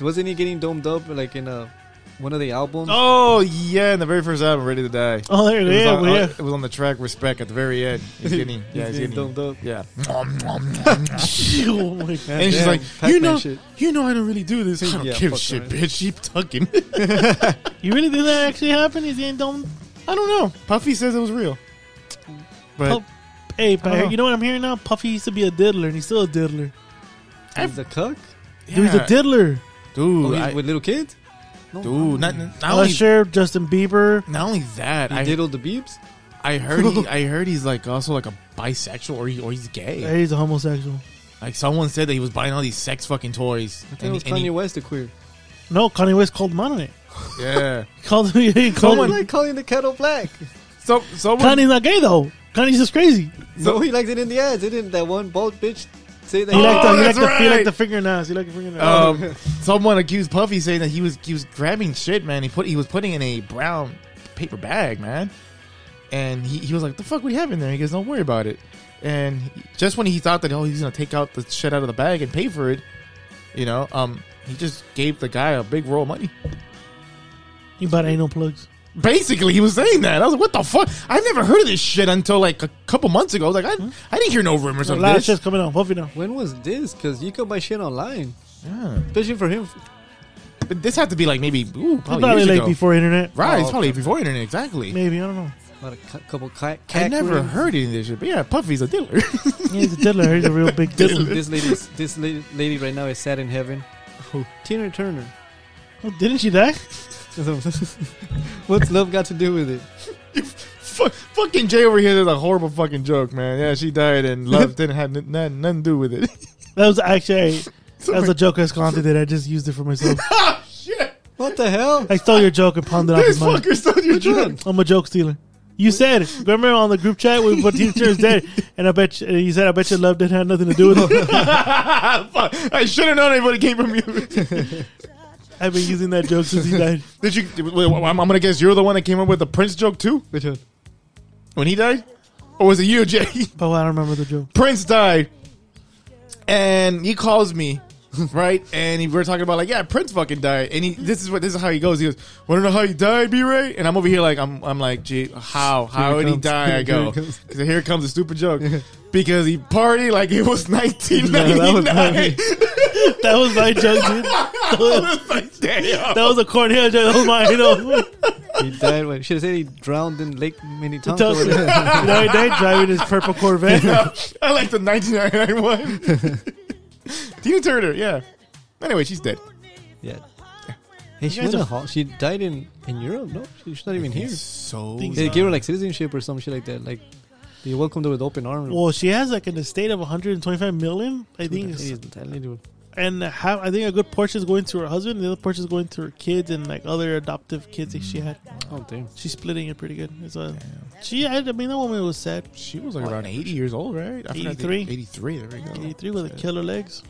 B: wasn't he getting domed up like in uh one of the albums?
C: Oh yeah, in the very first album, Ready to Die.
A: Oh, there it
C: It was,
A: is.
C: on,
A: yeah.
C: it was on the track Respect at the very end.
A: *laughs*
C: He's getting, yeah, he's
B: He's
C: getting,
B: getting domed up.
C: yeah.
A: *laughs* oh my god.
C: And she's
B: Damn,
C: like, you
B: Pac-Man
C: know,
B: shit."
C: you know, I don't really do this. I don't
B: Yeah,
C: give a
B: fuck
C: shit,
B: that.
C: bitch. Keep *laughs* tucking.
A: You really think that actually happened? Is he dumb?
C: I don't know. Puffy says it was real, but
A: Puff- Hey, but
C: I don't know.
A: you know what I'm hearing now? Puffy used to be a diddler, and he's still a diddler.
B: He's a cuck.
C: yeah,
A: Dude, he's a diddler.
C: dude,
B: Oh, he's
C: I-
B: with little kids.
C: dude. Not, not
A: Mm.
C: only,
A: Usher, Justin Bieber.
C: not only that,
B: He
C: I,
B: diddled the beeps.
C: I heard, he, I heard he's like also like a bisexual or he, or he's gay.
A: Hey, he's a homosexual.
C: Like someone said that he was buying all these sex fucking toys.
B: I think it was
C: and he-
B: Kanye West the queer.
A: No, Kanye West called him out on it.
C: yeah.
A: *laughs* He called him. He
B: Oh,
A: called
B: I
A: him.
B: like calling the kettle black.
C: So someone
A: Kanye's not gay though. Kanye's just crazy.
B: no, he likes it in the ass. Didn't that one bald bitch say that?
A: He like the, he like
C: Oh, that's
A: the, he like
C: right.
A: the fingernails. He like the fingernails.
C: um, someone accused Puffy saying that he was he was grabbing shit, man. He put he was putting in a brown paper bag, man. And he, he was like, "The fuck would happen there?" He goes, "Don't worry about it." And he- just when he thought that oh he's gonna take out the shit out of the bag and pay for it, you know, um, he just gave the guy a big roll of money.
A: he bought anal plugs.
C: Basically, he was saying that. I was like, "What the fuck?" I never heard of this shit until like a couple months ago. I was like, "I, I didn't hear no rumors
A: A
C: of
A: lot of
C: this."
A: shit's coming out. Puffy now.
B: When was this? Because you could buy shit online,
C: Yeah.
B: especially for him.
C: But this had to be like maybe ooh, probably,
A: Probably,
C: Oh, years
A: like
C: ago.
A: before internet.
C: Right, it's
B: Oh,
C: probably before internet, exactly.
A: Maybe I don't know.
B: About a cu- couple cat.
C: I never heard any of this shit, but yeah, Puffy's a dealer. *laughs*
A: Yeah, he's a diddler. He's a real big diddler.
B: This lady, is- this lady, lady right now is sad in heaven. Tina Turner.
A: Oh, didn't she die?
B: *laughs* What's love got to do with it?
C: Fuck, fucking Jay over here did a horrible fucking joke, man. Yeah, she died and *laughs* love didn't have n- n- nothing to do with it. *laughs*
A: That was actually that was a joke Escalante did. I just used it for myself.
C: shit,
B: What the *laughs* hell?
A: I stole your joke and pawned it off
C: this
A: his money.
C: fucker stole your joke.
B: doing?
A: I'm a joke stealer. You said remember on the group chat we put teacher is dead, and I bet you, you said I bet your love didn't have nothing to do with
C: *laughs*
A: it.
C: Fuck, I should have known anybody came from you.
A: I've been using that joke since he died.
C: *laughs* Did you? wait, wait, I'm, I'm gonna guess you're the one that came up with the Prince joke too. Which one? When he died, or was it you, Jay? *laughs*
A: But I don't remember the joke.
C: Prince died, and he calls me, *laughs* right? And he, we're talking about like, yeah, Prince fucking died, and he this is what this is how he goes. He goes, "Want to know how he died, B Ray?" And I'm over here like, I'm I'm like, gee, how how
B: Here it comes. *laughs*
C: did he die? I
B: Here
C: go,
B: it comes.
C: "'Cause here comes a stupid joke because he party like it was *laughs*
A: that was
C: 1999.
A: That was my joke, dude.
C: *laughs*
A: That was,
C: Like, damn. *laughs*
A: that was a Cornell joke. That was mine. You know,
B: He died when should have said he drowned in Lake Minnetonka.
A: Tell-
B: *laughs*
A: you know he died driving his purple Corvette.
C: I like the 1999
B: *laughs*
C: one. *laughs* Tina Turner, yeah. Anyway, she's dead.
B: yeah. Hey, she
A: guys
B: went
A: are-
B: to Hol- She died in in Europe. No, She- she's not even here.
C: So
B: They gave her like citizenship or some shit like that. Like they welcomed her with open arms.
A: Well, she has like an estate of 125 million, I
B: Dude,
A: think,
B: that lady is- that lady was-
A: and half, I think a good portion is going to her husband, the other portion is going to her kids and like other adoptive kids that she had.
B: Oh damn.
A: She's splitting it pretty good. It's a, she, I, I mean, that woman was sad.
C: She was like around 80 years old, right? I forgot the-
A: 83.
C: 83, there we go.
A: 83 with a killer legs.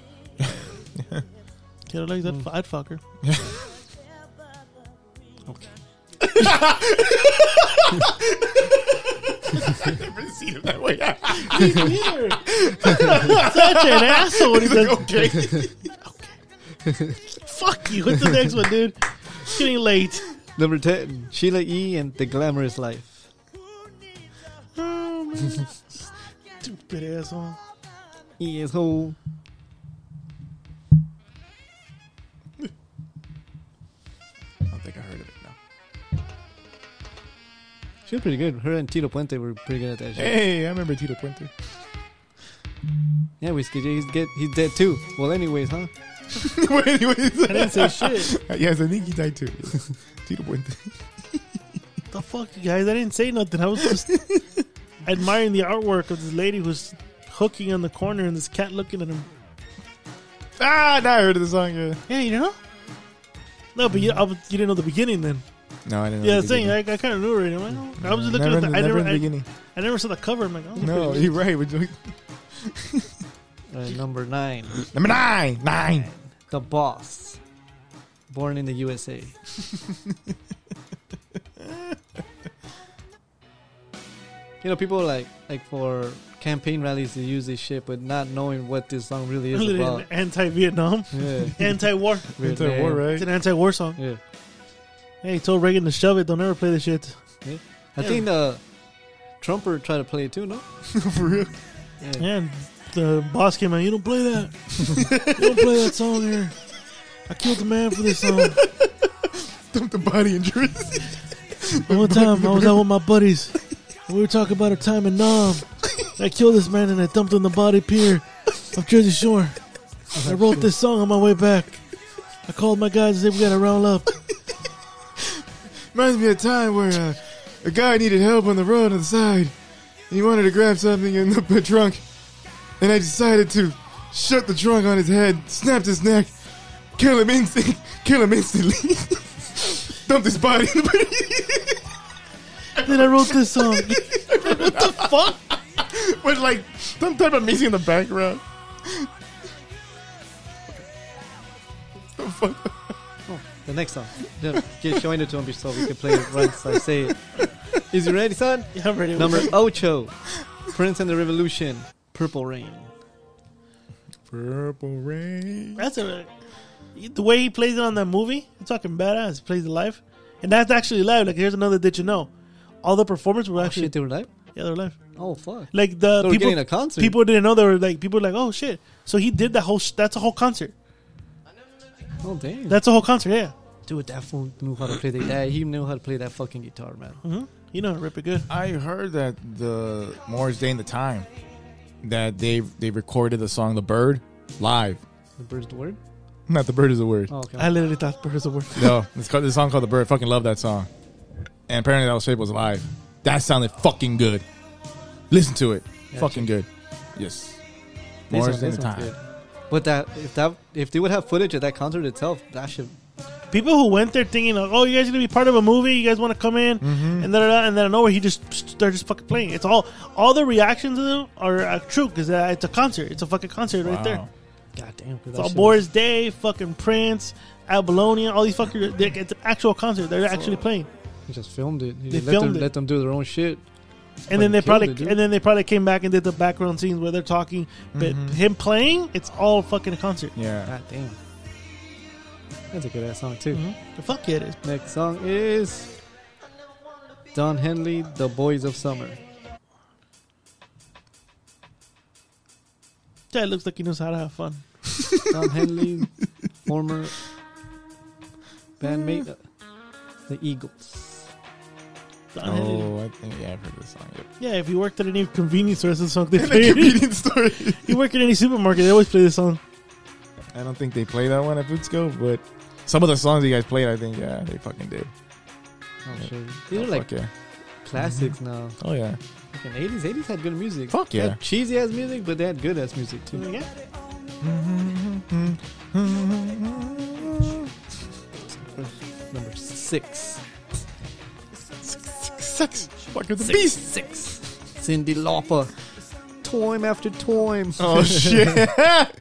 A: killer legs. I'd, f would fuck her.
C: I've never seen *laughs* it that way.
A: Such an asshole. When he does,
C: *laughs* okay.
A: *laughs* fuck you. What's the next one, dude? It's getting late.
C: *laughs*
B: Number ten, Sheila E. and the Glamorous Life.
A: Stupid asshole.
B: Yes, ho.
C: I don't think I heard of it. No.
B: She was pretty good. Her and Tito Puente were pretty good at that shit.
C: Hey, I remember Tito Puente. *laughs*
B: Yeah, Whiskey J. He's get he's dead too. Well, anyways, huh?
C: Anyways.
A: I didn't say shit.
C: *laughs* yes, I think he died too. Tito Puente. *laughs*
A: the fuck, you guys? I didn't say nothing. I was
C: *laughs*
A: just admiring the artwork of this lady who's hooking in the corner and this cat looking at him.
C: Ah, now I heard of the song. Yeah.
A: Yeah, you know? No, but you, I, was- you didn't know the beginning then.
C: No, I didn't.
A: Yeah,
C: know
A: the thing, I, I kind of knew already. I'm like, oh. I was just looking
C: never,
A: at the.
C: in-
A: I
C: never
A: never,
C: in the
A: I, *laughs*
C: beginning.
A: I never saw the cover. I'm like, oh,
C: No,
A: pretty.
C: you're right. We're doing-
B: Uh, number nine,
C: Number nine, nine.
B: The Boss, born in the USA. *laughs* you know, people like like for campaign rallies they use this shit, but not knowing what this song really is
A: Literally
B: about.
A: an
C: *laughs*
A: anti-Vietnam,
B: Yeah,
A: anti-war.
B: Weird
C: Anti war,
B: name.
A: It's
C: right?
A: an anti-war song.
B: Yeah.
A: Hey, he told Reagan to shove it. Don't ever play this shit.
B: I
A: Yeah.
B: think the Trumper tried to play it too, no?
C: *laughs* For real.
A: And the boss came out. You don't play that. you don't play that song here. I killed the man for this song.
C: Dump the body injuries.
A: And one time I was out with my buddies. And we were talking about a time in Nam. I killed this man and I dumped him in the body pier of Jersey Shore. I wrote this song on my way back. I called my guys and said we gotta round up.
C: Reminds me of a time where uh, a guy needed help on the road on the side. And he wanted to grab something *laughs* in the trunk. And I decided to shut the trunk on his head, snapped his neck, kill him instantly, *laughs* kill him instantly. *laughs* Dump his body. *laughs*
A: Then I wrote this song.
C: With like some type of music in the background. The fuck?
B: The next song. Just get showing it to him so we can play it once I say it. Is you ready, son?
A: *laughs* Yeah, I'm ready.
B: Number ocho, Prince and the Revolution, Purple Rain.
C: Purple rain.
A: That's a the way he plays it on that movie. It's fucking badass. He plays it live, and that's actually live. Like here's another. Did you know? All the performers were
B: Oh
A: actually
B: shit, they were live?
A: yeah, they're live.
B: Oh fuck.
A: Like the
B: They were
A: people
B: getting a concert.
A: people didn't know they were like people were like oh shit. So he did that whole. Sh- that's a whole concert.
B: Oh damn.
A: That's a whole concert. Yeah,
B: Dude, that fool knew how to *clears throat* play that. that- He knew how to play that fucking guitar, man.
A: you know, rip it good.
C: I heard that the Morris Day and the Time that they they recorded the song "The Bird" live.
B: The bird's the word.
C: Not "The Bird" is a word.
B: Oh, okay.
A: I literally thought birds were.
C: No, it's called this song called "The Bird." Fucking love that song. And apparently that was Fable's live. That sounded fucking good. Listen to it. Fucking good. Yes.
B: This
C: Morris
B: one-
C: Day and
B: this
C: the
B: one's
C: Time.
B: good. But that if that if they would have footage of that concert itself, that should
A: People who went there thinking, like, "Oh, you guys are gonna be part of a movie. You guys want to come in?"
B: Mm-hmm.
A: And then, and then nowhere, he just they're just fucking playing. It's all all the reactions of them are uh, true because uh, it's a concert. It's a fucking concert right there.
C: Wow.
B: goddamn.
A: It's all Boris Day, fucking Prince, Abalonia, all these fuckers. they- It's an actual concert. They're actually playing,
B: He just filmed it. He
A: They
B: let
A: filmed
B: them,
A: it.
B: Let them do their own shit.
A: and then they
B: Fucking killed
A: probably
B: it, dude.
A: and then they probably came back and did the background scenes where they're talking. But
B: Mm-hmm.
A: him playing, it's all fucking a concert.
C: *laughs* Yeah.
B: God damn. That's a good ass song too.
A: The fuck yeah, it is.
B: Next song is Don Henley, The Boys of Summer.
A: That looks like he knows how to have fun.
B: Don
C: *laughs*
B: Henley, former bandmate, of The Eagles.
A: Don Henley.
C: Oh, I think yeah, I've heard this song. Yep.
A: Yeah, if you worked at any convenience store, that's the
B: *laughs*
A: song they
C: The
A: play.
C: comedian story.
A: *laughs* you work at any supermarket, they always play this song.
C: I don't think they play that one at Footsco, but some of the songs you guys played, I think yeah, they fucking did.
B: Oh, shit. These are
C: Oh,
B: like
C: fuck yeah.
B: classics now.
C: Oh yeah.
B: Fucking 80s. 80s had good music.
C: Fuck
B: They had
C: yeah. Mm-hmm.
B: cheesy ass music, but they had good ass music too.
A: Yeah.
B: Number six.
C: Sex. Fucking the beast.
B: Six. Cindy Lauper. Time after time.
C: *laughs* Oh shit!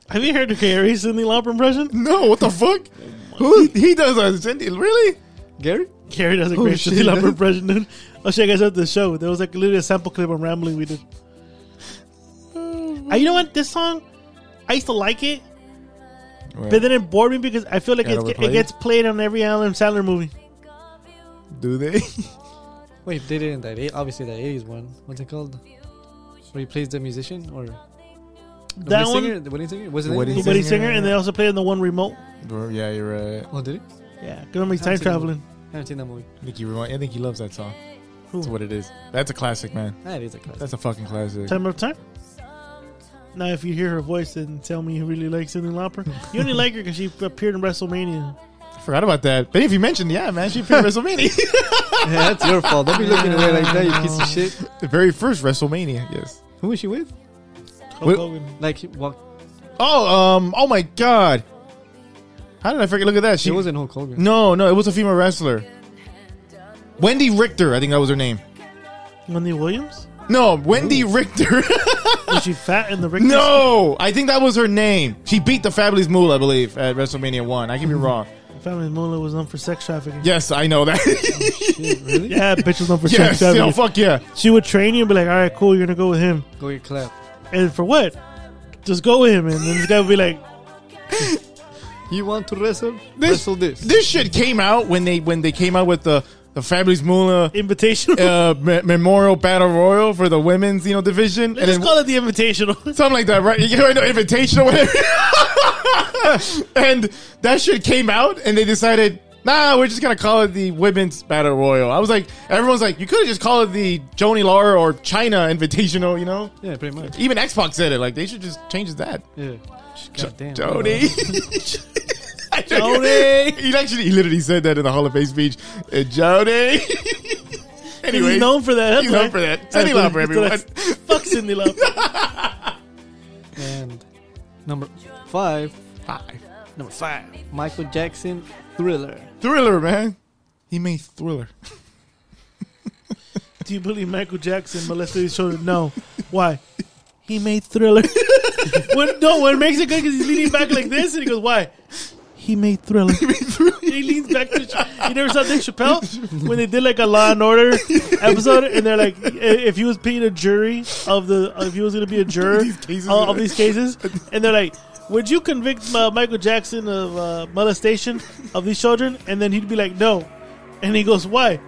A: Have you heard the Gary Cindy Lauper impression?
C: no, what the fuck? Who he does a Cindy? Really?
B: *laughs* Gary?
A: Gary does a great Cindy
C: shit.
A: Lauper impression, dude. I'll show you guys after the show. There was like literally a sample clip on Rambling we did. Uh, you know what? This song, I used to like it, but then it bored me because I feel like
C: Got
A: it's, it
C: overplayed?
A: gets played on every Alan Sandler movie.
C: Do they?
B: Wait, they did in that eight, obviously that 80s one. What's it called? Where he plays the musician or the
A: That
B: wedding
A: one,
B: singer? The wedding singer? Was it
C: The
B: that
C: wedding
B: one?
A: the Buddy
C: Singer.
A: Singer, and they also played in the one remote.
C: yeah, you're right.
B: Oh, did it?
A: Yeah, 'cause remember he's time
B: Absolutely.
A: traveling.
B: I haven't seen that movie.
C: I think he, remi- I think he loves that song. That's what it is. That's a classic, man.
B: That Ah, is a classic.
C: That's a fucking classic.
A: Time of time. Now, if you hear her voice, then tell me you really like Cindy Lauper. You only like her because she appeared in WrestleMania.
G: I forgot about that. But if you mentioned, yeah, man, she
B: *laughs*
G: appeared at WrestleMania.
B: Yeah, that's *laughs* your fault. Don't be looking away like that, you piece of shit.
G: the very first WrestleMania, yes.
B: Who was she with?
A: Hulk
G: Wh-
A: Hogan.
B: Like, he walked.
G: Oh, um, oh my God. How did I forget? Look at that.
B: She
G: She
B: wasn't Hulk Hogan.
G: No, no, it was a female wrestler. Wendy Richter, I think that was her name.
A: Wendy Williams?
G: No,
B: *laughs*
G: Wendy Richter.
A: Was she fat in the Rick?
G: no, I think that was her name. She beat the Fabulous Moolah, I believe, at WrestleMania 1. I could
B: *laughs*
G: be wrong.
A: Family Moolah was known for sex trafficking.
G: Yes, I know that. *laughs*
B: Shit, really?
A: Yeah, bitch was known for sex
G: yes,
A: trafficking.
G: yo, fuck yeah.
A: she would train you and be like, all right, cool, you're going to go with him.
B: Go get clap.
A: And for what? Just go with him. And then this guy would be like,
B: You want to wrestle?
G: This-
B: wrestle this.
G: This shit came out when they when they came out with the the Fabulous Moolah
A: invitational. *laughs*
G: uh, me- Memorial Battle Royal for the women's you know division,
A: Let's
G: then-
A: call it the
G: *laughs*
A: invitational.
G: something like that, right? You know, no invitation or whatever. *laughs* and that shit came out, and they decided, nah, we're just gonna call it the women's battle royal. I was like, everyone's like, you could have just called it the Joni Lara or China Invitational, you know?
B: Yeah, pretty much.
G: Even Xbox said it. Like, they should just change that.
B: Yeah. God damn.
G: *laughs* Joni. Joni. he actually, he literally said that in the Hall of Fame speech. Uh, Joni. *laughs*
A: *laughs*
G: anyway,
A: He's known for that.
G: he's known for that. Cindy
A: That's
G: Lauper,
A: what-
G: everyone.
A: *laughs* Fuck Cindy
G: *laughs*
A: Lauper.
B: And number five.
G: Five.
B: Number five. Michael Jackson, Thriller.
G: Thriller, man. He made Thriller.
A: Do you believe Michael Jackson molested his children? No. Why? He made Thriller. *laughs* when, no, what makes it good because he's leaning back like this and he goes, why? He made Thriller. he leans back to. Ch- You never saw Dave Chappelle when they did like a Law and Order episode, and they're like, i- if he was being a jury of the, uh, if he was going to be a juror
G: cases
A: uh,
G: are-
A: of these *laughs* cases, and they're like. Would you convict uh, Michael Jackson of uh, molestation of these children? And then he'd be like, "No," and he goes, "Why?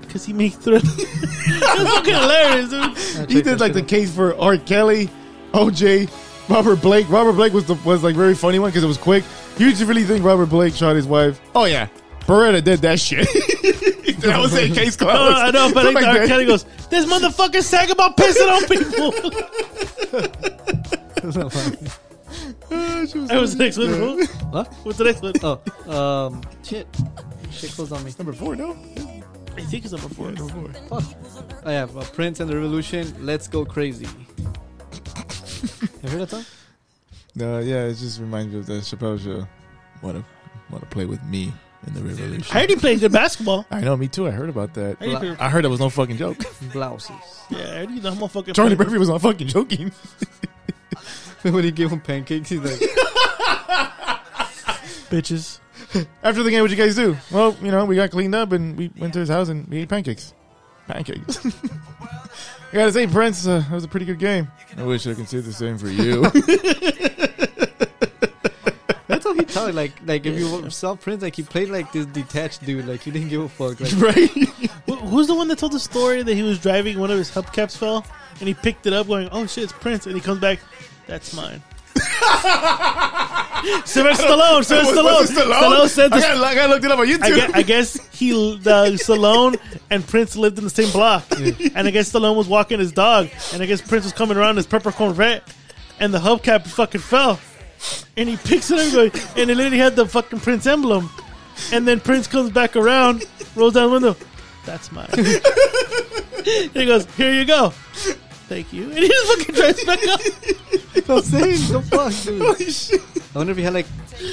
A: Because he made thriller." *laughs* That's fucking hilarious, dude.
G: *laughs* he did like the case for R. Kelly, OJ, Robert Blake. Robert Blake was the was like very funny one because it was quick. You just really think Robert Blake shot his wife? Oh yeah, Beretta did that shit. *laughs* that was it. *laughs* Case closed.
A: Uh, I know, but
G: Something
A: like, R.
G: that.
A: Kelly goes, "This motherfucker's sang about pissing on *laughs* people." I was the next one.
B: What?
A: What's the next one?
B: Oh, um, shit. Shit closed on me.
G: number four. No,
A: I think it's number four.
G: number four.
B: Fuck. I have uh, Prince and the Revolution, Let's Go Crazy. you heard that song?
G: No, yeah, it just reminds me of that Chappelle show. Want to want to play with me in the revolution?
A: I heard he played good basketball.
G: I know, me too. I heard about that.
A: I heard,
G: I heard that was no fucking joke. *laughs*
B: Blouses. *laughs*
A: yeah, I heard he's a motherfucking.
G: Charlie Murphy was not fucking joking.
B: when he gave him pancakes, he's like,
A: bitches.
G: After the game, what'd you guys do? Well, you know, we got cleaned up and we went to his house and we ate pancakes. Pancakes. *laughs* I gotta say, Prince, uh, that was a pretty good game. I wish I could say the same for you.
B: that's how he talked. Like, like if you saw Prince, like he played like this detached dude. Like he didn't give a fuck. Like,
G: right?
A: Wh- Who's the one that told the story that he was driving, one of his hubcaps fell, and he picked it up, going, "Oh shit, it's Prince," and he comes back, "That's *laughs* mine." Sylvester Stallone. Sylvester Stallone.
G: Was it
A: Stallone said
G: *laughs* I,
A: the
G: gotta, I gotta look it up on YouTube.
A: I guess, I guess he, the Stallone and Prince lived in the same block, and I guess Stallone was walking his dog, and I guess Prince was coming around his pepper Corvette, and the hubcap fucking fell, and he picks it up, and goes- and it literally had the fucking Prince emblem, and then Prince comes back around, rolls down the window, that's mine. and he goes, here you go, thank you, and he just fucking drives back up.
B: I'm saying, the fuck, dude. *laughs*
G: *laughs* Holy shit.
B: I wonder if he had like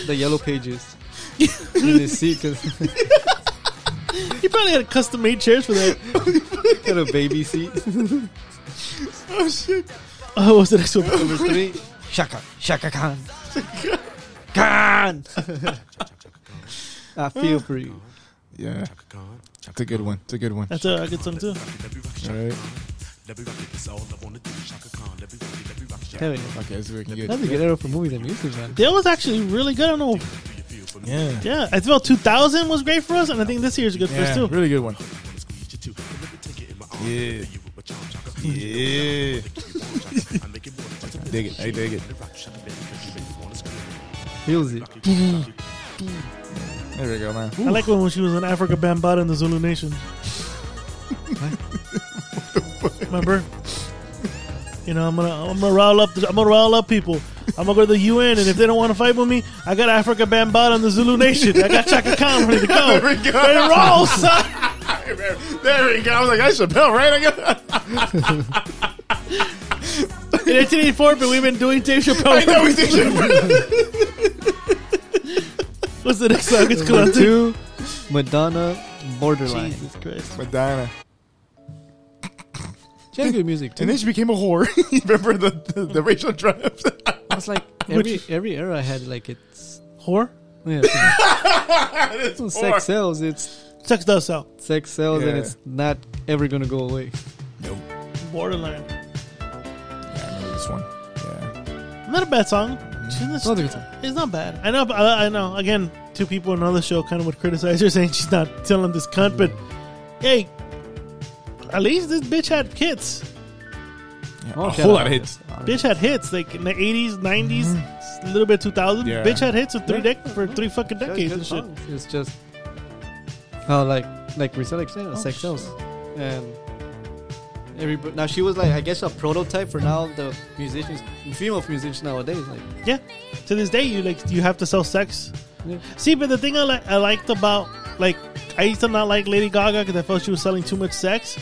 B: the yellow pages. in his seat, cause *laughs*
A: He probably had custom made chairs for that.
B: got a baby seat.
G: Oh shit.
A: Oh, what's the next one?
B: *laughs* Number three, Shaka Shaka Khan. Khan. *laughs* I feel for you.
G: Yeah. It's a good one. It's a good one.
A: That's uh, a I get some too.
G: All right.
B: Hell yeah.
G: Okay, let's see what we can
B: That's
G: get.
B: a good era for movies and music, man.
A: That was actually really good. I don't know
G: Yeah.
A: Yeah, I felt 2000 was great for us, and I think this year's good for us
G: Yeah,
A: too.
G: really good one. Yeah. Yeah. I dig it. I dig it.
B: Feels it.
G: There we go, man.
A: I like when, when she was in Africa Bambata in the Zulu
C: *laughs*
A: Nation. Remember? You know, I'm gonna I'm gonna rile up the, I'm gonna rile up people. I'm gonna go to the UN, and if they don't want to fight with me, I got Africa Bambaataa and the Zulu Nation. I got Chaka Khan ready to go.
C: *laughs* There we go.
A: Ready to roll, son. *laughs*
C: There we go. I was like, I Chappelle, right? I got.
A: In 1884, but we've been doing Dave Chappelle.
C: I know we did
G: *laughs*
C: Chappelle.
A: What's the next song? It's
B: Number
A: called
B: two, Madonna, Borderline.
A: Jesus Christ.
C: Madonna,
B: She had good music
C: and
B: too.
C: then she became a
G: *laughs*
C: whore. Remember the the, the racial draft?
B: I was like, every every era had like its
A: Whore?
B: yeah,
C: *laughs* whore.
B: sex sells. It's
A: Sex does sell.
B: sex sells, and
C: Yeah.
B: it's not ever gonna go away.
A: Borderline.
C: I know this one. Yeah.
A: Not a bad song. It's
B: It's not a good song.
A: not- It's not bad. I know. but uh, I, I know. Again, two people on another show kind of would criticize her *laughs* saying she's not telling this cunt, but hey, at least this bitch had hits.
B: Oh,
C: a
B: shut
C: whole
B: up.
C: lot of hits.
A: Bitch had hits like in the eighties, nineties, a little bit two thousand.
C: Mm-hmm. Yeah.
A: Bitch had hits for three
B: Yeah.
A: dec- for three fucking
B: Good-
A: decades
B: good
A: and shit.
B: songs. It's just how like like we said, like yeah, sex sells, and everybody now she was like I guess a prototype for now the musicians, female musicians nowadays. Like
A: Yeah. To this day, you like you have to sell sex.
B: Yeah.
A: See, but the thing I like I liked about like I used to not like Lady Gaga because I felt she was selling too much sex,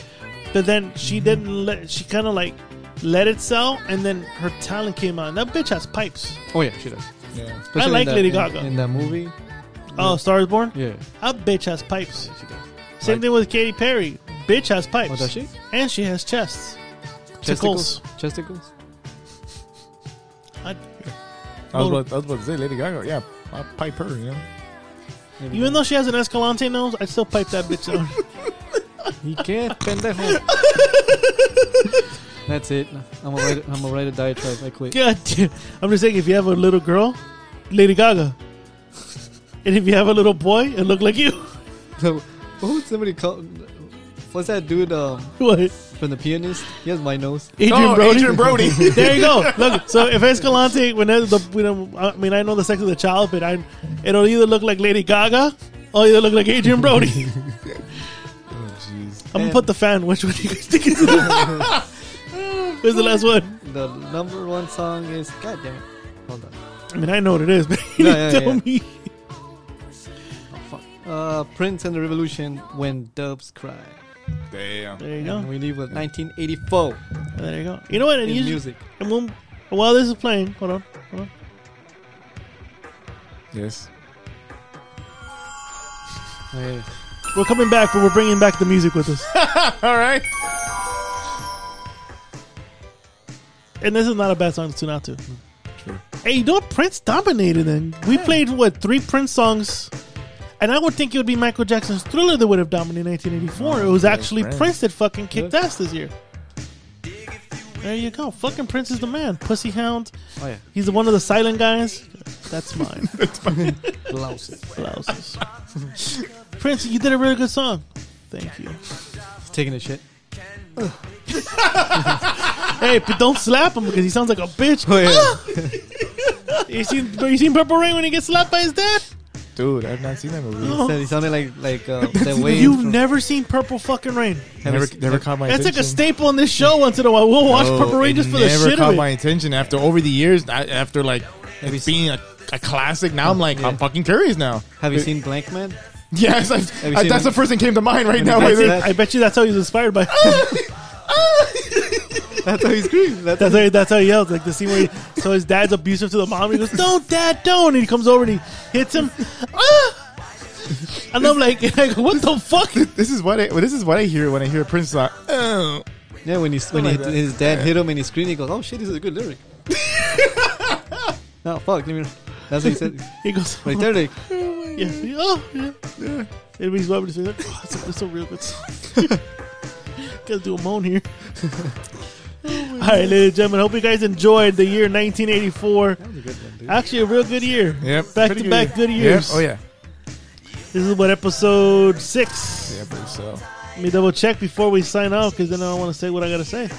A: but then she didn't let she kind of like let it sell, and then her talent came out. And that bitch has pipes.
B: oh yeah, she does.
C: Yeah.
B: Especially
A: like
B: in that-
A: Lady
B: in-
A: Gaga.
B: in that movie.
A: Oh, Star is Born.
B: Yeah,
A: That bitch has pipes.
B: she does.
A: Same thing with Katy Perry. Bitch has pipes.
B: Oh, does she?
A: And she has chests.
B: Chesticles. Chesticles.
A: I-
C: I was, about, I was about to say Lady Gaga. Yeah, I pipe her. You know,
A: even though she has an Escalante nose, I still pipe that
B: *laughs*
A: bitch down.
B: You *laughs* can't, pendejo. That's it. I'm gonna write. I'm gonna write a diatribe. I quit. *laughs*
A: God damn. I'm just saying, if you have a little girl, Lady Gaga. And if you have a little boy, it look like you. *laughs*
B: So, who would somebody call? What's that dude um,
A: what? Adrian
B: from the pianist? He has my nose.
A: Brody.
C: Adrian Brody.
A: *laughs* there you go. Look, so if Escalante, whenever the, you know, I mean, I know the sex of the child, but I, it'll either look like Lady Gaga or it'll look like Adrian
B: *laughs*
A: Brody. *laughs*
B: Oh,
A: I'm gonna put the fan. Which one do you guys think
B: *laughs*
A: is Where's the last one?
B: The number one song is God damn it. Hold on.
A: I mean, I know what it is, but *laughs* you
B: Yeah,
A: didn't
B: yeah,
A: tell
B: yeah.
A: me.
B: Fuck. Uh, Prince and the Revolution when Dubs Cry.
C: Damn.
A: There you
B: And
A: go.
B: we leave with 1984
A: There you go. You know what? And
B: in
A: usually-
B: music.
A: And when, while this is playing, hold on, hold on.
C: Yes.
B: Hey,
A: We're coming back, but we're bringing back the music with us.
C: *laughs* All right.
A: and this is not a bad song to tune out to.
C: True.
A: Hey, you know what? Prince dominated then. We played, what, three Prince songs? And I would think it would be Michael Jackson's Thriller that would have dominated 1984. it was
C: Oh, yeah,
A: actually
C: Prince.
A: Prince. that fucking kicked ass this year. There you go. Fucking Prince is the man. Pussy Hound.
B: oh yeah,
A: He's the one of the silent guys. That's mine.
B: blouses.
A: Blouses. *laughs* Prince, you did a really good song. Thank you.
B: He's taking a shit.
A: Hey, but don't slap him because he sounds like a bitch.
B: Oh yeah.
A: *laughs* You seen you seen Purple Rain when he gets slapped by his dad?
C: Dude, I've not seen that movie.
A: *gasps* Oh.
B: Said he sounded like like uh, the way.
A: You've never seen Purple fucking Rain.
C: Never, never caught my
A: That's like
C: attention.
A: a staple on this show once in a while. We'll watch
C: No,
A: Purple Rain
C: it
A: just for the
C: never
A: shit
C: caught
A: of it.
C: my attention after over the years. I, after like
B: Have you
C: it
B: seen-
C: being a, a classic, now I'm like
B: Yeah.
C: I'm fucking curious now. *laughs*
B: Have you seen Blank Man?
C: Yes, I've,
B: you
C: I-
B: seen
C: that's
B: it?
C: the first thing came to mind right
B: Have
C: now.
B: you
A: I,
B: seen
A: think- I bet you that's how he's inspired by.
C: *laughs*
B: That's how he screams. That's,
A: that's how that's how he yells. Like the scene where he, so his dad's abusive to the mom. He goes, "Don't, dad, don't!" And he comes over and he hits him. *laughs* Ah! And I'm like, *laughs* and I go, "What the fuck?"
C: This is what I, well, this is what I hear when I hear Prince like, oh,
B: *laughs* yeah, when he when
C: like
B: he,
C: that.
B: his dad hit him and he screamed, he goes, "Oh shit, this is a good lyric." *laughs* no, fuck. leave me- That's what he said.
A: He goes,
B: Right there, like,
A: Yeah.
C: Mm-hmm.
A: Oh, yeah. And he's rubbing his face. Like, oh, that's, a, that's a real good song.
C: *laughs*
A: Gotta do a moan here.
C: Oh,
A: All right, ladies and gentlemen. Hope you guys enjoyed the year 1984. Actually, a real good year.
C: yep,
A: Back
C: pretty
A: to back good years.
C: Yep. Oh yeah,
A: This is what episode six.
C: yeah, I believe so.
A: Let me double check before we sign off because then I don't want to say what I gotta say.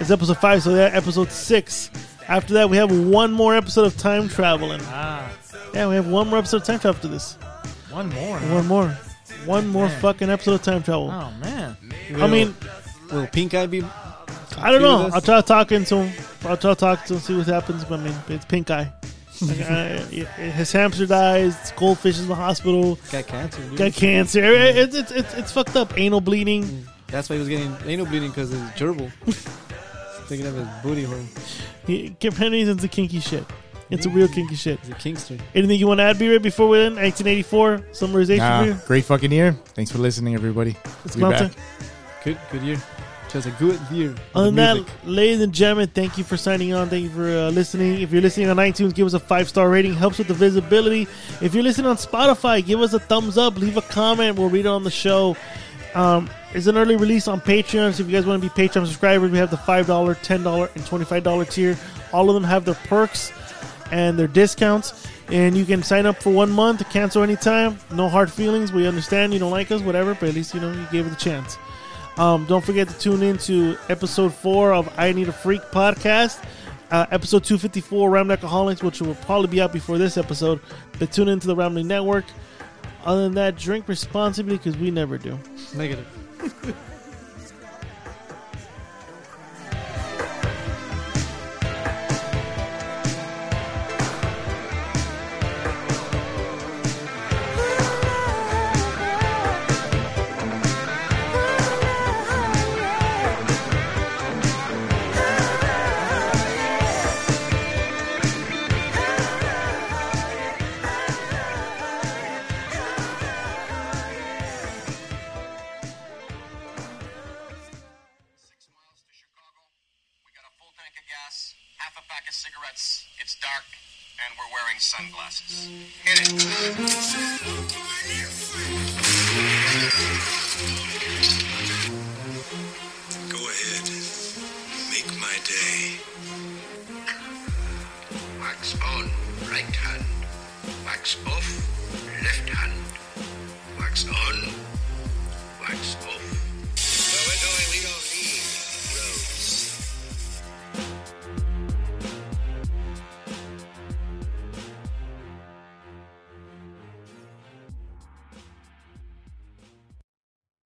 A: It's episode five, so that episode six. After that, we have one more episode of time traveling. Yeah, we have one more episode of time travel after this.
C: One more.
A: Ah, One more.
G: Oh.
A: One more fucking episode of time travel.
C: Oh man,
A: I mean,
B: will Pink Eye be?
A: I don't
B: See
A: know.
B: this?
A: I'll try to talk into him. I'll try to talk to him, see what happens. But I mean, it's pink eye. Like, I- his hamster dies. Goldfish is in the hospital.
B: Got cancer. dude.
A: Got cancer. It- It's it's it's, it's fucked up. Anal bleeding.
B: That's why he was getting anal bleeding because his gerbil. Thinking of his booty hole.
A: He- Kim Henry's into kinky shit. It's a real kinky shit.
B: He's a kingster.
A: Anything you want to add, B-Ray, before we end? 1984 summarization for
C: Nah,
A: you.
C: great fucking year. Thanks for listening, everybody.
A: It's
C: We'll be
A: Mountain.
C: back.
B: Good, good year. Just a good year.
A: Other
B: of
A: than
B: music.
A: that, ladies and gentlemen, thank you for signing on. Thank you for uh, listening. If you're listening on iTunes, give us a five star rating. Helps with the visibility. If you're listening on Spotify, give us a thumbs up. Leave a comment. We'll read it on the show. Um, it's an early release on Patreon. So if you guys want to be Patreon subscribers, we have the five dollar, ten dollar, and twenty five dollar tier. All of them have their perks and their discounts. And you can sign up for one month, cancel anytime. No hard feelings. We understand you don't like us, whatever. But at least you know you gave it a chance. Um, don't forget to tune in to episode four of I Need a Freak podcast. Uh, episode 254, Rambling Alcoholics, which will probably be out before this episode. But tune into the Rambling Network. Other than that, drink responsibly because we never do.
B: Negative.
E: Six miles to Chicago. We got a full tank of gas, half a pack of cigarettes. It's dark, and we're wearing sunglasses. Hit it.
D: Go ahead. Make my day.
E: Wax on, right hand. Wax off, left hand. Wax on, wax off.